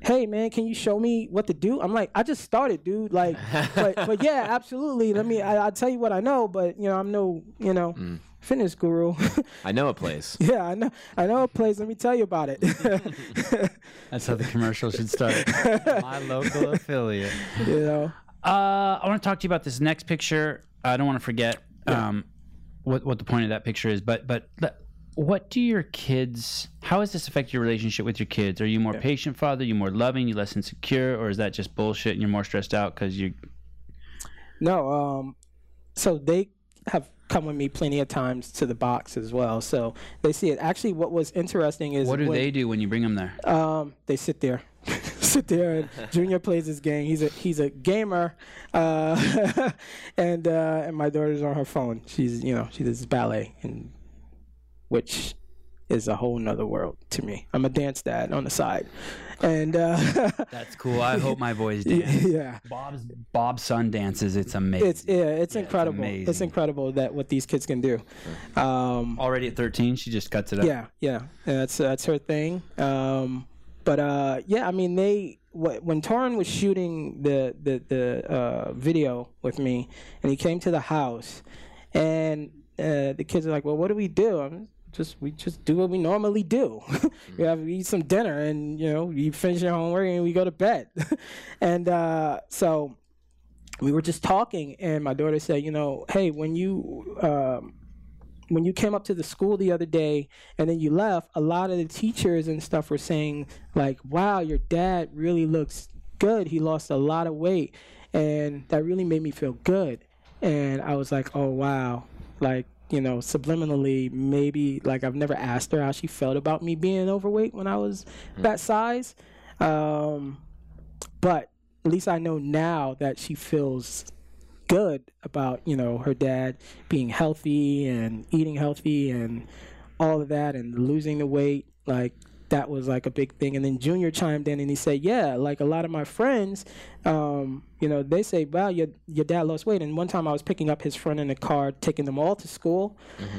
Speaker 1: hey man can you show me what to do i'm like i just started dude like
Speaker 2: *laughs*
Speaker 1: but, but yeah absolutely let me I, i'll tell you what i know but you know i'm no you know
Speaker 2: Mm.
Speaker 1: fitness guru *laughs*
Speaker 3: I know a place.
Speaker 1: yeah i know i know a place let me tell you about it *laughs*
Speaker 2: That's how the commercial should start. *laughs* My local affiliate.
Speaker 1: you know
Speaker 2: Uh, I want to talk to you about this next picture. I don't want to forget um, what what the point of that picture is, but but but what do your kids? How does this affect your relationship with your kids? Are you more patient father? Are you more loving? You less insecure, or is that just bullshit and you're more stressed out because you?
Speaker 1: No, um, so they have come with me plenty of times to the box as well. So they see it. Actually, what was interesting is
Speaker 2: What do
Speaker 1: when-
Speaker 2: they Uh, do when you bring them there?
Speaker 1: Um, they sit there, *laughs* sit there. *laughs* And Junior plays his game. He's a he's a gamer, uh, *laughs* and uh, and my daughter's on her phone. She's you know she does ballet, and which is a whole nother world to me. I'm a dance dad on the side, and uh, *laughs*
Speaker 2: That's cool. I hope my *laughs* boys dance.
Speaker 1: yeah.
Speaker 2: Bob's Bob's son dances. It's amazing.
Speaker 1: It's yeah, it's incredible. It's,
Speaker 2: amazing.
Speaker 1: incredible that what these kids can do. Um,
Speaker 2: Already at 13, she just cuts it up.
Speaker 1: yeah, yeah, and that's that's her thing. Um, But uh, yeah, I mean, they wh- when Torin was shooting the the the uh, video with me, and he came to the house, and uh, the kids are like, "Well, what do we do?" I'm just we just do what we normally do. *laughs* we have we eat some dinner, and you know, we finish our homework, and we go to bed. *laughs* and uh, so we were just talking, and my daughter said, "You know, hey, when you." Um, when you came up to the school the other day and then you left, a lot of the teachers and stuff were saying like, "Wow, your dad really looks good. He lost a lot of weight." And that really made me feel good. And I was like, "Oh, wow." Like, you know, subliminally, maybe like I've never asked her how she felt about me being overweight when I was that size. Um but at least I know now that she feels good about you know her dad being healthy and eating healthy and all of that and losing the weight like that was like a big thing and then junior chimed in and he said yeah like a lot of my friends um, you know they say wow your, your dad lost weight and one time i was picking up his friend in the car taking them all to school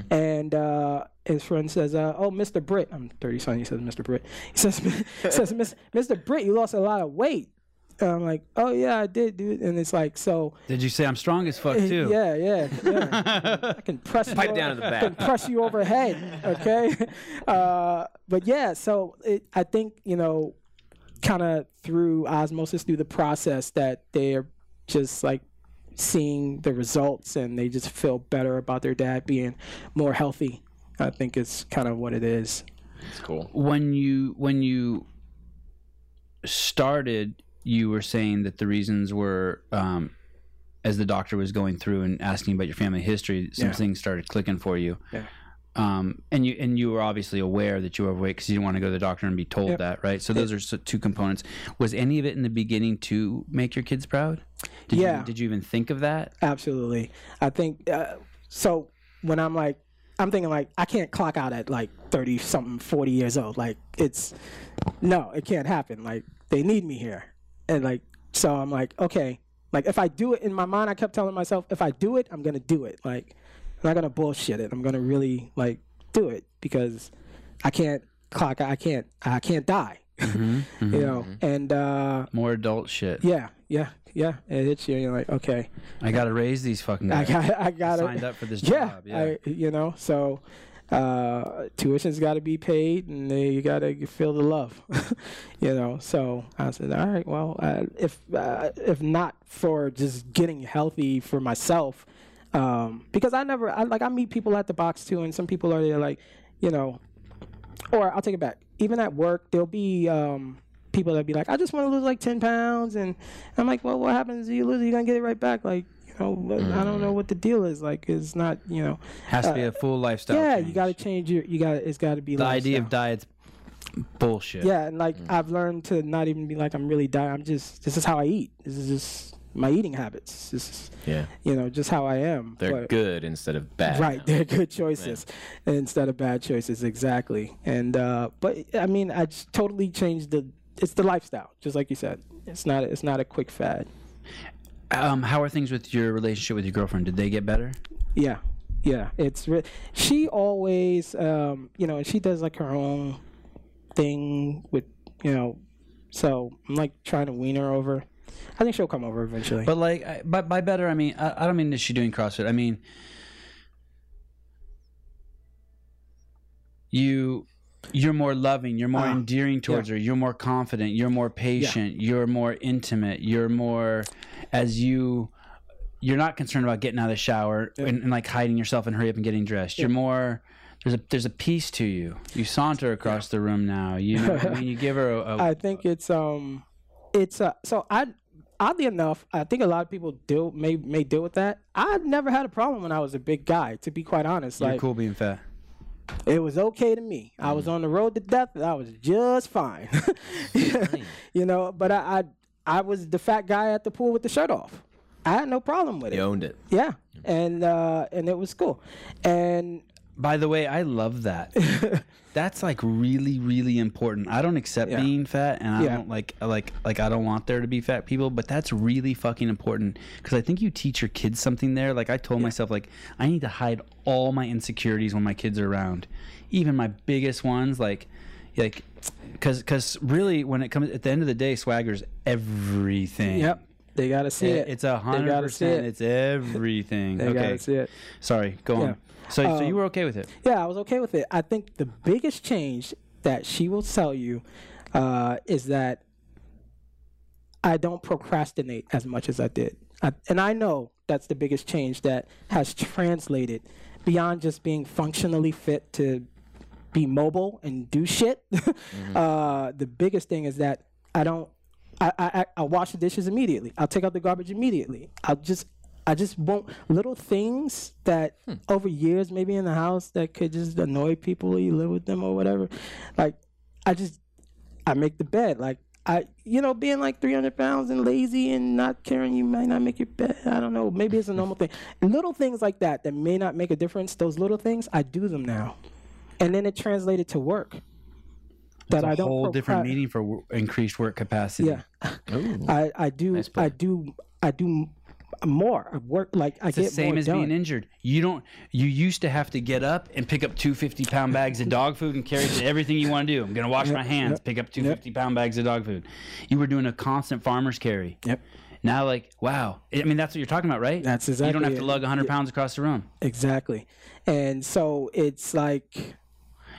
Speaker 1: and uh, his friend says uh, oh mr britt i'm 30 son he says mr britt he says, *laughs* says "Mis- mr britt you lost a lot of weight and i'm like oh yeah i did dude and it's like so
Speaker 2: Did you say I'm strong as fuck too?
Speaker 1: Eh, yeah, yeah, yeah.
Speaker 3: *laughs*
Speaker 1: I can press you
Speaker 3: Pipe
Speaker 1: over-
Speaker 3: down to the back.
Speaker 1: Can press you overhead. Okay.
Speaker 3: *laughs*
Speaker 1: Uh, but yeah, so it, I think you know, kind of through osmosis, through the process, that they're just like seeing the results, and they just feel better about their dad being more healthy. I think it's kind of what it is.
Speaker 3: It's cool.
Speaker 2: When you when you started, you were saying that the reasons were um, as the doctor was going through and asking about your family history, some
Speaker 1: Yeah.
Speaker 2: things started clicking for you.
Speaker 1: Yeah.
Speaker 2: Um, and you and you were obviously aware that you were overweight because you didn't want to go to the doctor and be told
Speaker 1: Yep.
Speaker 2: that, right? So those are so two components. Was any of it in the beginning to make your kids proud? Did
Speaker 1: Yeah.
Speaker 2: You, did you even think of that?
Speaker 1: Absolutely. I think uh, so. When I'm like, I'm thinking like, I can't clock out at like 30 something, 40 years old. Like, it's no, it can't happen. Like, they need me here. And like, so I'm like, okay, like if I do it in my mind, I kept telling myself, if I do it, I'm going to do it. Like, I'm not going to bullshit it. I'm going to really like do it because I can't clock. I can't, I can't die, *laughs* you know? And, uh,
Speaker 2: More adult shit.
Speaker 1: yeah, yeah, yeah. It hits you. And you're like, okay,
Speaker 2: I gotta raise these fucking
Speaker 1: I
Speaker 2: guys.
Speaker 1: got, I got
Speaker 2: signed
Speaker 1: it.
Speaker 2: up for this
Speaker 1: yeah,
Speaker 2: job. Yeah.
Speaker 1: I, you know, so uh, tuition's got to be paid, and they, you got to feel the love, *laughs* you know. So I said, all right, well, uh, if uh, if not for just getting healthy for myself, um, because I never, I, like, I meet people at the box too, and some people are there like, you know, or I'll take it back. Even at work, there'll be um, people that be like, I just want to lose like 10 pounds. And I'm like, well, what happens if you lose? it? You're going to get it right back. Like, you know, what- I
Speaker 2: Mm-hmm.
Speaker 1: don't know what the deal is. Like, it's not, you know.
Speaker 2: Has to be a full lifestyle.
Speaker 1: uh, yeah,
Speaker 2: change.
Speaker 1: you got to change your, you got to, it's got to be
Speaker 2: the Mm. idea of
Speaker 1: lifestyle.
Speaker 2: diets. Bullshit.
Speaker 1: Yeah, and like, I've learned to not even be like, I'm really dying. I'm just, this is how I eat. This is just my eating habits. This is,
Speaker 3: Yeah.
Speaker 1: you know, just how I am.
Speaker 3: They're
Speaker 1: But-
Speaker 3: good instead of bad.
Speaker 1: Right,
Speaker 3: now.
Speaker 2: *laughs*
Speaker 1: they're good choices instead of bad choices, exactly. And uh, but I mean, I just totally changed the. It's the lifestyle, just like you said. It's not. It's not a quick fad.
Speaker 2: Um, how are things with your relationship with your girlfriend? Did they get better?
Speaker 1: Yeah, yeah. It's re- she always, um, you know, she does like her own thing with, you know. So I'm like trying to wean her over. I think she'll come over eventually.
Speaker 2: But like, I, but by better, I mean, I, I don't mean is she doing CrossFit. I mean, you, you're more loving, you're more
Speaker 1: Ah,
Speaker 2: endearing towards her, you're more confident, you're more patient, you're more intimate, you're more, as you, you're not concerned about getting out of the shower and, and like hiding yourself and hurry up and getting dressed. You're more. There's a there's a piece to you. You saunter across the room now. You know, what I mean, you give her a, a
Speaker 1: *laughs* I think it's um, it's uh, so I oddly enough, I think a lot of people deal may may deal with that. I never had a problem when I was a big guy. To be quite honest,
Speaker 2: you're
Speaker 1: like
Speaker 2: cool being fat.
Speaker 1: it was okay to me. I
Speaker 2: Mm.
Speaker 1: was on the road to death, and I was just fine. *laughs* you know, but I, I I was the fat guy at the pool with the shirt off. I had no problem with it.
Speaker 3: They owned it.
Speaker 1: Yeah, and uh, and it was cool,
Speaker 2: *laughs*
Speaker 1: and
Speaker 2: By the way, I love that. That's like really, really important. I don't accept
Speaker 1: Yeah.
Speaker 2: being fat, and I
Speaker 1: Yeah.
Speaker 2: don't like like like I don't want there to be fat people. But that's really fucking important because I think you teach your kids something there. Like I told myself, like I need to hide all my insecurities when my kids are around, even my biggest ones. Like, like because really when it comes at the end of the day, swagger's everything.
Speaker 1: Yep. They gotta see
Speaker 2: It-
Speaker 1: it.
Speaker 2: it's a hundred
Speaker 1: gotta see
Speaker 2: percent.
Speaker 1: it.
Speaker 2: It's everything.
Speaker 1: They
Speaker 2: okay.
Speaker 1: gotta see it.
Speaker 2: Sorry, go on.
Speaker 1: Yeah.
Speaker 2: So, so
Speaker 1: Um,
Speaker 2: you were okay with it?
Speaker 1: Yeah, I was okay with it. I think the biggest change that she will tell you uh, is that I don't procrastinate as much as I did. I, and I know that's the biggest change that has translated beyond just being functionally fit to be mobile and do shit. *laughs* uh, the biggest thing is that I don't. I, I I- I'll wash the dishes immediately. I'll take out the garbage immediately. I'll just I just won't little things that over years maybe in the house that could just annoy people you live with them or whatever. Like I just I make the bed. Like I, you know, being like 300 pounds and lazy and not caring, you might not make your bed. I don't know. Maybe it's a normal thing. Little things like that that may not make a difference. Those little things, I do them now, and then it translated to work. That
Speaker 2: It's a
Speaker 1: I don't
Speaker 2: whole different
Speaker 1: procra-
Speaker 2: meaning for w- increased work capacity.
Speaker 1: Yeah, I I do I do I do m- more. I work like I
Speaker 2: It's
Speaker 1: get
Speaker 2: the same
Speaker 1: more
Speaker 2: as
Speaker 1: done.
Speaker 2: being injured. You don't. You used to have to get up and pick up two 50 pound bags of dog food and carry it to everything you want to do. I'm gonna wash my hands, pick up two 50 pound bags of dog food. You were doing a constant farmer's carry.
Speaker 1: Yep.
Speaker 2: Now, like, wow. I mean, that's what you're talking about, right?
Speaker 1: That's
Speaker 2: You don't
Speaker 1: exactly
Speaker 2: have to
Speaker 1: it.
Speaker 2: lug 100 pounds across the room.
Speaker 1: Exactly, and so it's
Speaker 2: *laughs*
Speaker 1: like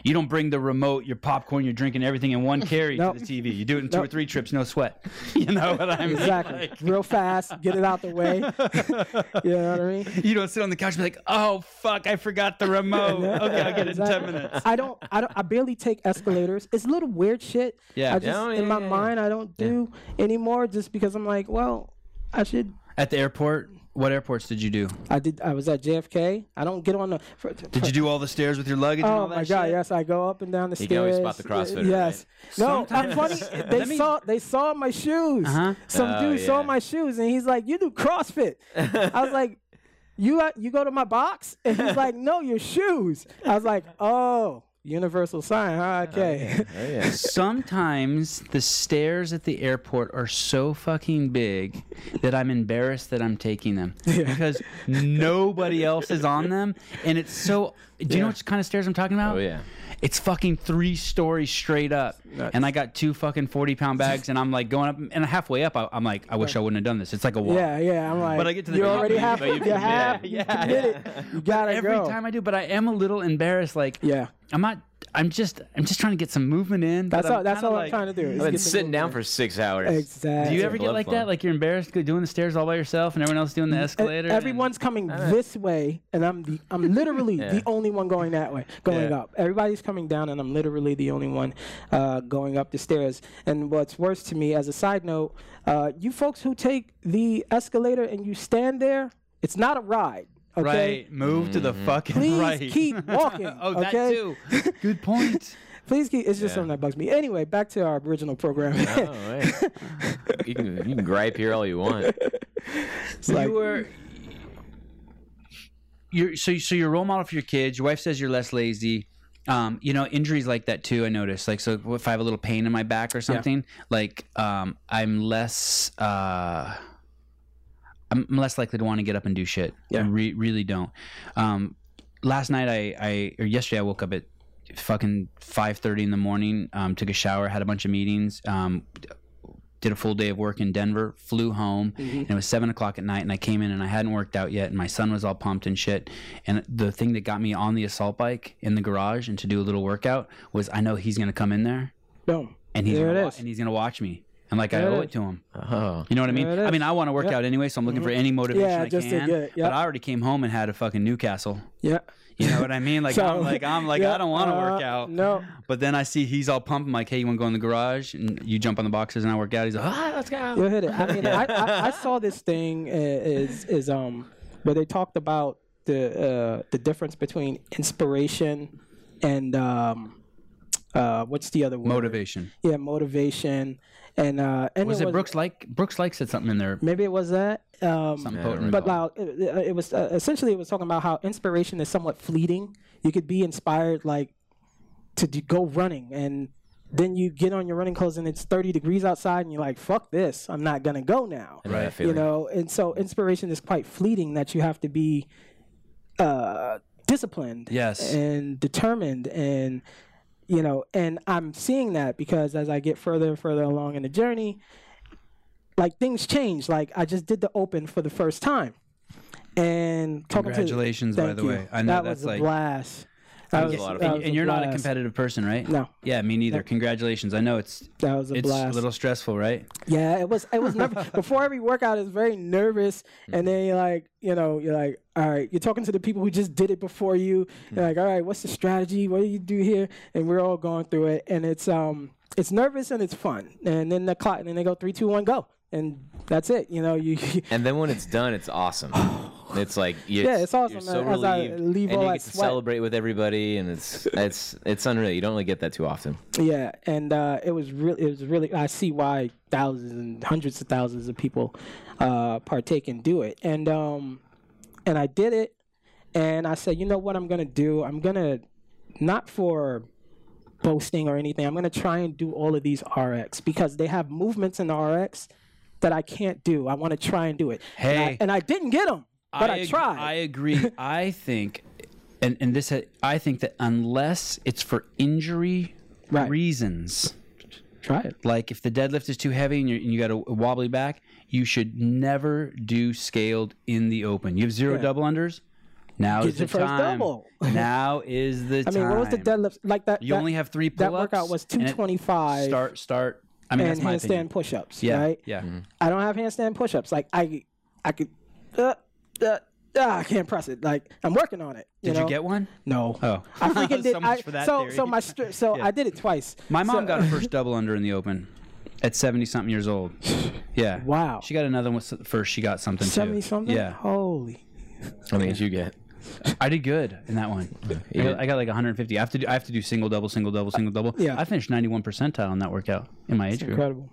Speaker 2: You don't bring the remote, your popcorn, your drink, and everything in
Speaker 1: *laughs*
Speaker 2: one carry
Speaker 1: Nope.
Speaker 2: to the TV. You do it in two or three trips, no sweat. *laughs* You know what I mean?
Speaker 1: exactly real fast, get it out the way. *laughs* you know what I mean?
Speaker 2: You don't sit on the couch and be like, oh, fuck, I forgot *laughs* the remote. Okay, I'll get it in 10
Speaker 1: Exactly.
Speaker 2: minutes.
Speaker 1: I don't, I don't, I barely take escalators. It's little weird shit.
Speaker 2: Yeah.
Speaker 1: I just
Speaker 3: Oh,
Speaker 1: in
Speaker 3: yeah,
Speaker 1: my
Speaker 3: yeah, yeah.
Speaker 1: mind I don't do anymore just because I'm like, well, I should.
Speaker 2: At the airport, what airports did you do?
Speaker 1: I did. I was at JFK. I don't get on the. For,
Speaker 2: Did you do all the stairs with your luggage and
Speaker 1: Oh
Speaker 2: all that
Speaker 1: my god!
Speaker 2: shit?
Speaker 1: Yes, I go up and down the stairs.
Speaker 3: can always spot the
Speaker 1: y-
Speaker 3: CrossFitter,
Speaker 1: Yes. No, I'm
Speaker 3: *laughs*
Speaker 1: funny. They
Speaker 2: Let me-
Speaker 1: saw they saw my shoes.
Speaker 2: Uh-huh.
Speaker 1: Some
Speaker 3: Oh,
Speaker 1: dude saw
Speaker 3: yeah.
Speaker 1: my shoes and he's like, "You do CrossFit." I was like, "You at- you go to my box?" *laughs* And he's like, "No, your shoes." I was like, "Oh, universal sign. Huh? Okay."
Speaker 3: Oh, yeah.
Speaker 2: Sometimes the stairs at the airport are so fucking big that I'm embarrassed that I'm taking *laughs* them because nobody else is on them, and it's so. Do you know what kind of stairs I'm talking about?
Speaker 3: Oh, yeah.
Speaker 2: It's fucking three stories straight up, and I got two fucking forty pound bags, and I'm like going up, and halfway up, I, I'm like, I wish I wouldn't have done this. It's like a
Speaker 1: *laughs*
Speaker 2: wall.
Speaker 1: Yeah, yeah. I'm like,
Speaker 2: But I get to the
Speaker 1: you
Speaker 2: top
Speaker 1: already
Speaker 2: and-
Speaker 1: have
Speaker 2: but you
Speaker 1: you have
Speaker 2: commit.
Speaker 1: you
Speaker 2: Yeah,
Speaker 1: committed. You gotta
Speaker 2: Every
Speaker 1: go.
Speaker 2: time I do, but I am a little embarrassed. Like,
Speaker 1: yeah,
Speaker 2: I'm not. I'm just. I'm just trying to get some movement in. but
Speaker 1: that's all. That's
Speaker 2: kinda
Speaker 1: all
Speaker 2: like-
Speaker 1: I'm trying to do. is
Speaker 3: I've been
Speaker 1: get some
Speaker 3: sitting down
Speaker 1: movement.
Speaker 3: for six hours.
Speaker 1: Exactly.
Speaker 2: Do you ever get
Speaker 3: blood
Speaker 2: like that?
Speaker 3: flow.
Speaker 2: Like you're embarrassed go- doing the stairs all by yourself, and everyone else doing the
Speaker 1: Mm-hmm.
Speaker 2: escalator. and-
Speaker 1: Everyone's coming this way, and I'm the,
Speaker 2: *laughs*
Speaker 1: I'm literally the only one going that way, going
Speaker 2: Yeah.
Speaker 1: up. Everybody's coming down, and I'm literally the only one uh, going up the stairs. And what's worse to me, as a side note, uh, you folks who take the escalator and you stand there, it's not a ride. Okay.
Speaker 2: right. Move to the fucking
Speaker 1: Please
Speaker 2: right.
Speaker 1: keep walking,
Speaker 2: *laughs* oh,
Speaker 1: okay?
Speaker 2: that too. Good
Speaker 1: *laughs*
Speaker 2: point.
Speaker 1: Please keep. It's just something that bugs me. Anyway, back to our original program. *laughs*
Speaker 3: Oh, yeah. you, can, you can gripe here all you want.
Speaker 1: it's like,
Speaker 2: you were. You're, so so your role model for your kids. Your wife says you're less lazy. Um, you know injuries like that too. I noticed. Like so, if I have a little pain in my back or something, like um, I'm less. Uh, I'm I'm less likely to want to get up and do shit. I
Speaker 1: Yeah.
Speaker 2: re- really don't. Um, last night I, I or yesterday I woke up at fucking five thirty in the morning. Um, took a shower, had a bunch of meetings. Um, did a full day of work in Denver, flew home, and it was seven o'clock at night. And I came in and I hadn't worked out yet, and my son was all pumped and shit. And the thing that got me on the assault bike in the garage and to do a little workout was I know he's gonna come in there
Speaker 1: boom.
Speaker 2: and he's
Speaker 1: There
Speaker 2: gonna
Speaker 1: it
Speaker 2: wa-
Speaker 1: is.
Speaker 2: and he's gonna watch me. And like I
Speaker 1: There it
Speaker 2: owe
Speaker 1: is.
Speaker 2: it to him.
Speaker 3: Oh.
Speaker 2: You know what I mean?
Speaker 1: There it
Speaker 2: I mean,
Speaker 1: is. Mm-hmm.
Speaker 2: I want to work out anyway, so I'm looking for any motivation
Speaker 1: Yeah,
Speaker 2: I
Speaker 1: just to
Speaker 2: can.
Speaker 1: get it,
Speaker 2: But
Speaker 1: yep.
Speaker 2: I already came home and had a fucking Newcastle.
Speaker 1: Yeah.
Speaker 2: You know what I mean?
Speaker 1: *laughs*
Speaker 2: Like
Speaker 1: So,
Speaker 2: I'm like I'm like
Speaker 1: yeah,
Speaker 2: I don't want to work
Speaker 1: uh,
Speaker 2: out.
Speaker 1: no.
Speaker 2: But then I see he's all pumped. I'm like, hey, you want to go in the garage? And you jump on the boxes and I work out. He's like, ah, let's go.
Speaker 1: You'll hit it. I mean, I, I, I saw this thing uh, is is um where they talked about the uh, the difference between inspiration and um uh what's the other word?
Speaker 2: Motivation.
Speaker 1: Yeah, motivation and uh and
Speaker 2: Was it, Brooks like Brooks like said something in there?
Speaker 1: Maybe it was that. Um,
Speaker 2: Something potent.
Speaker 1: but loud. It, it- it was uh, essentially it was talking about how inspiration is somewhat fleeting. You could be inspired like to do, go running, and then you get on your running clothes and it's 30 degrees outside, and you're like, "Fuck this! I'm not gonna go now."
Speaker 3: know that
Speaker 1: You
Speaker 3: feeling.
Speaker 1: know, and so inspiration is quite fleeting. That you have to be uh, disciplined,
Speaker 2: Yes.
Speaker 1: and determined, and you know, and I'm seeing that because as I get further and further along in the journey, like things change. Like I just did the open for the first time, and talking to-
Speaker 2: Congratulations, by
Speaker 1: thank
Speaker 2: the
Speaker 1: you.
Speaker 2: way. I know
Speaker 1: that
Speaker 2: that's
Speaker 1: was a
Speaker 2: like-
Speaker 1: blast.
Speaker 3: That was a lot of
Speaker 1: that
Speaker 3: fun.
Speaker 1: was
Speaker 2: and you're not a
Speaker 1: blast.
Speaker 2: competitive person, right?
Speaker 1: No.
Speaker 2: Yeah, me neither. Congratulations. I know it's
Speaker 1: That was a
Speaker 2: it's
Speaker 1: blast.
Speaker 2: a little stressful, right?
Speaker 1: Yeah, it was. It was never before every workout. It's very nervous, and then you're like, you know, you're like, all right, you're talking to the people who just did it before you. You're like, all right, what's the strategy? What do you do here? And we're all going through it, and it's um, it's nervous and it's fun. And then the clock, and then they go three, two, one, go, and that's it. You know, you *laughs*
Speaker 3: And then when it's done,
Speaker 1: *sighs*
Speaker 3: it's awesome. It's like you,
Speaker 1: Yeah, it's awesome,
Speaker 3: You're so
Speaker 1: man. As
Speaker 3: relieved,
Speaker 1: I leave
Speaker 3: and
Speaker 1: all
Speaker 3: you
Speaker 1: that
Speaker 3: get to
Speaker 1: sweat.
Speaker 3: celebrate with everybody, and it's it's it's unreal. You don't really get that too often.
Speaker 1: Yeah, and uh, it was really, it was really. I see why thousands and hundreds of thousands of people uh, partake and do it, and um, and I did it, and I said, you know what, I'm gonna do. I'm gonna not for boasting or anything. I'm gonna try and do all of these RX because they have movements in the RX that I can't do. I want to try and do it. and I,
Speaker 2: Hey.
Speaker 1: and I didn't get them, but I,
Speaker 2: ag-
Speaker 1: tried. *laughs*
Speaker 2: I agree. I think, and and this I think that unless it's for injury
Speaker 1: Right.
Speaker 2: reasons,
Speaker 1: try it.
Speaker 2: like if the deadlift is too heavy and, you're, and you got a wobbly back, you should never do scaled in the open. You have zero double unders. Now
Speaker 1: Get
Speaker 2: is
Speaker 1: your
Speaker 2: the
Speaker 1: first
Speaker 2: time.
Speaker 1: double. *laughs*
Speaker 2: now is the
Speaker 1: I
Speaker 2: time.
Speaker 1: mean, what was the deadlift like that?
Speaker 2: You
Speaker 1: that-
Speaker 2: only have three
Speaker 1: That
Speaker 2: pull-ups.
Speaker 1: workout was
Speaker 2: and it-
Speaker 1: 225.
Speaker 2: Start, start. I mean,
Speaker 1: and
Speaker 2: that's my opinion.
Speaker 1: handstand push-ups,
Speaker 2: Yeah,
Speaker 1: right?
Speaker 2: yeah.
Speaker 1: I don't have handstand push-ups. Like I, I could, uh, uh, uh, I can't press it. Like I'm working on it.
Speaker 2: Did you
Speaker 1: know?
Speaker 2: get one?
Speaker 1: No.
Speaker 2: Oh.
Speaker 1: *laughs* I freaking did.
Speaker 2: *laughs* So much
Speaker 1: I-
Speaker 2: for that
Speaker 1: so
Speaker 2: theory.
Speaker 1: so my stri-
Speaker 2: *laughs*
Speaker 1: so I did it twice.
Speaker 2: My mom
Speaker 1: So-
Speaker 2: got her first double under in the open at 70 something
Speaker 1: *laughs*
Speaker 2: years old. Yeah.
Speaker 1: Wow. Oh.
Speaker 2: She got another one first. She got something too.
Speaker 1: seventy something.
Speaker 2: Yeah.
Speaker 1: Holy.
Speaker 3: How many did you get?
Speaker 2: I did good in that one. I, got, I got like 150. I have to do I have to do single double single double single double.
Speaker 1: Yeah.
Speaker 2: I finished 91 percentile in that workout in my age group.
Speaker 1: Incredible.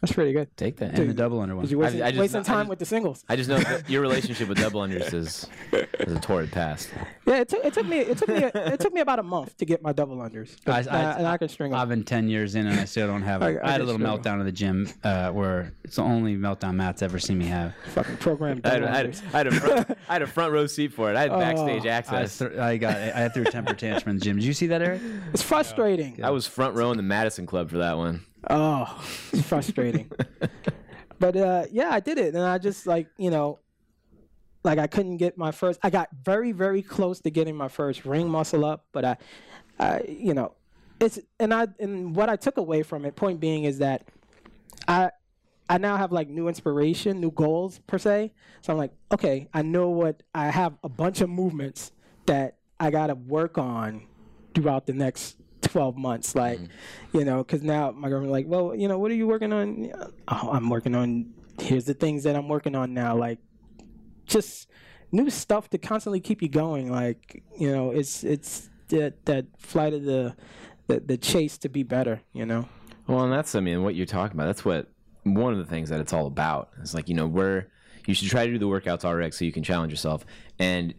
Speaker 1: That's pretty good.
Speaker 3: Take that.
Speaker 2: And the double under one.
Speaker 1: You wasting,
Speaker 3: I just-
Speaker 1: wasting
Speaker 3: I
Speaker 1: time
Speaker 3: just-
Speaker 1: with the singles.
Speaker 3: I just know that your relationship with double unders is, is a torrid past.
Speaker 1: Yeah, it took, it took me it took me it took me about a month to get my double
Speaker 3: *laughs*
Speaker 1: unders.
Speaker 2: I-
Speaker 1: And
Speaker 2: I-
Speaker 1: and I could string
Speaker 2: I've
Speaker 1: them.
Speaker 2: been 10 years in and I still don't have it.
Speaker 1: *laughs* I- I
Speaker 2: I, had a
Speaker 1: just
Speaker 2: little
Speaker 1: don't
Speaker 2: meltdown in the gym uh, where it's the only meltdown Matt's ever seen me have.
Speaker 1: Fucking program
Speaker 3: *laughs* I had,
Speaker 1: double
Speaker 3: I had-
Speaker 1: unders.
Speaker 3: I had a front, I had a front row seat for it. I had backstage
Speaker 2: I,
Speaker 3: access.
Speaker 2: th- I got I threw a temper tantrum in the gym. Did you see that, Eric?
Speaker 1: It's frustrating.
Speaker 3: I was front row in the Madison Club for that one.
Speaker 1: Oh, it's frustrating. but uh, yeah, I did it, and I just like you know, like I couldn't get my first. I got very very close to getting my first ring muscle up, but I, I you know, it's and I and what I took away from it. Point being is that I. I now have like new inspiration, new goals per se. So I'm like, okay, I know what I have a bunch of movements that I gotta work on throughout the next 12 months like you know because now my girlfriend's like well you know what are you working on oh, i'm working on here's the things that i'm working on now like just new stuff to constantly keep you going like you know it's it's that that flight of the the, the chase to be better you know
Speaker 3: Well, and that's I mean what you're talking about. That's what one of the things that it's all about. It's like you know where you should try to do the workouts RX so you can challenge yourself, and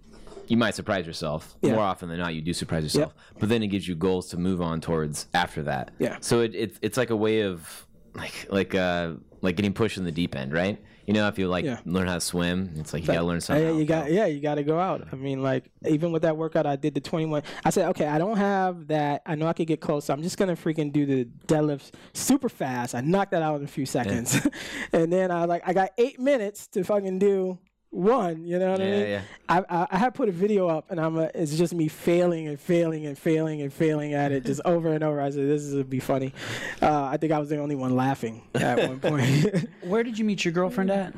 Speaker 3: you might surprise yourself more often than not. You do surprise yourself, but then it gives you goals to move on towards after that.
Speaker 1: Yeah.
Speaker 3: So it, it it's like a way of like like uh like getting pushed in the deep end, right? You know, if you like
Speaker 1: Yeah.
Speaker 3: learn how to swim, it's like you gotta learn
Speaker 1: Uh,
Speaker 3: something.
Speaker 1: Yeah, you got yeah, you got to go out. I mean, like even with that workout I did the 21, I said, okay, I don't have that. I know I could get close. So I'm just gonna freaking do the deadlifts super fast. I knocked that out in a few seconds, *laughs* and then I was like, I got eight minutes to fucking do one. You know what I
Speaker 3: Yeah,
Speaker 1: mean?
Speaker 3: yeah.
Speaker 1: I, I I had put a video up, and I'm a, it's just me failing and failing and failing and failing at it
Speaker 3: *laughs*
Speaker 1: just over and over. I said, this is gonna be funny. Uh, I think I was the only one laughing at
Speaker 3: *laughs*
Speaker 1: one point. *laughs*
Speaker 2: Where did you meet your girlfriend at?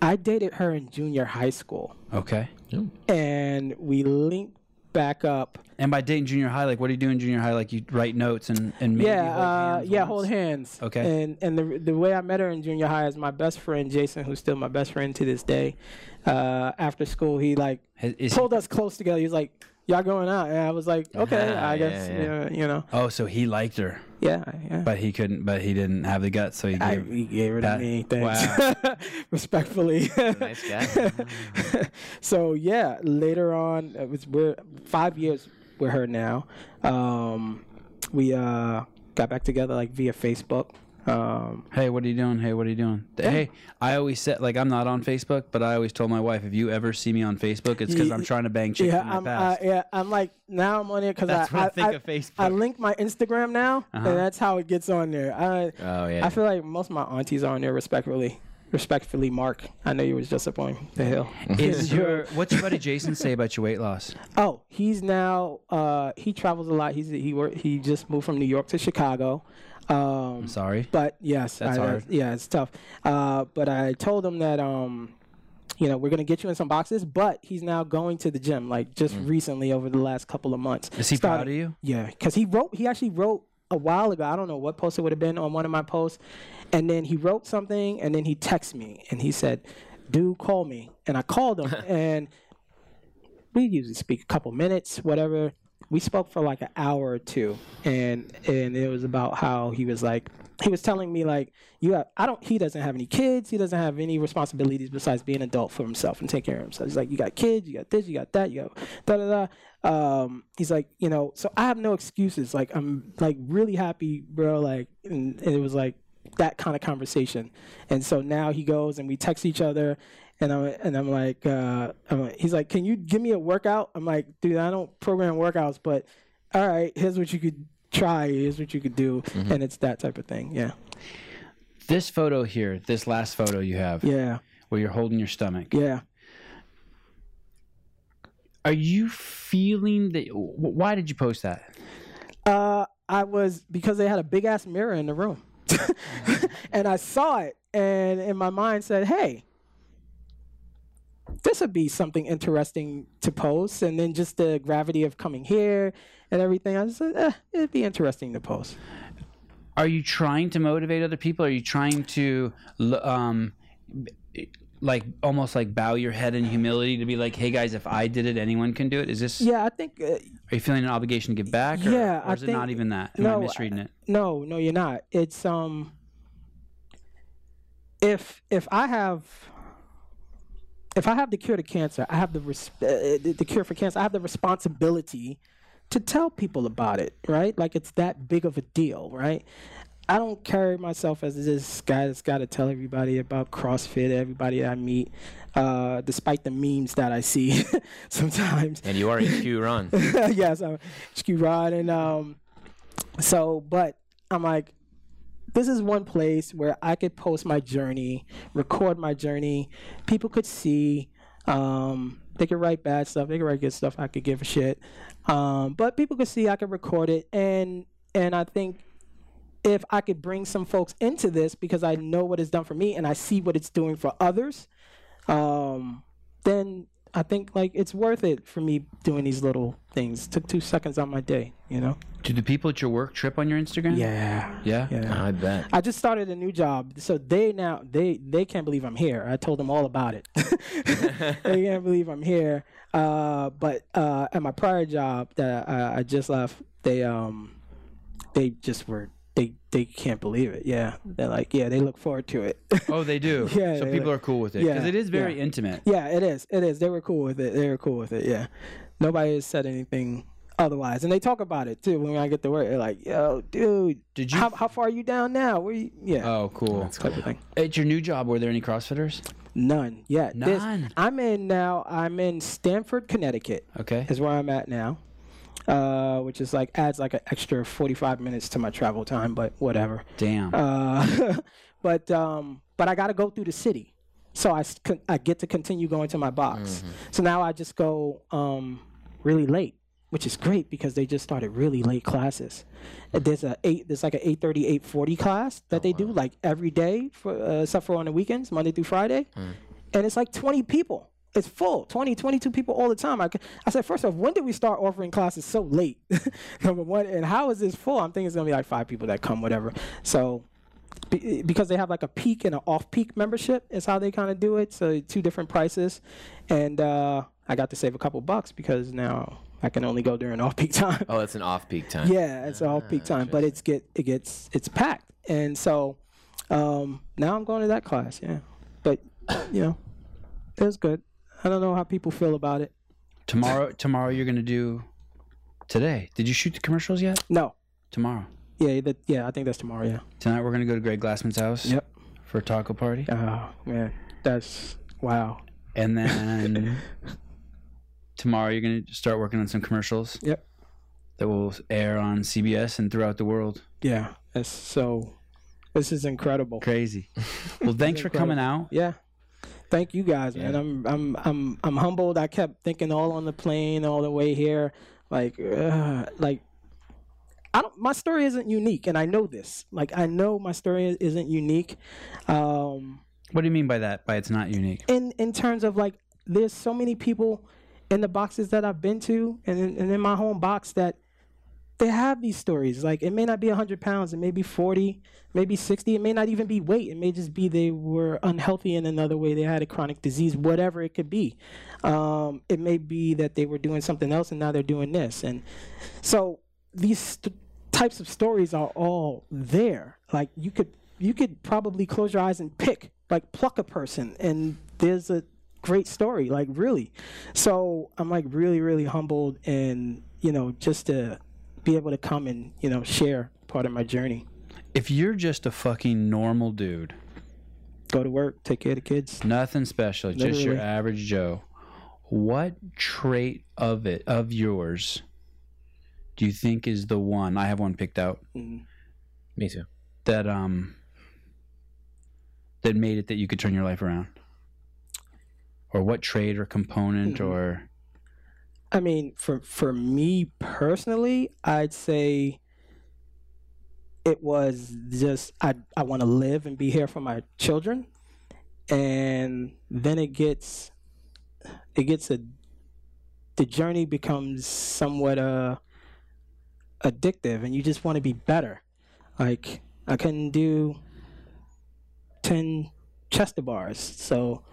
Speaker 1: I dated her in junior high school
Speaker 2: Okay.
Speaker 1: and we linked back up.
Speaker 2: And by dating junior high, like what do you do in junior high? Like you write notes and and maybe
Speaker 1: yeah,
Speaker 2: hold
Speaker 1: uh,
Speaker 2: hands
Speaker 1: yeah,
Speaker 2: once?
Speaker 1: hold hands.
Speaker 2: Okay.
Speaker 1: And and the the way I met her in junior high is my best friend Jason, who's still my best friend to this day. Uh, after school, he like
Speaker 2: Has- is he-
Speaker 1: pulled us close together. He was like, "Y'all going out?" And I was
Speaker 2: *laughs*
Speaker 1: like, "Okay,
Speaker 3: Yeah,
Speaker 1: I guess
Speaker 3: yeah, yeah.
Speaker 1: uh, you know,
Speaker 2: Oh, so he liked her,
Speaker 1: yeah, yeah."
Speaker 2: but he couldn't. But he didn't have the guts, so he
Speaker 1: I,
Speaker 2: gave.
Speaker 1: he gave her to
Speaker 2: That-
Speaker 1: me, thanks. *laughs* Respectfully.
Speaker 3: *laughs* Nice guy.
Speaker 1: so yeah, later on, it was we're five years with her now. Um, we uh, got back together like via Facebook, Um,
Speaker 2: Hey, what are you doing? Hey, what are you doing? Hey, I always said like I'm not on Facebook, but I always told my wife if you ever see me on Facebook, it's because I'm trying to bang chicks
Speaker 1: yeah,
Speaker 2: in my
Speaker 1: I'm, uh,
Speaker 2: past.
Speaker 1: yeah, I'm like now I'm on it because
Speaker 2: That's
Speaker 1: I,
Speaker 2: what I think
Speaker 1: I,
Speaker 2: of Facebook.
Speaker 1: I link my Instagram now,
Speaker 2: Uh-huh.
Speaker 1: and that's how it gets on there. I,
Speaker 3: Oh yeah.
Speaker 1: I feel like most of my aunties are on there respectfully. Respectfully, Mark. I know you was just up on the hill.
Speaker 2: Is your what's your buddy Jason say about your weight loss?
Speaker 1: Oh, he's now uh, he travels a lot. He's he work, he just moved from New York to Chicago. Um,
Speaker 2: Sorry.
Speaker 1: but yes,
Speaker 2: That's
Speaker 1: I- I-
Speaker 2: hard.
Speaker 1: yeah, it's tough. Uh, but I told him that um, you know, we're gonna get you in some boxes. But he's now going to the gym, like just recently over the last couple of months.
Speaker 2: Mm. Is he
Speaker 1: Started-
Speaker 2: proud of you?
Speaker 1: Yeah, because he wrote. He actually wrote a while ago. I don't know what post it would have been on one of my posts, and then he wrote something, and then he texted me, and he said, "Dude, call me." And I called
Speaker 2: *laughs*
Speaker 1: him, and we usually speak a couple minutes, whatever. We spoke for like an hour or two, and and it was about how he was like he was telling me like you have I don't he doesn't have any kids he doesn't have any responsibilities besides being an adult for himself and take care of himself. He's like you got kids you got this you got that you got da da da. Um, he's like you know so I have no excuses like I'm like really happy bro like and, and it was like that kind of conversation. And so now he goes and we text each other, and I'm and I'm like, uh, I'm like- he's like, can you give me a workout? I'm like, dude, I don't program workouts, but all right, here's what you could try, here's what you could do, and it's that type of thing. Yeah,
Speaker 2: This photo here, this last photo you have,
Speaker 1: yeah,
Speaker 2: where you're holding your stomach.
Speaker 1: yeah.
Speaker 2: Are you feeling that? wh- Why did you post that?
Speaker 1: Uh, I was because they had a big ass mirror in the room, *laughs* and I saw it, and in my mind said, "Hey, this would be something interesting to post." And then just the gravity of coming here and everything, I just said, eh, "It'd be interesting to post."
Speaker 2: Are you trying to motivate other people? Are you trying to, l- um, b- like almost like bow your head in humility to be like, hey guys, if I did it, anyone can do it? Is this?
Speaker 1: Yeah, I think. Uh,
Speaker 2: Are you feeling an obligation to give back? Or,
Speaker 1: Yeah,
Speaker 2: or
Speaker 1: I
Speaker 2: is it not
Speaker 1: think-
Speaker 2: even that? Am I
Speaker 1: no,
Speaker 2: misreading it?
Speaker 1: No, no, you're not. It's um if if I have if I have the cure to cancer, I have the res- uh, uh, the the cure for cancer. I have the responsibility to tell people about it, right? Like it's that big of a deal, right? I don't carry myself as this guy that's got to tell everybody about CrossFit, everybody that I meet, uh, despite the memes that I see *laughs* sometimes
Speaker 3: and you are a Q Ron.
Speaker 1: yeah, so Skew Rod and um so but I'm like this is one place where I could post my journey, record my journey, people could see, um, they could write bad stuff, they could write good stuff, I could give a shit. Um, but people could see I could record it and and I think if I could bring some folks into this because I know what it's done for me and I see what it's doing for others, um, then I think like it's worth it for me doing these little things. Took two seconds on my day, you know.
Speaker 2: Do the people at your work trip on your Instagram?
Speaker 1: Yeah,
Speaker 2: Yeah.
Speaker 1: *laughs* yeah.
Speaker 3: I bet.
Speaker 1: I just started a new job, so they now they they can't believe I'm here. I told them all about it. *laughs* they can't believe I'm here. Uh, but uh, at my prior job that I, I just left, they um they just were they they can't believe it. Yeah, they're like yeah, they look forward to it. *laughs*
Speaker 2: Oh, they do.
Speaker 1: Yeah,
Speaker 2: So
Speaker 1: they
Speaker 2: people
Speaker 1: like-
Speaker 2: are cool with it because
Speaker 1: Yeah,
Speaker 2: it is very intimate.
Speaker 1: Yeah, it is. It is. They were cool with it. They were cool with it. Yeah. Nobody has said anything otherwise, and they talk about it too. When I get to work, they're like, "Yo, dude,
Speaker 2: Did you-
Speaker 1: How, how far are you down now? Where? You, yeah."
Speaker 2: Oh, cool.
Speaker 1: Type of thing.
Speaker 2: At your new job, were there any CrossFitters?
Speaker 1: None yet. This-
Speaker 2: None.
Speaker 1: I'm in now. I'm in Stamford, Connecticut,
Speaker 2: Okay.
Speaker 1: is where I'm at now, uh, which is like adds like an extra 45 minutes to my travel time, but whatever.
Speaker 2: Damn.
Speaker 1: Uh, *laughs* but um, but I got to go through the city, so I s- con- I get to continue going to my box. So now I just go um, really late, which is great because they just started really late classes. Uh, There's a eight there's like an 8:30 8:40 class that they do like every day for uh, except for on the weekends, Monday through Friday, and it's like 20 people. It's full, 20, 22 people all the time. I, c- I said, first off, when did we start offering classes so late? *laughs* Number one, and how is this full? I'm thinking it's gonna be like five people that come, whatever. So be- because they have like a peak and an off-peak membership is how they kind of do it. So two different prices, and uh, I got to save a couple bucks because now I can only go during off-peak *laughs* time.
Speaker 3: Oh, it's an off-peak time.
Speaker 1: yeah, it's all peak time, but it's get it gets it's packed, and so um, now I'm going to that class. Yeah, but you know, it was good. I don't know how people feel about it.
Speaker 2: tomorrow, tomorrow you're gonna do. Today, did you shoot the commercials yet?
Speaker 1: No,
Speaker 2: Tomorrow.
Speaker 1: Yeah, that, yeah, I think that's tomorrow. Yeah.
Speaker 2: Tonight we're gonna go to Greg Glassman's house
Speaker 1: Yep.
Speaker 2: for a taco party,
Speaker 1: Oh man, that's wow.
Speaker 2: and then *laughs* tomorrow you're gonna start working on some commercials.
Speaker 1: Yep.
Speaker 2: That will air on CBS and throughout the world.
Speaker 1: Yeah, that's so. This is incredible. *laughs*
Speaker 2: Crazy. Well, thanks for coming out.
Speaker 1: Yeah. Thank you guys, man.
Speaker 3: Yeah.
Speaker 1: I'm I'm I'm I'm humbled. I kept thinking all on the plane, all the way here, like uh, like I don't, my story isn't unique, and I know this. Like I know my story isn't unique. Um,
Speaker 2: What do you mean by that? By it's not unique?
Speaker 1: in in terms of like there's so many people in the boxes that I've been to and in, and in my home box that they have these stories. Like it may not be 100 pounds, it may be 40, maybe 60. It may not even be weight. It may just be they were unhealthy in another way. They had a chronic disease, whatever it could be. Um, it may be that they were doing something else and now they're doing this. And so these st- types of stories are all there. Like you could you could probably close your eyes and pick like pluck a person and there's a great story like really. So I'm like really really humbled and you know just to be able to come and you know share part of my journey.
Speaker 2: If you're just a fucking normal dude,
Speaker 1: Go to work, take care of the kids.
Speaker 2: nothing special, just your
Speaker 1: Literally.
Speaker 2: average Joe, what trait of it of yours do you think is the one? I have one picked out
Speaker 3: Me too.
Speaker 2: that um that made it that you could turn your life around. Or what trait or component
Speaker 1: Hmm.
Speaker 2: or
Speaker 1: I mean, for for me personally, I'd say it was just I I want to live and be here for my children, and then it gets it gets a the journey becomes somewhat uh addictive, and you just want to be better. Like I couldn't do ten chest bars, so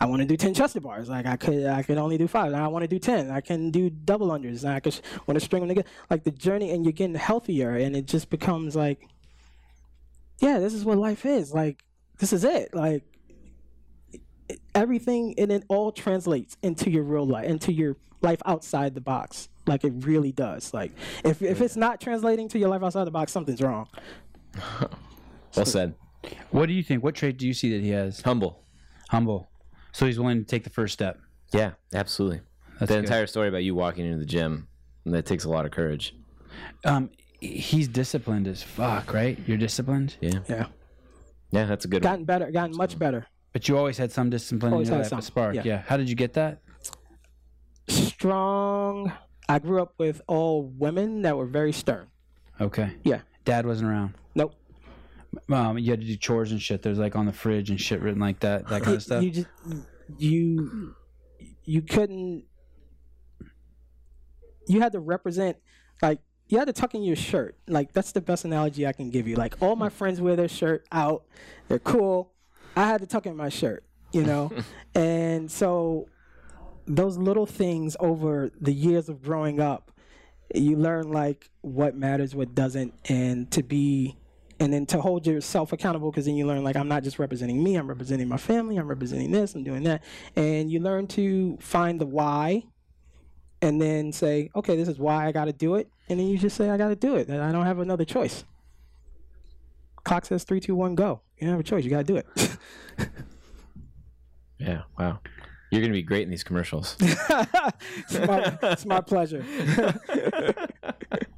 Speaker 1: I want to do ten chest bars. Like I could, I could only do five. Now I want to do ten. I can do double unders. Now I could want to string them together. Like the journey, and you're getting healthier, and it just becomes like, yeah, this is what life is. Like this is it. Like it- everything, and it all translates into your real life, into your life outside the box. Like it really does. Like if if it's not translating to your life outside the box, something's wrong.
Speaker 3: Well said.
Speaker 2: what do you think? What trait do you see that he has?
Speaker 3: Humble.
Speaker 2: Humble. So he's willing to take the first step.
Speaker 3: Yeah, absolutely.
Speaker 2: That's
Speaker 3: the
Speaker 2: good.
Speaker 3: entire story about you walking into the gym and that takes a lot of courage.
Speaker 2: um he's disciplined as fuck, right? You're disciplined?
Speaker 1: Yeah,
Speaker 3: Yeah, that's a good one.
Speaker 1: gotten better, gotten much better.
Speaker 2: But you always had some discipline
Speaker 1: Always
Speaker 2: in your
Speaker 1: had
Speaker 2: life,
Speaker 1: some,
Speaker 2: a spark.
Speaker 1: yeah.
Speaker 2: Yeah. How did you get that?
Speaker 1: strong. I grew up with all women that were very stern.
Speaker 2: Okay.
Speaker 1: Yeah.
Speaker 2: Dad wasn't around.
Speaker 1: Nope.
Speaker 2: Um, you had to do chores and shit. There's like on the fridge and shit written like that, that kind of stuff.
Speaker 1: You just you you couldn't. You had to represent, like you had to tuck in your shirt. Like that's the best analogy I can give you. Like all my friends wear their shirt out, they're cool. I had to tuck in my shirt, you know,
Speaker 2: *laughs*
Speaker 1: and so those little things over the years of growing up you learn like what matters what doesn't and to be and then to hold yourself accountable because then you learn like i'm not just representing me i'm representing my family i'm representing this i'm doing that and you learn to find the why and then say okay this is why i got to do it and then you just say i got to do it and i don't have another choice clock says 321 go you don't have a choice you got to do it *laughs*
Speaker 3: Yeah, wow. You're going to be great in
Speaker 1: *laughs*
Speaker 3: these commercials.
Speaker 1: it's, my, it's my pleasure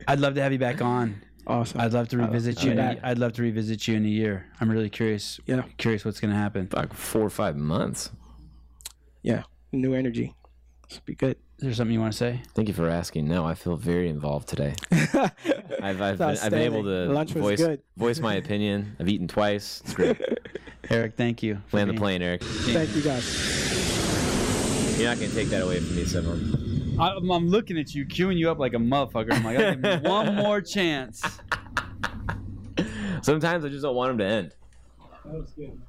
Speaker 2: I'd love to have you back on.
Speaker 1: awesome
Speaker 2: I'd love to
Speaker 3: Oh,
Speaker 2: revisit you. in
Speaker 1: yeah.
Speaker 2: a- I'd love to revisit you in a year. I'm really curious.
Speaker 1: Yeah.
Speaker 2: Curious what's gonna happen.
Speaker 3: Like four or five months.
Speaker 1: yeah new energy should be good *laughs*
Speaker 2: Is there something you want to say?
Speaker 3: Thank you for asking. No, I feel very involved today. I've, I've, been, I've been
Speaker 1: outstanding.
Speaker 3: able to
Speaker 1: Lunch was
Speaker 3: voice,
Speaker 1: good.
Speaker 3: voice my opinion. I've eaten twice.
Speaker 1: *laughs*
Speaker 3: It's great.
Speaker 2: Eric, thank you. for
Speaker 3: Land the
Speaker 2: being-
Speaker 3: plane, Eric.
Speaker 1: thank you guys
Speaker 3: You're not going to take that away from me, Simon.
Speaker 2: I, am I'm looking at you, queuing you up like a motherfucker. I'm like, I'll give him
Speaker 3: *laughs*
Speaker 2: one more chance.
Speaker 3: Sometimes I just don't want him to end.
Speaker 1: That was good.